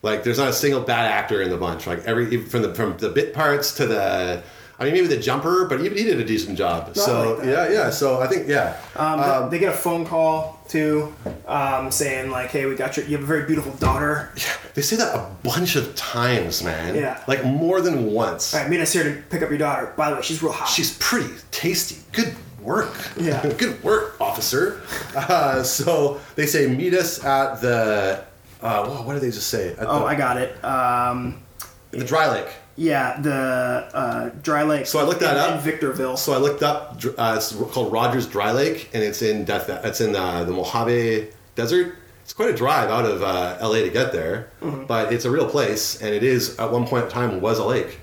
Speaker 2: Like there's not a single bad actor in the bunch. Like every even from the from the bit parts to the I mean maybe the jumper, but even he did a decent job.
Speaker 1: I
Speaker 2: so
Speaker 1: like
Speaker 2: yeah,
Speaker 1: that.
Speaker 2: yeah. So I think yeah.
Speaker 1: Um, they get a phone call too, um, saying like, "Hey, we got your you have a very beautiful daughter.
Speaker 2: they say that a bunch of times, man.
Speaker 1: Yeah.
Speaker 2: Like more than once.
Speaker 1: All right, meet us here to pick up your daughter. By the way, she's real hot.
Speaker 2: She's pretty tasty. Good work.
Speaker 1: Yeah.
Speaker 2: Good work, officer. Uh, so they say, meet us at the. Uh, whoa, what did they just say? At
Speaker 1: Oh,
Speaker 2: the,
Speaker 1: I got it. Um,
Speaker 2: the dry lake.
Speaker 1: yeah, the uh, Dry Lake.
Speaker 2: So I looked that
Speaker 1: in,
Speaker 2: up.
Speaker 1: in Victorville.
Speaker 2: So I looked up. dr- Uh, it's called Rogers Dry Lake, and it's in Death. It's in uh, the Mojave Desert. It's quite a drive out of uh, LA to get there,
Speaker 1: Mm-hmm.
Speaker 2: but it's a real place, and it is at one point in time was a lake.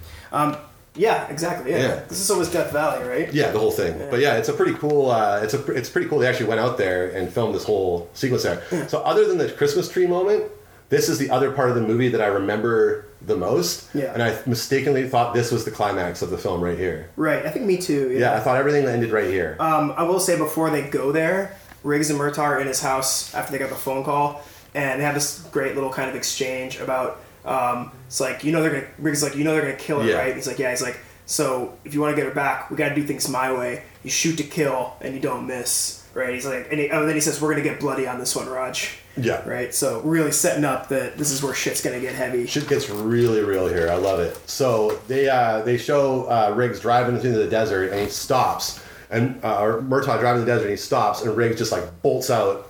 Speaker 1: yeah, exactly. Yeah.
Speaker 2: Yeah.
Speaker 1: this is almost Death Valley, right?
Speaker 2: Yeah, the whole thing. But yeah, it's a pretty cool. Uh, it's a pr- it's pretty cool. They actually went out there and filmed this whole sequence there. So other than the Christmas tree moment, this is the other part of the movie that I remember the most.
Speaker 1: Yeah.
Speaker 2: And I mistakenly thought this was the climax of the film right here.
Speaker 1: Right. I think me too. Yeah.
Speaker 2: Yeah, I thought everything ended right here.
Speaker 1: Um, I will say before they go there, Riggs and Murtaugh are in his house after they got the phone call, and they have this great little kind of exchange about. Um, it's like you know they're gonna Riggs is like you know they're gonna kill her,
Speaker 2: Yeah.
Speaker 1: right? He's like yeah. He's like So if you want to get her back, we got to do things my way. You shoot to kill, and you don't miss, right? He's like, and, he, oh, and then he says, "We're gonna get bloody on this one, Raj."
Speaker 2: Yeah.
Speaker 1: Right. So really setting up that this is where shit's gonna get heavy.
Speaker 2: Shit gets really real here. I love it. So they uh, they show uh, Riggs driving into the desert and he stops, and uh, or Murtaugh driving in the desert and he stops, and Riggs just like bolts out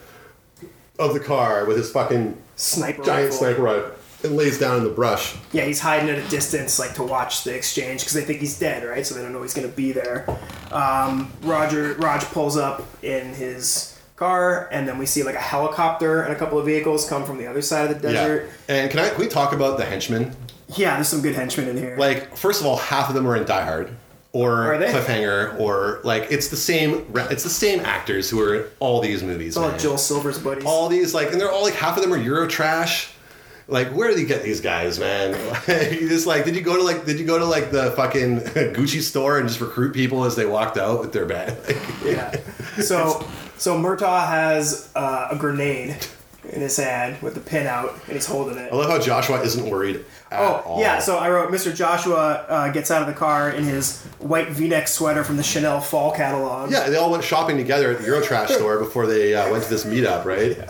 Speaker 2: of the car with his fucking
Speaker 1: Sniper.
Speaker 2: giant
Speaker 1: rifle.
Speaker 2: sniper rifle and lays down in the brush.
Speaker 1: Yeah, he's hiding at a distance, like to watch the exchange because they think he's dead, right? So they don't know he's gonna be there. Um, Roger Raj pulls up in his car, and then we see like a helicopter and a couple of vehicles come from the other side of the desert.
Speaker 2: And can I can we talk about the henchmen?
Speaker 1: Yeah, there's some good henchmen in here.
Speaker 2: Like first of all, half of them are in Die Hard or
Speaker 1: Are they?
Speaker 2: Cliffhanger or like it's the same re- it's the same actors who are in all these movies.
Speaker 1: It's all
Speaker 2: man.
Speaker 1: like Oh, Joel Silver's buddies.
Speaker 2: all these like and they're all like half of them are Euro trash. Like where do you get these guys, man? [laughs] you just like did you go to like did you go to like the fucking [laughs] Gucci store and just recruit people as they walked out with their bag? [laughs]
Speaker 1: yeah. So so Murtaugh has uh, a grenade in his hand with the pin out, and he's holding it.
Speaker 2: I love how Joshua isn't worried at
Speaker 1: Oh
Speaker 2: all.
Speaker 1: yeah, so I wrote Mr. Joshua uh, gets out of the car in his white V-neck sweater from the Chanel fall catalog.
Speaker 2: Yeah, they all went shopping together at the Eurotrash store before they uh, went to this meetup, right?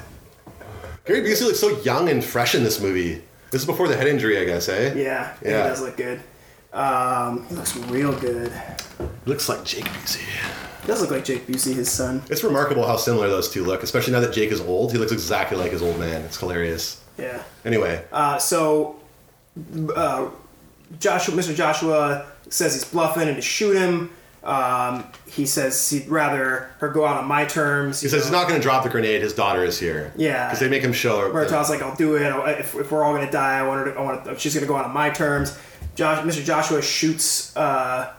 Speaker 2: Gary Busey looks so young and fresh in this movie. This is before the head injury, I guess, eh?
Speaker 1: Yeah, yeah. he
Speaker 2: Yeah.
Speaker 1: does look good. Um, he looks real good.
Speaker 2: Looks like Jake Busey.
Speaker 1: He does look like Jake Busey, his son.
Speaker 2: It's remarkable how similar those two look, especially now that Jake is old. He looks exactly like his old man. It's hilarious.
Speaker 1: Yeah.
Speaker 2: Anyway,
Speaker 1: Uh, so, uh, Joshua, Mr. Joshua says he's bluffing and to shoot him. Um, he says he'd rather her go out on my terms.
Speaker 2: he says he's not going to drop the grenade. His daughter is here.
Speaker 1: Yeah.
Speaker 2: Because they make him show her.
Speaker 1: Murtaugh's like, I'll do it. I'll- If, if we're all gonna die, I want her. To, I want. To, she's gonna go out on my terms. Josh, Mr. Joshua shoots uh,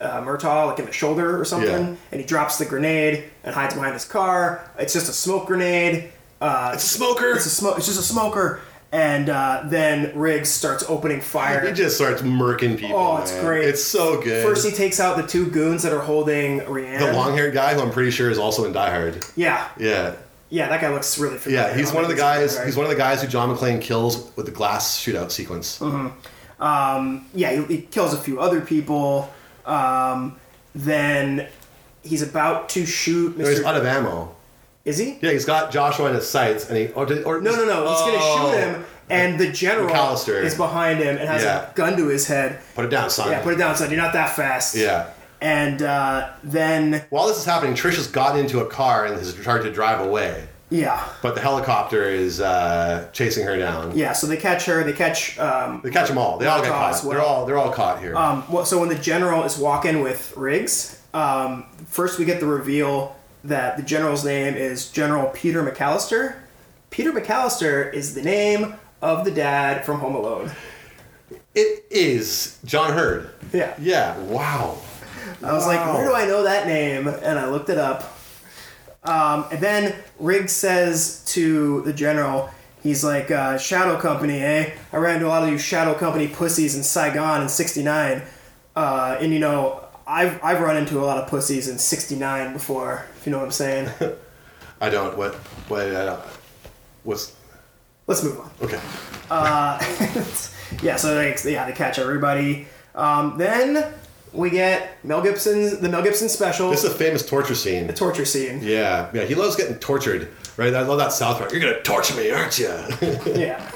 Speaker 1: uh, Murtaugh like in the shoulder or something,
Speaker 2: Yeah.
Speaker 1: and he drops the grenade and hides behind his car. It's just a smoke grenade.
Speaker 2: it's a smoker.
Speaker 1: It's a smoke. It's just a smoker. And uh, then Riggs starts opening fire.
Speaker 2: he just starts murking people.
Speaker 1: Oh, it's
Speaker 2: man.
Speaker 1: great.
Speaker 2: It's so good.
Speaker 1: First, he takes out the two goons that are holding Rihanna.
Speaker 2: the long-haired guy, who I'm pretty sure is also in Die Hard.
Speaker 1: Yeah,
Speaker 2: Yeah.
Speaker 1: yeah, that guy looks really familiar.
Speaker 2: Yeah, he's
Speaker 1: I'll
Speaker 2: one of the
Speaker 1: make this
Speaker 2: guys.
Speaker 1: right.
Speaker 2: He's one of the guys who John McClane kills with the glass shootout sequence.
Speaker 1: Uh-huh. yeah, he, he kills a few other people. Um, then he's about to shoot
Speaker 2: No, he's
Speaker 1: Mr.
Speaker 2: out of ammo.
Speaker 1: Is he?
Speaker 2: Yeah, he's got Joshua in his sights, and he or, did, or
Speaker 1: No, no, no. He's
Speaker 2: Oh.
Speaker 1: gonna shoot him, and the general
Speaker 2: McAllister.
Speaker 1: is behind him and has
Speaker 2: Yeah.
Speaker 1: a gun to his head.
Speaker 2: Put it down, son.
Speaker 1: Yeah, put it down, son. You're not that fast.
Speaker 2: Yeah.
Speaker 1: And uh, then
Speaker 2: While this is happening, Trish has gotten into a car and has tried to drive away,
Speaker 1: yeah,
Speaker 2: but the helicopter is uh, chasing her down.
Speaker 1: yeah. So they catch her. They catch um,
Speaker 2: They catch them all. They all get
Speaker 1: Murtaugh as
Speaker 2: caught. They're
Speaker 1: well.
Speaker 2: all they're all caught here.
Speaker 1: Um, well, so when the general is walking with Riggs, um, first we get the reveal that the general's name is General Peter McAllister. Peter McAllister is the name of the dad from Home Alone.
Speaker 2: it is John Hurd.
Speaker 1: Yeah.
Speaker 2: Yeah. Wow.
Speaker 1: I was like, where do I know that name? And I looked it up. Um, and then Riggs says to the general, he's like, uh, Shadow Company, eh? I ran into a lot of you Shadow Company pussies in Saigon in 69. Uh, and, you know, I've, I've run into a lot of pussies in 69 before, if you know what I'm
Speaker 2: [laughs]
Speaker 1: saying.
Speaker 2: I don't. What? What? I don't. What's?
Speaker 1: Let's move on. [laughs]
Speaker 2: Okay.
Speaker 1: yeah, so they, yeah, they catch everybody. Um, then we get Mel Gibson's, the Mel Gibson special,
Speaker 2: This is a famous torture scene.
Speaker 1: torture scene.
Speaker 2: Yeah, yeah, he loves getting tortured, right? I love that South Park. You're gonna torture me, aren't you?
Speaker 1: [laughs] Yeah.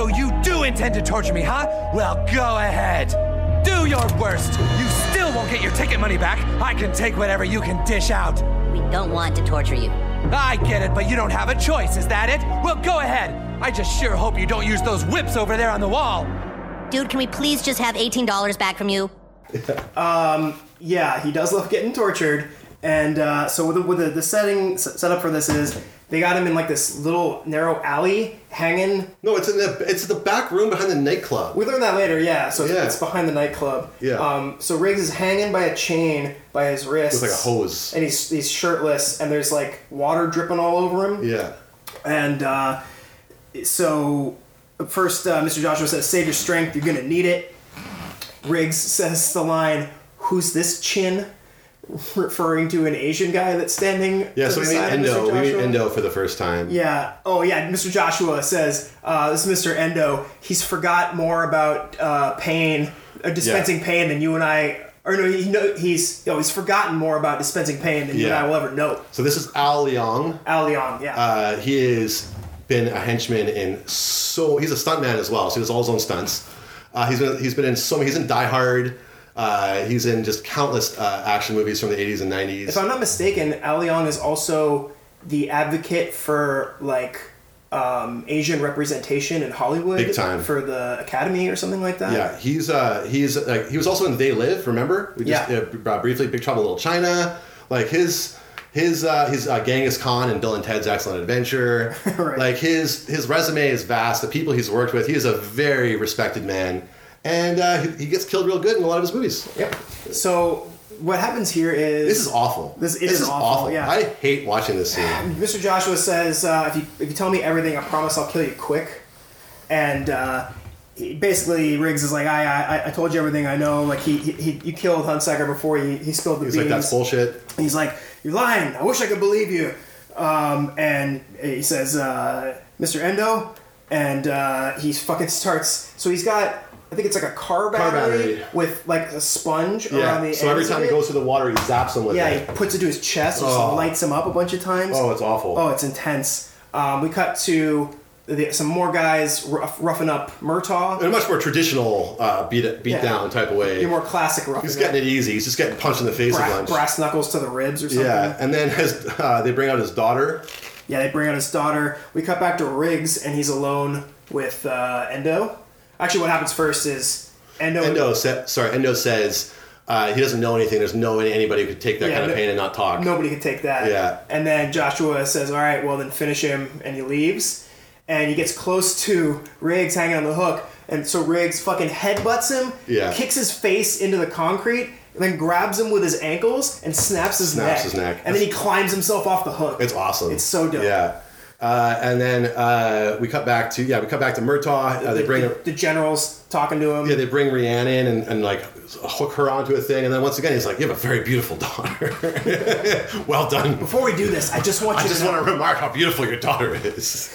Speaker 7: So you do intend to torture me, huh? Well, go ahead. Do your worst. You still won't get your ticket money back. I can take whatever you can dish out.
Speaker 8: We don't want to torture you.
Speaker 7: I get it, but you don't have a choice, is that it? Well, go ahead. I just sure hope you don't use those whips over there on the wall.
Speaker 8: Dude, can we please just have $18 back from you?
Speaker 1: yeah, he does love getting tortured. And uh, so with the, with the, the setting s- set up for this is they got him in like this little narrow alley hanging.
Speaker 2: [laughs] no, it's in the it's the back room behind the nightclub.
Speaker 1: We learn that later, yeah. So it's-
Speaker 2: Yeah.
Speaker 1: it's behind the nightclub.
Speaker 2: Yeah.
Speaker 1: Um, so Riggs is hanging by a chain by his wrist.
Speaker 2: With, like, a hose.
Speaker 1: And he's he's shirtless, and there's like water dripping all over him.
Speaker 2: Yeah,
Speaker 1: And uh, so, first, uh, Mr. Joshua says, Save your strength, you're going to need it. Riggs says the line, Who's this chin? [laughs] referring to an Asian guy that's standing.
Speaker 2: Yeah,
Speaker 1: to
Speaker 2: so
Speaker 1: the
Speaker 2: we meet
Speaker 1: side of Mr.
Speaker 2: Endo. We meet
Speaker 1: Joshua.
Speaker 2: Endo for the first time.
Speaker 1: Yeah. Oh, yeah. Mr. Joshua says, uh, "This is Mr. Endo. He's forgot more about uh, pain, uh, dispensing pain than you and I." Or no, he know he's no, he's forgotten more about dispensing pain than you and
Speaker 2: Yeah.
Speaker 1: I will ever know.
Speaker 2: So this is Al Leong.
Speaker 1: Al Leong, yeah.
Speaker 2: Uh, he has been a henchman in so he's a stuntman as well, so he does all his own stunts. Uh, he's been he's been in so many. He's in Die Hard. Uh, he's in just countless uh, action movies from the 80s and 90s.
Speaker 1: if I'm not mistaken, Al Leong is also the advocate for like um, Asian representation in Hollywood,
Speaker 2: Big time.
Speaker 1: for the Academy or something like that.
Speaker 2: Yeah, he's uh, he's like he was also in They Live. Remember, we just
Speaker 1: Yeah.
Speaker 2: uh, br- uh, briefly Big Trouble in Little China. Like his his uh, his uh, Genghis Khan and Bill and Ted's Excellent Adventure.
Speaker 1: [laughs] Right.
Speaker 2: Like his his resume is vast. The people he's worked with, he is a very respected man, and uh, he, he gets killed real good in a lot of his movies.
Speaker 1: Yep. So what happens here is
Speaker 2: This is awful.
Speaker 1: This- it is awful, yeah.
Speaker 2: I hate watching this scene.
Speaker 1: Mr. Joshua says, uh, if, you, if you tell me everything, I promise I'll kill you quick. And uh, he- basically, Riggs is like, I, I, I told you everything I know. Like, he, he, he you killed Hunsaker before he, he spilled the
Speaker 2: He's like,
Speaker 1: beans.
Speaker 2: "That's bullshit."
Speaker 1: He's like, you're lying. I wish I could believe you. Um, and he says, uh, Mr. Endo. And uh, he fucking starts. So he's got, I think it's like a car battery,
Speaker 2: battery.
Speaker 1: with like a sponge around the
Speaker 2: So every
Speaker 1: ends of
Speaker 2: time he
Speaker 1: it.
Speaker 2: goes through the water, he zaps him with
Speaker 1: Yeah,
Speaker 2: it.
Speaker 1: he puts it to his chest, just
Speaker 2: Oh.
Speaker 1: lights him up a bunch of times.
Speaker 2: Oh, it's awful.
Speaker 1: Oh, it's intense. Um, we cut to the, some more guys rough, roughing up Murtaugh.
Speaker 2: in a much more traditional uh, beat beat
Speaker 1: Yeah.
Speaker 2: down type of way.
Speaker 1: Your more classic roughing
Speaker 2: He's
Speaker 1: up.
Speaker 2: getting it easy. He's just getting punched in the face a
Speaker 1: Bra-
Speaker 2: bunch.
Speaker 1: brass knuckles to the ribs or something.
Speaker 2: Yeah, and then his, uh, they bring out his daughter.
Speaker 1: Yeah, they bring out his daughter. We cut back to Riggs, and he's alone with uh, Endo. Actually, what happens first is Endo.
Speaker 2: Endo sa- sorry, Endo says uh, he doesn't know anything. There's no way anybody could take that
Speaker 1: Yeah,
Speaker 2: kind of
Speaker 1: no-
Speaker 2: pain and not talk.
Speaker 1: Nobody could take that.
Speaker 2: Yeah.
Speaker 1: And then Joshua says, "All right, well then finish him," and he leaves. And he gets close to Riggs hanging on the hook, and so Riggs fucking headbutts him,
Speaker 2: Yeah.
Speaker 1: kicks his face into the concrete, and then grabs him with his ankles and snaps his
Speaker 2: Snaps
Speaker 1: neck.
Speaker 2: his neck.
Speaker 1: And then he climbs himself off the hook.
Speaker 2: It's awesome.
Speaker 1: It's so dope.
Speaker 2: Yeah. Uh, and then uh, we cut back to yeah, we cut back to Murtaugh. Uh, they
Speaker 1: The-
Speaker 2: bring
Speaker 1: the, the generals talking to him.
Speaker 2: yeah, they bring Rihanna in and, and like hook her onto a thing, and then once again he's like, "You have a very beautiful daughter. [laughs] well done."
Speaker 1: Before we do this, I just want you
Speaker 2: I just
Speaker 1: to know-
Speaker 2: want to remark how beautiful your daughter is.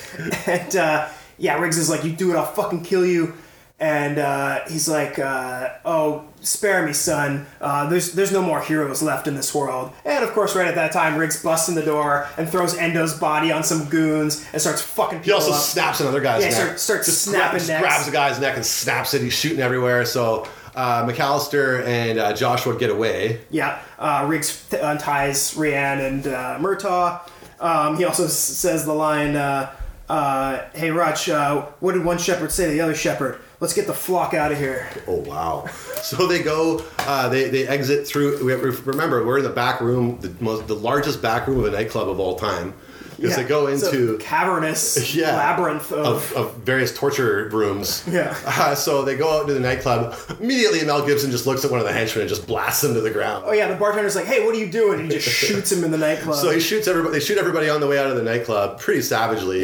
Speaker 1: And uh, yeah, Riggs is like, "You do it, I'll fucking kill you." And uh, he's like, uh, "Oh, spare me, son. Uh, there's there's no more heroes left in this world." And of course, right at that time, Riggs busts in the door and throws Endo's body on some goons and starts fucking
Speaker 2: He
Speaker 1: people
Speaker 2: also
Speaker 1: up.
Speaker 2: snaps another guy's
Speaker 1: Yeah,
Speaker 2: neck.
Speaker 1: start- starts
Speaker 2: Just
Speaker 1: snapping
Speaker 2: grabs,
Speaker 1: necks.
Speaker 2: grabs a guy's neck and snaps it. He's shooting everywhere. So uh, McAllister and uh, Joshua get away.
Speaker 1: yeah, uh, Riggs t- unties Rianne and uh, Murtaugh. Um, he also s- says the line, uh, uh, "Hey, Rutch, uh, what did one shepherd say to the other shepherd? Let's get the flock out of here."
Speaker 2: Oh wow! [laughs] So they go. Uh, they they exit through. we- we- Remember, we're in the back room, the most, the largest back room of a nightclub of all time. Because
Speaker 1: Yeah.
Speaker 2: they go
Speaker 1: It's a
Speaker 2: into
Speaker 1: cavernous
Speaker 2: [laughs] yeah,
Speaker 1: labyrinth of,
Speaker 2: of, of various torture rooms.
Speaker 1: Yeah.
Speaker 2: [laughs] Uh, so they go out to the nightclub. Immediately, Mel Gibson just looks at one of the henchmen and just blasts him to the ground.
Speaker 1: oh yeah the bartender's like hey what are you doing and he just shoots him in the nightclub
Speaker 2: So he shoots everybody. They shoot everybody on the way out of the nightclub pretty savagely.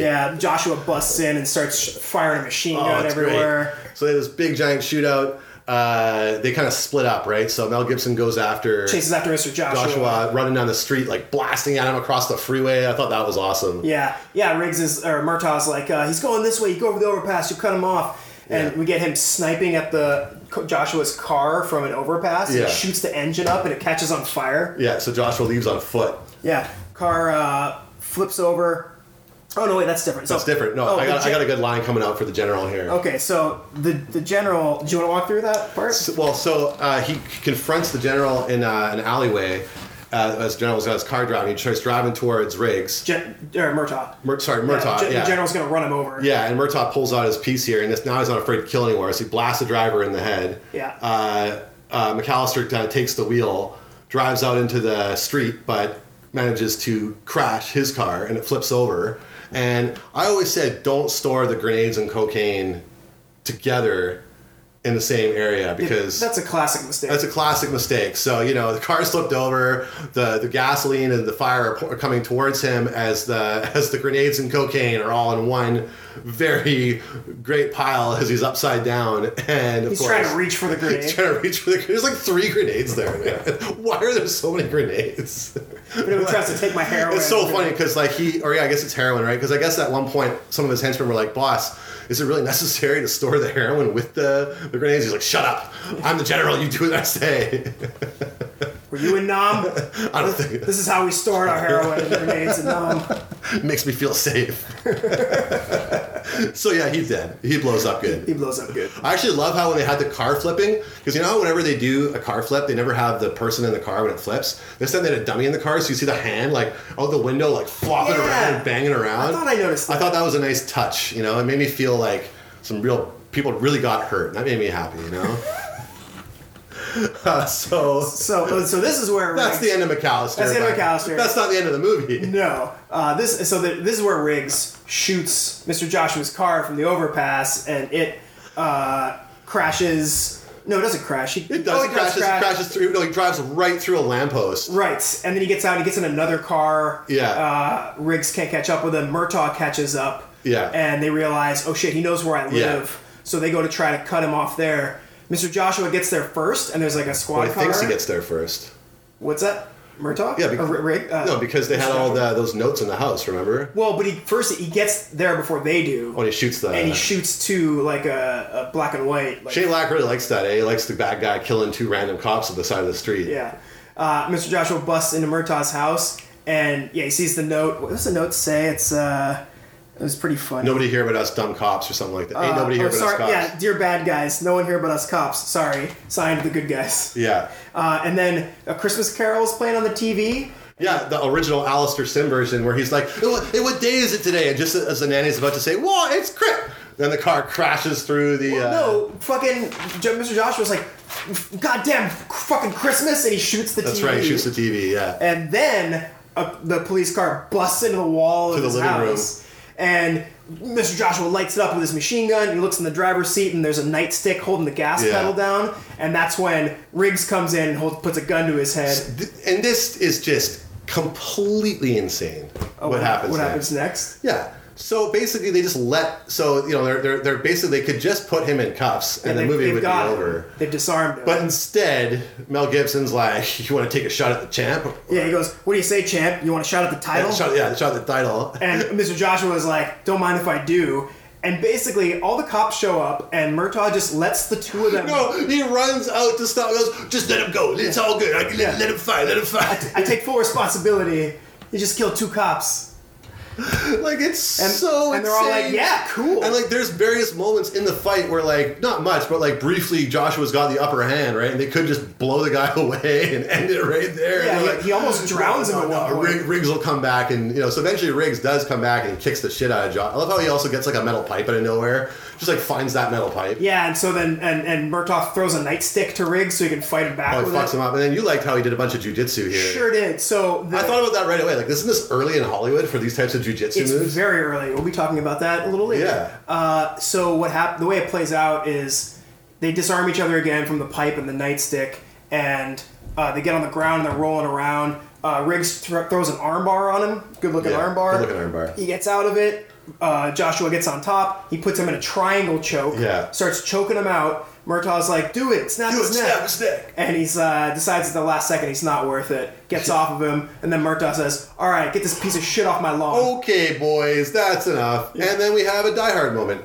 Speaker 1: [laughs] yeah joshua busts in and starts sh- firing a machine
Speaker 2: Oh,
Speaker 1: gun
Speaker 2: it's
Speaker 1: everywhere
Speaker 2: Great. So they had this big giant shootout. Uh, they kind of split up, right? So Mel Gibson goes after
Speaker 1: chases after mr joshua,
Speaker 2: Joshua running down the street, like blasting at him across the freeway. I thought that was awesome.
Speaker 1: yeah yeah riggs is or murtaugh's like uh, he's going this way you go over the overpass you cut him off and
Speaker 2: Yeah.
Speaker 1: we get him sniping at the joshua's car from an overpass
Speaker 2: Yeah.
Speaker 1: and shoots the engine up and it catches on fire
Speaker 2: Yeah, so Joshua leaves on foot.
Speaker 1: yeah car uh, flips over Oh no! Wait, that's different. So,
Speaker 2: That's different. No,
Speaker 1: oh,
Speaker 2: I,
Speaker 1: the
Speaker 2: got, I
Speaker 1: gen-
Speaker 2: got a good line coming out for the general here.
Speaker 1: Okay, so the the general. Do you want to walk through that part?
Speaker 2: So- well, so uh, he confronts the general in uh, an alleyway uh, as general's got his car driving. He starts driving towards Riggs.
Speaker 1: Gen- or Murtaugh.
Speaker 2: Mur- sorry, Murtaugh.
Speaker 1: gen-
Speaker 2: Yeah,
Speaker 1: The general's gonna run him over.
Speaker 2: Yeah, and Murtaugh pulls out his piece here, and this, now he's not afraid to kill anymore. So he blasts the driver in the head.
Speaker 1: Yeah.
Speaker 2: Uh, uh, McAllister kind of takes the wheel, drives out into the street, but manages to crash his car, and it flips over. And I always said, don't store the grenades and cocaine together in the same area because
Speaker 1: That's a classic mistake.
Speaker 2: that's a classic mistake. So you know the car [laughs] slipped over. the The gasoline and the fire are pour- coming towards him as the [laughs] as the grenades and cocaine are all in one very great pile as he's upside down. And of
Speaker 1: He's
Speaker 2: course,
Speaker 1: trying to reach for the
Speaker 2: [laughs]
Speaker 1: grenade,
Speaker 2: he's trying to reach for the. There's like three grenades there. Man. [laughs] Why are there so many grenades?
Speaker 1: but
Speaker 2: [laughs]
Speaker 1: he tries to take my hair away.
Speaker 2: It's so funny because like he, or yeah, I guess it's heroin, right? Because I guess at one point some of his henchmen were like, "Boss, is it really necessary to store the heroin with the, the grenades?" He's like, "Shut up! I'm the general. You do what I say." [laughs]
Speaker 1: Were you in Nam?
Speaker 2: I don't think
Speaker 1: This is how we stored our heroin
Speaker 2: [laughs]
Speaker 1: and grenades in Nam.
Speaker 2: it makes me feel safe. [laughs] so yeah, he's dead. He blows up good.
Speaker 1: He blows up good.
Speaker 2: I actually love how when they had the car flipping, because you know how whenever they do a car flip, they never have the person in the car when it flips. This time they had a dummy in the car, so you see the hand like out the window, like flopping
Speaker 1: Yeah.
Speaker 2: around and banging around.
Speaker 1: I thought I noticed
Speaker 2: I
Speaker 1: that.
Speaker 2: thought that was a nice touch. You know, it made me feel like some real people really got hurt. and That made me happy. You know. [laughs]
Speaker 1: [laughs]
Speaker 2: Uh, so
Speaker 1: So, so this is where Riggs,
Speaker 2: that's the end of McAllister.
Speaker 1: That's the end of
Speaker 2: but
Speaker 1: McAllister.
Speaker 2: That's not the end of the movie.
Speaker 1: No, uh, this so the, this is where Riggs shoots Mr. Joshua's car from the overpass, and it uh, crashes. No, it doesn't crash. He,
Speaker 2: It does.
Speaker 1: oh,
Speaker 2: it crashes.
Speaker 1: crash.
Speaker 2: It crashes through. No, he drives right through a lamppost.
Speaker 1: Right, and then he gets out. He gets in another car.
Speaker 2: Yeah.
Speaker 1: Uh, Riggs can't catch up with him. Murtaugh catches up.
Speaker 2: Yeah.
Speaker 1: And they realize, oh shit, he knows where I live.
Speaker 2: Yeah.
Speaker 1: So they go to try to cut him off there. Mr. Joshua gets there first, and there's like a squad
Speaker 2: But he
Speaker 1: car.
Speaker 2: thinks he gets there first.
Speaker 1: What's that? Murtaugh?
Speaker 2: Yeah,
Speaker 1: Or
Speaker 2: because,
Speaker 1: Ri- Rig- uh,
Speaker 2: no, because they had all the, those notes in the house. Remember
Speaker 1: Well, but he first he gets there before they do.
Speaker 2: when Oh, he shoots the
Speaker 1: and he shoots to like a, a black and white. Like,
Speaker 2: Shane Lack really likes that. Eh? He likes the bad guy killing two random cops at the side of the street.
Speaker 1: yeah. Uh, Mr. Joshua busts into Murtaugh's house, and yeah, he sees the note. What does the note say? It's uh, it was pretty funny.
Speaker 2: Nobody here but us dumb cops or something like that. Ain't nobody here
Speaker 1: Oh,
Speaker 2: but
Speaker 1: sorry,
Speaker 2: us cops.
Speaker 1: yeah, dear bad guys, no one here but us cops. Sorry, signed the good guys.
Speaker 2: Yeah.
Speaker 1: Uh, and then a Christmas Carol is playing on the TV.
Speaker 2: Yeah, the original Alistair Sim version where he's like, "Hey, what, hey, what day is it today? And just as the nanny's about to say, Whoa, it's crip! Then the car crashes through the. uh,
Speaker 1: No, fucking Jo- Mr. Joshua's like, goddamn, fucking Christmas, and he shoots the
Speaker 2: That's
Speaker 1: TV.
Speaker 2: right, shoots the TV, yeah.
Speaker 1: and then uh, the police car busts into the wall
Speaker 2: To
Speaker 1: of
Speaker 2: the
Speaker 1: his
Speaker 2: living
Speaker 1: house, and Mr. Joshua lights it up with his machine gun. He looks in the driver's seat, and there's a nightstick holding the gas
Speaker 2: Yeah.
Speaker 1: pedal down, and that's when Riggs comes in and hold, puts a gun to his head.
Speaker 2: Th- and this is just completely insane what
Speaker 1: Oh,
Speaker 2: happens
Speaker 1: What
Speaker 2: next.
Speaker 1: happens next?
Speaker 2: Yeah. So basically, they just let. So you know, they're they're, they're basically they could just put him in cuffs and, the
Speaker 1: they've-
Speaker 2: movie
Speaker 1: they've
Speaker 2: would be
Speaker 1: got him.
Speaker 2: over.
Speaker 1: They've disarmed him.
Speaker 2: But instead, Mel Gibson's like, [laughs] "You want to take a shot at the champ?"
Speaker 1: yeah, he goes, "What do you say, champ? You want to shout at the title?"
Speaker 2: Shot, yeah, shot at the title.
Speaker 1: And Mr. Joshua is like, "Don't mind if I do." And basically, all the cops show up, and Murtaugh just lets the two of them.
Speaker 2: [laughs] No, he runs out to stop. Goes, just let him go. It's all good. I can let, let him fight. Let him fight.
Speaker 1: I take full responsibility. He just killed two cops.
Speaker 2: like it's so
Speaker 1: and they're all like,
Speaker 2: insane.
Speaker 1: "Yeah, cool."
Speaker 2: And like, there's various moments in the fight where like, not much, but like briefly, Joshua's got the upper hand, right? And they could just blow the guy [laughs] away and end it right there.
Speaker 1: Yeah,
Speaker 2: And
Speaker 1: he-
Speaker 2: they're like,
Speaker 1: he almost drowns him at one point.
Speaker 2: Uh, Rig- Riggs will come back, and you know, so eventually Riggs does come back and he kicks the shit out of Josh. I love how he also gets like a metal pipe out of nowhere, just like finds that metal pipe.
Speaker 1: Yeah, and so then and and Murtaugh throws a nightstick to Riggs so he can fight him back
Speaker 2: Oh, he
Speaker 1: with
Speaker 2: fucks
Speaker 1: it.
Speaker 2: him up, and then you liked how he did a bunch of jujitsu here.
Speaker 1: Sure did. So the,
Speaker 2: I thought about that right away. Like, isn't this early in Hollywood for these types of jujitsu
Speaker 1: it's
Speaker 2: moves?
Speaker 1: very early. We'll be talking about that a little later.
Speaker 2: Yeah.
Speaker 1: Uh, so what hap- The way it plays out is they disarm each other again from the pipe and the nightstick, and uh, they get on the ground and they're rolling around. Uh, Riggs thr throws an armbar on him. Good looking
Speaker 2: Yeah,
Speaker 1: armbar.
Speaker 2: good looking armbar.
Speaker 1: He gets out of it. Uh, Joshua gets on top. He puts him in a triangle choke.
Speaker 2: Yeah.
Speaker 1: Starts choking him out. Murtaugh's like, "Do it! Snap
Speaker 2: Do
Speaker 1: his
Speaker 2: it,
Speaker 1: neck!"
Speaker 2: snap his neck.
Speaker 1: And he's uh, decides at the last second he's not worth it. Gets off of him, and then Murtaugh says, "All right, get this piece of shit off my lawn."
Speaker 2: okay, boys, that's enough. And then we have a Die Hard moment.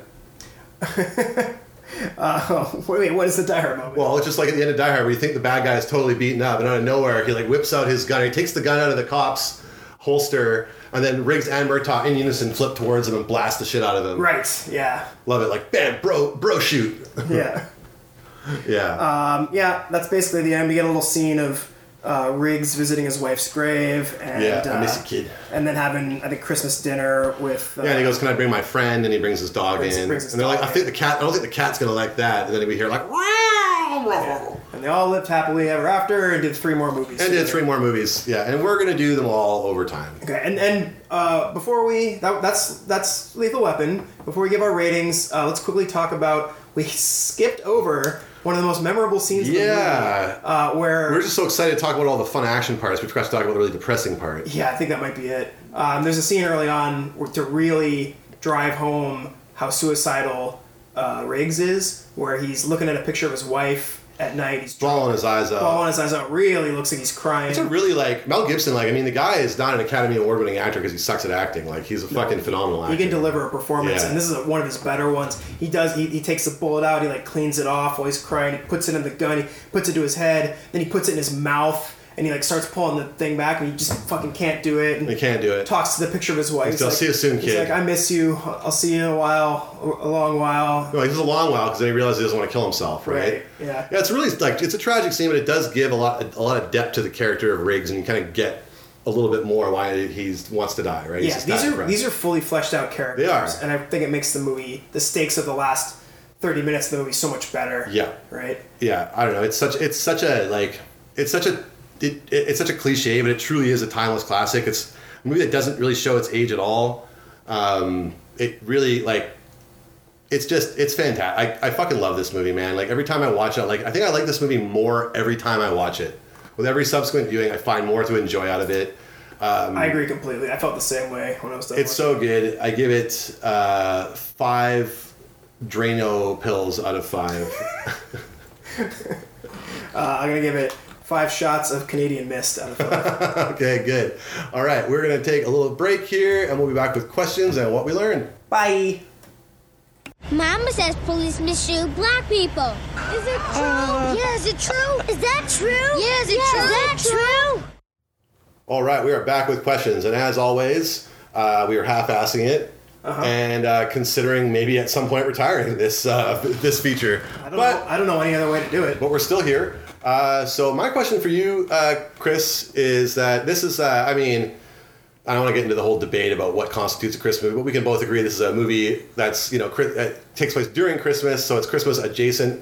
Speaker 1: [laughs] Wait, wait, what is the Die Hard moment?
Speaker 2: Oh. Well, it's just like at the end of Die Hard, where you think the bad guy is totally beaten up, and out of nowhere, he like whips out his gun. He takes the gun out of the cop's holster, and then Riggs and Murtaugh in unison flip towards him and blast the shit out of him.
Speaker 1: right, yeah,
Speaker 2: Love it. Like, bam, bro, bro, shoot. [laughs]
Speaker 1: yeah,
Speaker 2: yeah.
Speaker 1: Uh, yeah. That's basically the end. We get a little scene of uh, Riggs visiting his wife's grave, and
Speaker 2: yeah.
Speaker 1: uh,
Speaker 2: I miss a kid.
Speaker 1: and then having I think Christmas dinner with. Uh,
Speaker 2: Yeah, and he goes, "Can I bring my friend?" And he brings his dog
Speaker 1: Brings-
Speaker 2: in,
Speaker 1: brings his
Speaker 2: and they're like,
Speaker 1: dog
Speaker 2: "I think
Speaker 1: in.
Speaker 2: the cat. I don't think the cat's gonna like that." And then we hear like, "Wow!"
Speaker 1: and they all lived happily ever after, and did three more movies.
Speaker 2: and did
Speaker 1: together.
Speaker 2: three more movies. Yeah, and we're gonna do them all over time.
Speaker 1: Okay, and and uh, before we that, that's that's Lethal Weapon. Before we give our ratings, uh, let's quickly talk about we skipped over one of the most memorable scenes of the
Speaker 2: Yeah.
Speaker 1: movie, uh, where
Speaker 2: We're just so excited to talk about all the fun action parts. We forgot to talk about the really depressing part.
Speaker 1: Yeah, I think that might be it. Um, there's a scene early on where, to really drive home how suicidal uh, Riggs is, where he's looking at a picture of his wife at night. He's drawing
Speaker 2: Bawling his eyes out.
Speaker 1: on his eyes out. Really looks like he's crying.
Speaker 2: It's a really like Mel Gibson. Like I mean, the guy is not an Academy Award winning actor because he sucks at acting. Like he's a fucking phenomenal actor.
Speaker 1: he can deliver a performance,
Speaker 2: Yeah.
Speaker 1: and this is one of his better ones. He does. He, he takes the bullet out. He like cleans it off while he's crying. He puts it in the gun. He puts it to his head. Then he puts it in his mouth, and he like starts pulling the thing back, and he just fucking can't do it. And
Speaker 2: He can't do it.
Speaker 1: talks to the picture of his wife.
Speaker 2: He's like, "I'll see you soon,
Speaker 1: he's
Speaker 2: kid."
Speaker 1: like, I miss you. I'll see you in a while, a long while.
Speaker 2: Like this is a long while because then he realizes he doesn't want to kill himself, right?
Speaker 1: Right, yeah.
Speaker 2: Yeah. It's really like it's a tragic scene, but it does give a lot a lot of depth to the character of Riggs, and you kind of get a little bit more why he wants to die, right? He's
Speaker 1: Yeah,
Speaker 2: just
Speaker 1: these
Speaker 2: that
Speaker 1: are
Speaker 2: depressed.
Speaker 1: these are fully fleshed out characters.
Speaker 2: They are.
Speaker 1: and I think it makes the movie the stakes of the last thirty minutes of the movie so much better.
Speaker 2: Yeah.
Speaker 1: right.
Speaker 2: yeah i don't know it's such it's such a like it's such a it, it- it's such a cliche but it truly is a timeless classic it's a movie that doesn't really show its age at all um it really like it's just it's fantastic I, I fucking love this movie man like every time i watch it like i think i like this movie more every time i watch it with every subsequent viewing i find more to enjoy out of it
Speaker 1: I agree completely. I felt the same way when I was done.
Speaker 2: it's
Speaker 1: watching.
Speaker 2: so good i give it uh five drano pills out of five
Speaker 1: Uh, I'm gonna give it five shots of Canadian mist out of five.
Speaker 2: Okay, good. All right, we're going to take a little break here and we'll be back with questions and what we learned.
Speaker 1: Bye.
Speaker 9: Mama says police misshoot black people. Is it true? yeah, is it true? Is that true? Uh, Yeah, is it true? Is that true?
Speaker 2: All right, we are back with questions. And as always, uh, we are half assing it.
Speaker 1: Uh-huh.
Speaker 2: And uh, considering maybe at some point retiring this uh, this feature, [laughs]
Speaker 1: I don't, know,
Speaker 2: but
Speaker 1: I don't know any other way to do it.
Speaker 2: but we're still here. Uh, so my question for you, uh, Chris, is that this is uh, I mean I don't want to get into the whole debate about what constitutes a Christmas movie, but we can both agree this is a movie that's you know Chri- uh, takes place during Christmas, so it's Christmas adjacent.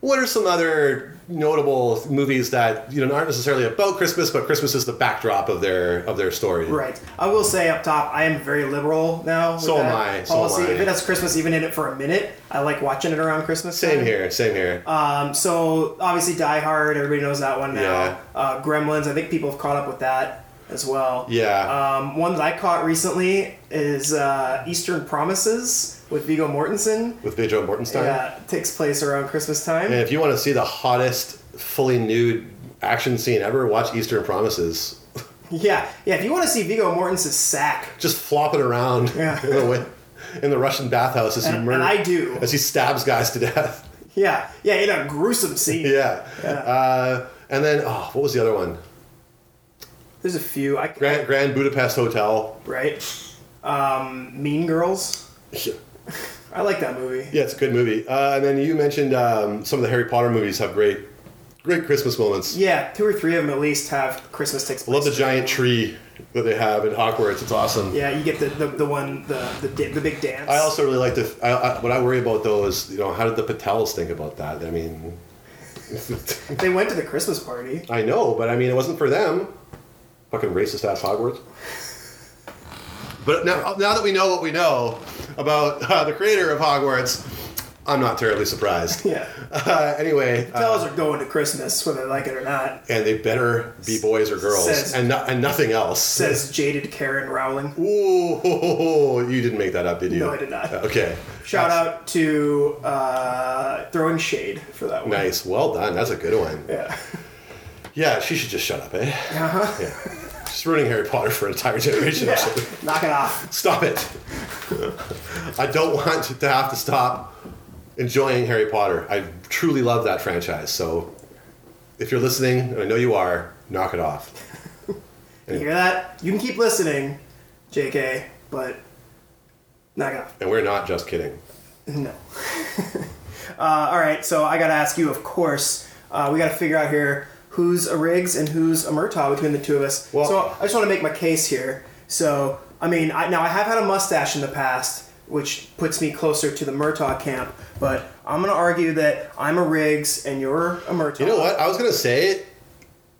Speaker 2: What are some other notable movies that you know aren't necessarily about Christmas, but Christmas is the backdrop of their of their story?
Speaker 1: Right. I will say up top, I am very liberal now. with
Speaker 2: So am
Speaker 1: that
Speaker 2: I, so am
Speaker 1: Policy.
Speaker 2: I.
Speaker 1: If it has Christmas even in it for a minute, I like watching it around Christmas.
Speaker 2: Same
Speaker 1: time.
Speaker 2: here. Same here.
Speaker 1: Uh, So obviously, Die Hard. Everybody knows that one now.
Speaker 2: Yeah.
Speaker 1: Uh, Gremlins. I think people have caught up with that as well.
Speaker 2: yeah.
Speaker 1: Um, one that I caught recently is uh, Eastern Promises with Vigo Mortensen.
Speaker 2: with Vigil Mortenstein.
Speaker 1: Yeah, takes place around Christmas time.
Speaker 2: And if you want to see the hottest fully nude action scene ever, watch Eastern Promises.
Speaker 1: Yeah, yeah. If you want to see Vigo Mortensen's sack,
Speaker 2: Just flopping around
Speaker 1: Yeah.
Speaker 2: [laughs] in, the, wi- in the Russian bathhouse as he
Speaker 1: And-
Speaker 2: murders,
Speaker 1: and I do.
Speaker 2: as he stabs guys to death. [laughs]
Speaker 1: yeah, yeah, in a gruesome scene.
Speaker 2: yeah. Uh, and then oh, what was the other one?
Speaker 1: There's a few. I
Speaker 2: Grand Grand Budapest Hotel.
Speaker 1: right. Um, mean Girls.
Speaker 2: Yeah,
Speaker 1: I like that movie.
Speaker 2: it's a good movie. Uh, and then you mentioned um, some of the Harry Potter movies have great, great Christmas moments.
Speaker 1: Yeah, two or three of them at least have Christmas takes
Speaker 2: I
Speaker 1: place.
Speaker 2: love the giant tree that they have in Hogwarts. It's awesome.
Speaker 1: Yeah, you get the, the, the one the, the da- the big dance.
Speaker 2: I also really like the. I, I, what I worry about though is you know how did the Patels think about that? I mean,
Speaker 1: they went to the Christmas party.
Speaker 2: I know, but I mean it wasn't for them. Fucking racist ass Hogwarts. But now, now that we know what we know about uh, the creator of Hogwarts, I'm not terribly surprised.
Speaker 1: Yeah,
Speaker 2: Uh, anyway, uh,
Speaker 1: fellas are going to Christmas whether they like it or not.
Speaker 2: and they better be boys or girls,
Speaker 1: Says-
Speaker 2: and no, and nothing else.
Speaker 1: Says jaded Karen Rowling.
Speaker 2: Ooh, you didn't make that up, did you?
Speaker 1: No, I did not.
Speaker 2: Okay.
Speaker 1: Shout out to uh, throwing shade for that one.
Speaker 2: Nice. Well done. That's a good one.
Speaker 1: Yeah.
Speaker 2: Yeah, she should just shut up, eh? Uh-huh. Yeah. She's ruining Harry Potter for an entire generation.
Speaker 1: Yeah, knock it off.
Speaker 2: Stop it. I don't want to have to stop enjoying Harry Potter. I truly love that franchise. So if you're listening, and I know you are, knock it off.
Speaker 1: You hear that? You can keep listening, JK, but knock it off.
Speaker 2: And we're not just kidding.
Speaker 1: No. uh, all right, so I got to ask you, of course. Uh, we got to figure out here who's a Riggs and who's a Murtaugh between the two of us.
Speaker 2: Well-
Speaker 1: so I just want to make my case here. So, I mean, I, now I have had a mustache in the past, which puts me closer to the Murtaugh camp, but I'm going to argue that I'm a Riggs and you're a Murtaugh.
Speaker 2: You know what? I was going to say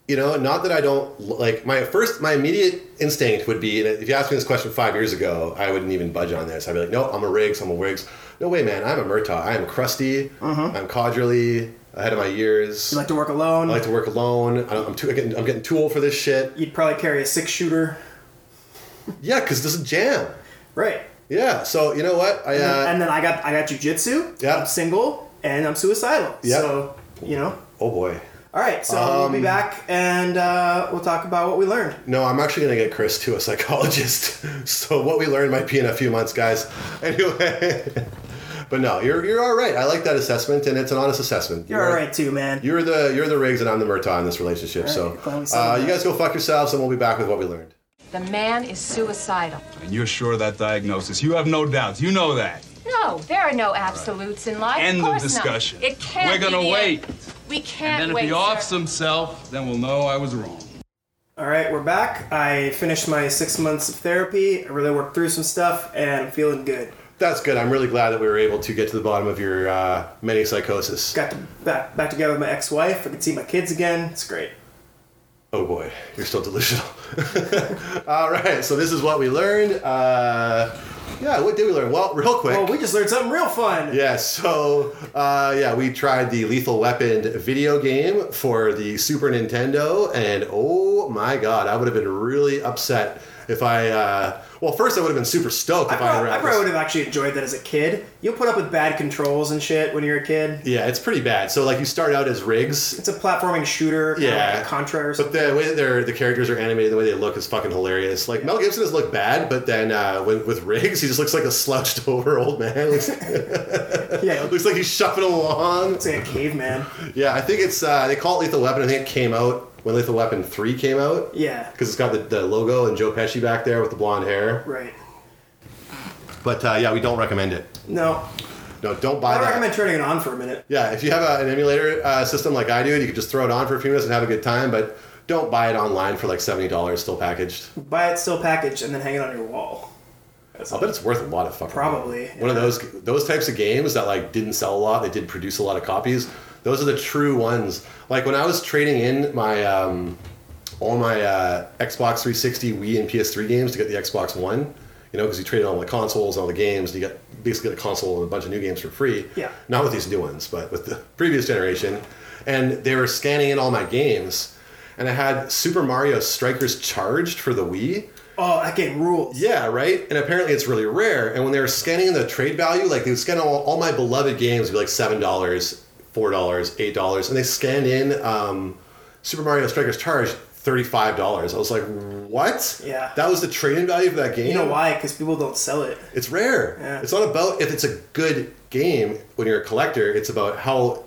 Speaker 2: You know, not that I don't like my first, my immediate instinct would be if you asked me this question five years ago, I wouldn't even budge on this. I'd be like, no, I'm a Riggs, I'm a Riggs. No way, man, I'm a Murtaugh. I'm crusty, I'm codgerly, ahead of my years.
Speaker 1: You like to work alone.
Speaker 2: I like to work alone. I don't, I'm, too, I'm, getting, I'm getting too old for this shit.
Speaker 1: You'd probably carry a six shooter.
Speaker 2: Yeah, because this is jam.
Speaker 1: Right.
Speaker 2: Yeah, so you know what? I, uh,
Speaker 1: and then I got I got jujitsu.
Speaker 2: Yeah.
Speaker 1: I'm single and I'm suicidal.
Speaker 2: Yeah.
Speaker 1: So you know.
Speaker 2: oh boy.
Speaker 1: All right. So
Speaker 2: Um,
Speaker 1: we'll be back and uh, we'll talk about what we learned.
Speaker 2: No, I'm actually going to get Chris to a psychologist. [laughs] so what we learned might be in a few months, guys. [laughs] Anyway. [laughs] but no, you're, you're all right. I like that assessment, and it's an honest assessment.
Speaker 1: You're all right too, man.
Speaker 2: You're the you're the Riggs and I'm the Murtaugh in this relationship. so
Speaker 1: glad we settled
Speaker 2: uh,
Speaker 1: that.
Speaker 2: you guys go fuck yourselves, and we'll be back with what we learned.
Speaker 10: The man is suicidal.
Speaker 7: And you're sure of that diagnosis? You have no doubts. You know that.
Speaker 10: No, there are no absolutes in life.
Speaker 7: End
Speaker 10: of
Speaker 7: of
Speaker 10: course
Speaker 7: discussion.
Speaker 10: Not. It can't.
Speaker 7: We're
Speaker 10: be
Speaker 7: gonna
Speaker 10: the
Speaker 7: wait.
Speaker 10: end. We
Speaker 7: And
Speaker 10: can't
Speaker 7: then if
Speaker 10: wait.
Speaker 7: he
Speaker 10: sir.
Speaker 7: offs himself, then we'll know I was wrong.
Speaker 1: All right, we're back. I finished my six months of therapy. I really worked through some stuff and I'm feeling good.
Speaker 2: That's good. I'm really glad that we were able to get to the bottom of your uh, many psychosis.
Speaker 1: Got to, back back together with my ex-wife. I could see my kids again. It's great.
Speaker 2: Oh boy, you're still delusional. [laughs] all right, so this is what we learned. Uh, yeah, what did we learn? Well, real quick.
Speaker 1: Well, Oh, we just learned something real fun.
Speaker 2: Yeah, so uh, yeah, we tried the Lethal Weapon video game for the Super Nintendo, and oh my god, I would have been really upset if I. Uh, well, first I would have been super stoked
Speaker 1: I
Speaker 2: if I,
Speaker 1: probably,
Speaker 2: were
Speaker 1: I probably would have actually enjoyed that as a kid. You'll put up with bad controls and shit when you're a kid.
Speaker 2: Yeah, it's pretty bad. So like you start out as Riggs.
Speaker 1: It's a platforming shooter, kinda
Speaker 2: Yeah,
Speaker 1: like Contra or
Speaker 2: But
Speaker 1: something.
Speaker 2: the way that they're, the characters are animated, the way they look is fucking hilarious. Like Mel Gibson does look bad, but then uh, when, with Riggs, he just looks like a slouched [laughs] over old man. Looks, [laughs]
Speaker 1: yeah, it looks
Speaker 2: looks like he's shuffling along.
Speaker 1: like a caveman.
Speaker 2: Yeah, I think it's uh, they call it Lethal Weapon. I think it came out when Lethal Weapon three came out. [laughs]
Speaker 1: Yeah,
Speaker 2: because it's got the, the logo and Joe Pesci back there with the blonde hair.
Speaker 1: right.
Speaker 2: But uh, yeah, we don't recommend it.
Speaker 1: No,
Speaker 2: No, don't buy
Speaker 1: I
Speaker 2: that.
Speaker 1: recommend turning it on for a minute.
Speaker 2: yeah, if you have a, an emulator uh, system like I do, you can just throw it on for a few minutes and have a good time. But don't buy it online for like seventy dollars, still packaged.
Speaker 1: Buy it still packaged and then hang it on your wall.
Speaker 2: I will bet it's worth a lot of fucking. money.
Speaker 1: Probably,
Speaker 2: one of those those types of games that like didn't sell a lot. They did produce a lot of copies. Those are the true ones. Like when I was trading in my um, all my uh, Xbox 360, Wii, and PS3 games to get the Xbox One. You know, because you traded all the consoles, all the games, and you get basically get a console and a bunch of new games for free.
Speaker 1: Yeah.
Speaker 2: Not with these new ones, but with the previous generation. And they were scanning in all my games, and I had Super Mario Strikers Charged for the Wii.
Speaker 1: Oh, that game rules.
Speaker 2: Yeah, right. And apparently it's really rare. And when they were scanning the trade value, like they would scan all, all my beloved games, would be like seven dollars, four dollars, eight dollars, and they scanned in um, Super Mario Strikers Charged thirty-five dollars. I was like, what?
Speaker 1: Yeah.
Speaker 2: That was the trade-in value for that game.
Speaker 1: You know why? Because people don't sell it.
Speaker 2: It's rare.
Speaker 1: Yeah.
Speaker 2: It's not about if it's a good game when you're a collector. It's about how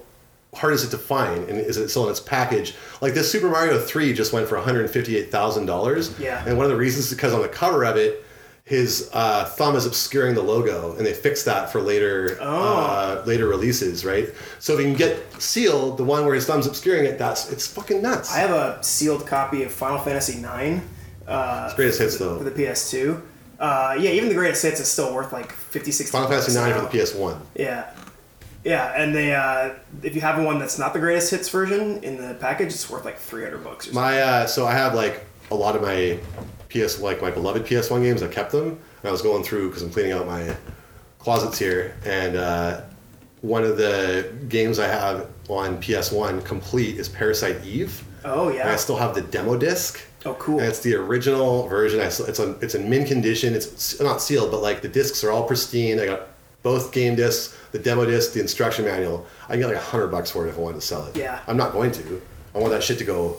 Speaker 2: hard is it to find and is it still in its package? Like this Super Mario 3 just went for $158,000.
Speaker 1: Yeah.
Speaker 2: And one of the reasons is because on the cover of it, his uh, thumb is obscuring the logo, and they fixed that for later
Speaker 1: Oh.
Speaker 2: uh, later releases, right? So if you can get sealed, the one where his thumb's obscuring it, that's it's fucking nuts.
Speaker 1: I have a sealed copy of Final Fantasy IX
Speaker 2: It's greatest hits
Speaker 1: for
Speaker 2: though.
Speaker 1: the PS2. Uh, yeah, even the greatest hits is still worth like 50, 60
Speaker 2: Final Fantasy
Speaker 1: bucks
Speaker 2: 9 for
Speaker 1: now.
Speaker 2: the PS1.
Speaker 1: Yeah. Yeah, and they uh, if you have one that's not the greatest hits version in the package, it's worth like three hundred bucks. Or something.
Speaker 2: My uh, so I have like a lot of my PS like my beloved PS1 games. I kept them, and I was going through because I'm cleaning out my closets here, and uh, one of the games I have on PS1 complete is Parasite Eve.
Speaker 1: Oh
Speaker 2: And I
Speaker 1: yeah,
Speaker 2: still have the demo disc.
Speaker 1: Oh, cool.
Speaker 2: And it's the original version. I still, it's on it's in mint condition. It's s- not sealed, but like the discs are all pristine. I got both game discs, the demo disc, the instruction manual. I can get like a hundred bucks for it if I wanted to sell it.
Speaker 1: Yeah.
Speaker 2: I'm not going to. I want that shit to go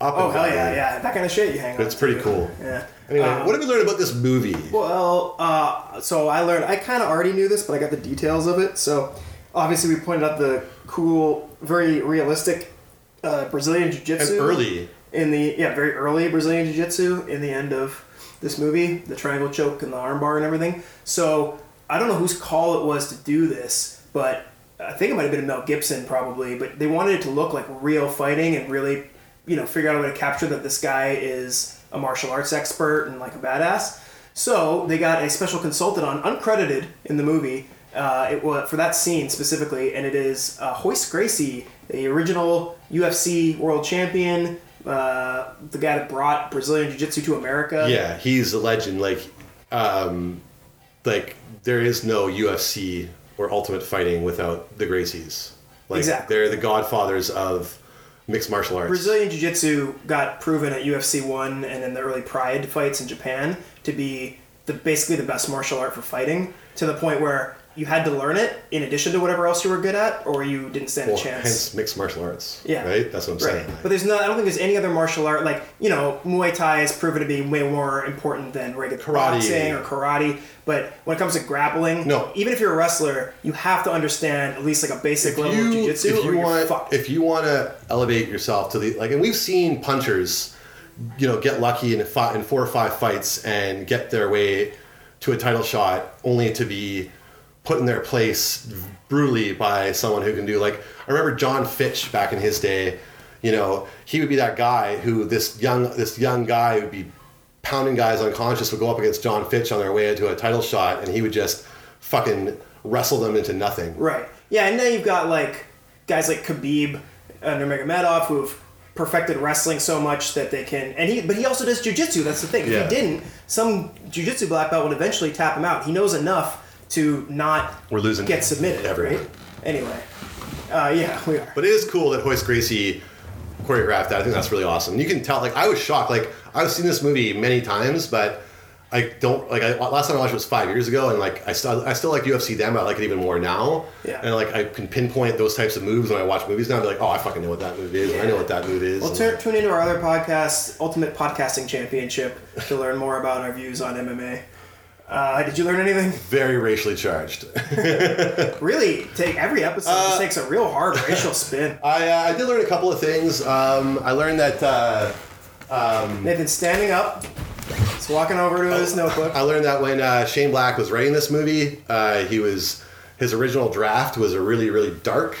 Speaker 2: up.
Speaker 1: oh
Speaker 2: in
Speaker 1: hell
Speaker 2: value.
Speaker 1: yeah, yeah, that kind of shit you hang on.
Speaker 2: But it's pretty
Speaker 1: to.
Speaker 2: cool.
Speaker 1: Yeah.
Speaker 2: Anyway, what did we learn about this movie?
Speaker 1: Well, uh, so I learned. I kind of already knew this, but I got the details of it. So, obviously, we pointed out the cool, very realistic uh, Brazilian jiu-jitsu
Speaker 2: And early.
Speaker 1: in the yeah, very early Brazilian jiu-jitsu in the end of this movie, the triangle choke and the armbar and everything. So, I don't know whose call it was to do this, but I think it might have been Mel Gibson probably, but they wanted it to look like real fighting and really, you know, figure out a way to capture that this guy is a martial arts expert and like a badass. So they got a special consultant on, uncredited in the movie, uh, it was for that scene specifically, and it is uh, Hoist Gracie, the original UFC world champion, uh, the guy that brought Brazilian Jiu Jitsu to America.
Speaker 2: Yeah, he's a legend. Like, um, like there is no UFC or Ultimate Fighting without the Gracies. Like,
Speaker 1: Exactly.
Speaker 2: They're the godfathers of mixed martial arts.
Speaker 1: Brazilian Jiu Jitsu got proven at UFC 1 and in the early Pride fights in Japan to be the basically the best martial art for fighting to the point where you had to learn it in addition to whatever else you were good at or you didn't stand
Speaker 2: Well,
Speaker 1: a chance.
Speaker 2: hence mixed martial arts.
Speaker 1: Yeah.
Speaker 2: Right. That's what I'm
Speaker 1: Right.
Speaker 2: saying.
Speaker 1: But there's not. I don't think there's any other martial art like you know Muay Thai is proven to be way more important than regular boxing or karate. But when it comes to grappling,
Speaker 2: No.
Speaker 1: Even if you're a wrestler, you have to understand at least like a basic level of jiu-jitsu.
Speaker 2: if
Speaker 1: or
Speaker 2: you
Speaker 1: you're
Speaker 2: want
Speaker 1: fucked.
Speaker 2: if you want to elevate yourself to the like and we've seen punchers you know get lucky in, fi- in four or five fights and get their way to a title shot only to be put in their place brutally by someone who can do like i remember john fitch back in his day you know he would be that guy who this young this young guy would be pounding guys unconscious would go up against john fitch on their way to a title shot and he would just fucking wrestle them into nothing
Speaker 1: Right. Yeah, and now you've got like guys like Khabib and Nurmagomedov who've perfected wrestling so much that they can. And he, but he also does jujitsu. That's the thing.
Speaker 2: Yeah.
Speaker 1: If he didn't, some jujitsu black belt would eventually tap him out. He knows enough to not
Speaker 2: We're losing
Speaker 1: get submitted.
Speaker 2: everyone.
Speaker 1: Right. Anyway, uh, yeah, we are.
Speaker 2: But it is cool that Hoist Gracie choreographed that. I think that's really awesome. You can tell, like, I was shocked. Like, I've seen this movie many times, but I don't, like, I, last time I watched it was five years ago, and, like, I, st- I still like UFC then, but I like it even more now.
Speaker 1: Yeah.
Speaker 2: And, like, I can pinpoint those types of moves when I watch movies now. I'll be like, oh, I fucking know what that move is. and I know what that move is.
Speaker 1: Well,
Speaker 2: and-
Speaker 1: turn, tune into our other podcast, Ultimate Podcasting Championship, to learn more about our views on MMA. Uh, did you learn anything?
Speaker 2: very racially charged. [laughs]
Speaker 1: Really, take every episode just
Speaker 2: Uh,
Speaker 1: takes a real hard racial spin.
Speaker 2: I, uh, I did learn a couple of things. Um, I learned that uh,
Speaker 1: Nathan's standing up. He's walking over to his notebook.
Speaker 2: I learned that when uh, Shane Black was writing this movie, uh, he was his original draft was a really really dark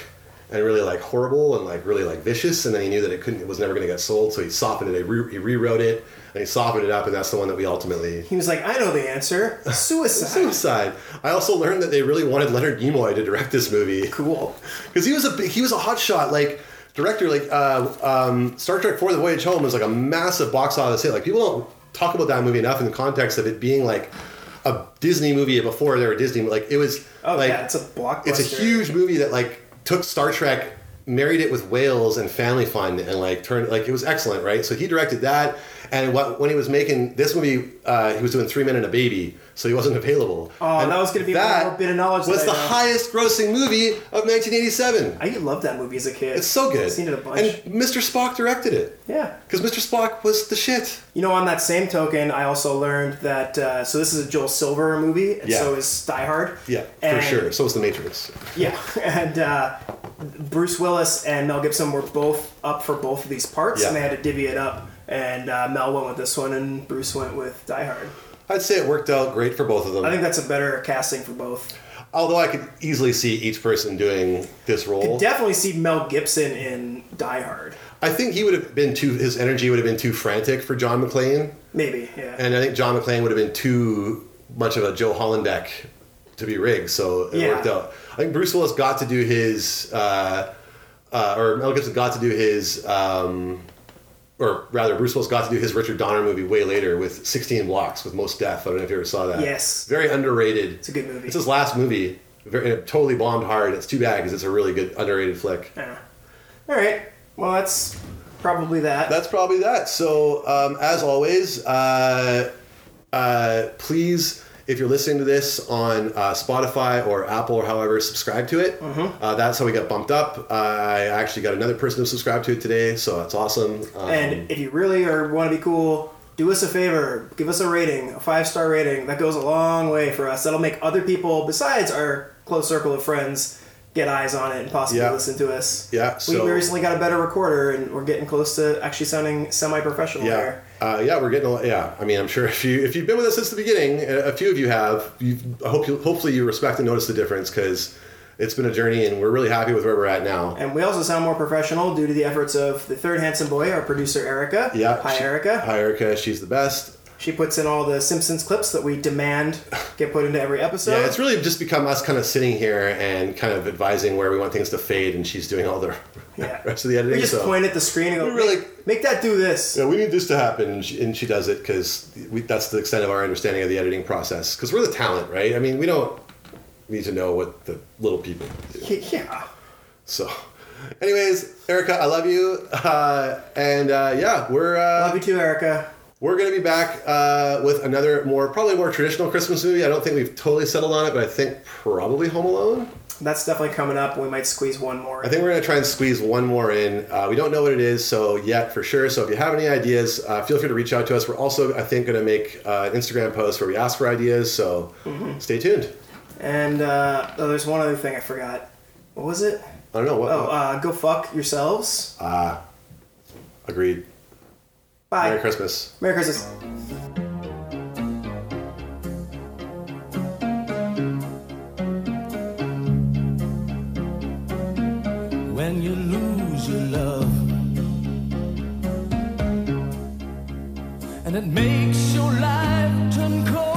Speaker 2: and really like horrible and like really like vicious, and then he knew that it couldn't it was never going to get sold, so he softened it. He, re- he rewrote it and he softened it up, and that's the one that we ultimately
Speaker 1: He was like, I know the answer. Suicide.
Speaker 2: [laughs] suicide. I also learned that they really wanted Leonard Nimoy to direct this movie [laughs]
Speaker 1: cool.
Speaker 2: because he was a big- he was a hot shot like director like uh, um, Star Trek Four: The Voyage Home was like a massive box office hit. Like people don't talk about that movie enough in the context of it being like a Disney movie before there were Disney. Like it was
Speaker 1: Oh
Speaker 2: like
Speaker 1: yeah, it's a blockbuster.
Speaker 2: it's a huge movie that like took Star Trek, married it with whales and Family Fun, and like turned like it was excellent, right? So he directed that, and what when he was making this movie, uh, he was doing Three Men and a Baby, so he wasn't available.
Speaker 1: Oh,
Speaker 2: and
Speaker 1: that was gonna be my little bit of knowledge
Speaker 2: Was
Speaker 1: that
Speaker 2: the
Speaker 1: I know.
Speaker 2: highest grossing movie of 1987.
Speaker 1: I loved that movie as a kid.
Speaker 2: It's so good.
Speaker 1: I've seen it a bunch.
Speaker 2: And Mr. Spock directed it.
Speaker 1: yeah.
Speaker 2: Because Mr. Spock was the shit.
Speaker 1: You know, on that same token, I also learned that uh, so this is a Joel Silver movie, and
Speaker 2: Yeah.
Speaker 1: so is Die Hard.
Speaker 2: Yeah,
Speaker 1: And-
Speaker 2: for sure. So was The Matrix.
Speaker 1: [laughs] Yeah, and uh, Bruce Willis and Mel Gibson were both up for both of these parts,
Speaker 2: Yeah.
Speaker 1: and they had to divvy it up. And uh, Mel went with this one, and Bruce went with Die Hard.
Speaker 2: I'd say it worked out great for both of them.
Speaker 1: I think that's a better casting for both.
Speaker 2: Although I could easily see each person doing this role.
Speaker 1: Definitely see Mel Gibson in Die Hard.
Speaker 2: I think he would have been too, his energy would have been too frantic for John McClane.
Speaker 1: Maybe, yeah.
Speaker 2: And I think John McClane would have been too much of a Joe Hollenbeck to be rigged. So it
Speaker 1: Yeah.
Speaker 2: worked out. I think Bruce Willis got to do his, uh, uh, or Mel Gibson got to do his, um, or rather, Bruce Willis got to do his Richard Donner movie way later with 16 Blocks with Most Def. I don't know if you ever saw that.
Speaker 1: Yes.
Speaker 2: Very underrated.
Speaker 1: It's a good movie.
Speaker 2: It's his last movie. Very, it totally bombed hard. It's too bad because it's a really good underrated flick.
Speaker 1: Yeah. All right. Well, that's probably that.
Speaker 2: that's probably that. So, um, as always, uh, uh, please, if you're listening to this on uh, Spotify or Apple or however, subscribe to it.
Speaker 1: Mm-hmm.
Speaker 2: Uh, that's how we got bumped up. I actually got another person who subscribed to it today, so that's awesome. Um,
Speaker 1: and if you really are want to be cool, do us a favor. Give us a rating, a five star rating. That goes a long way for us. That'll make other people besides our close circle of friends get eyes on it and possibly
Speaker 2: Yeah.
Speaker 1: listen to us.
Speaker 2: Yeah,
Speaker 1: We,
Speaker 2: so-
Speaker 1: we recently got a better recorder, and we're getting close to actually sounding semi professional
Speaker 2: yeah.
Speaker 1: here.
Speaker 2: Uh, yeah, we're getting a lot. Yeah, I mean, I'm sure [laughs] if you if you've been with us since the beginning, a a few of you have. You, I hope you hopefully you respect and notice the difference because it's been a journey, and we're really happy with where we're at now.
Speaker 1: And we also sound more professional due to the efforts of the third handsome boy, our producer Erica.
Speaker 2: yeah,
Speaker 1: Hi,
Speaker 2: she-
Speaker 1: Erica.
Speaker 2: Hi, Erica. She's the best.
Speaker 1: She puts in all the Simpsons clips that we demand get put into every episode.
Speaker 2: Yeah, it's really just become us kind of sitting here and kind of advising where we want things to fade, and she's doing all the
Speaker 1: Yeah.
Speaker 2: [laughs] rest of the editing.
Speaker 1: We just
Speaker 2: so-
Speaker 1: point at the screen and go,
Speaker 2: We really-
Speaker 1: make, make that do this.
Speaker 2: Yeah, we need this to happen, and she, and she does it because that's the extent of our understanding of the editing process. Because we're the talent, right? I mean, we don't need to know what the little people do.
Speaker 1: Yeah.
Speaker 2: So, anyways, Erica, I love you, uh, and uh, yeah, we're uh,
Speaker 1: Love you too, Erica.
Speaker 2: we're gonna be back uh, with another more probably more traditional Christmas movie. I don't think we've totally settled on it, but I think probably Home Alone.
Speaker 1: That's definitely coming up. We might squeeze one more.
Speaker 2: I think we're going to try and squeeze one more in. Uh, we don't know what it is, so yet for sure. So if you have any ideas, uh, feel free to reach out to us. We're also, I think, going to make uh, an Instagram post where we ask for ideas. So
Speaker 1: Mm-hmm.
Speaker 2: stay tuned.
Speaker 1: And uh, oh, there's one other thing I forgot. What was it?
Speaker 2: I don't know what. Uh,
Speaker 1: Oh, uh, go fuck yourselves.
Speaker 2: agreed.
Speaker 1: Bye.
Speaker 2: Merry Christmas.
Speaker 1: Merry Christmas.
Speaker 11: when you lose your love. And it makes your life turn cold.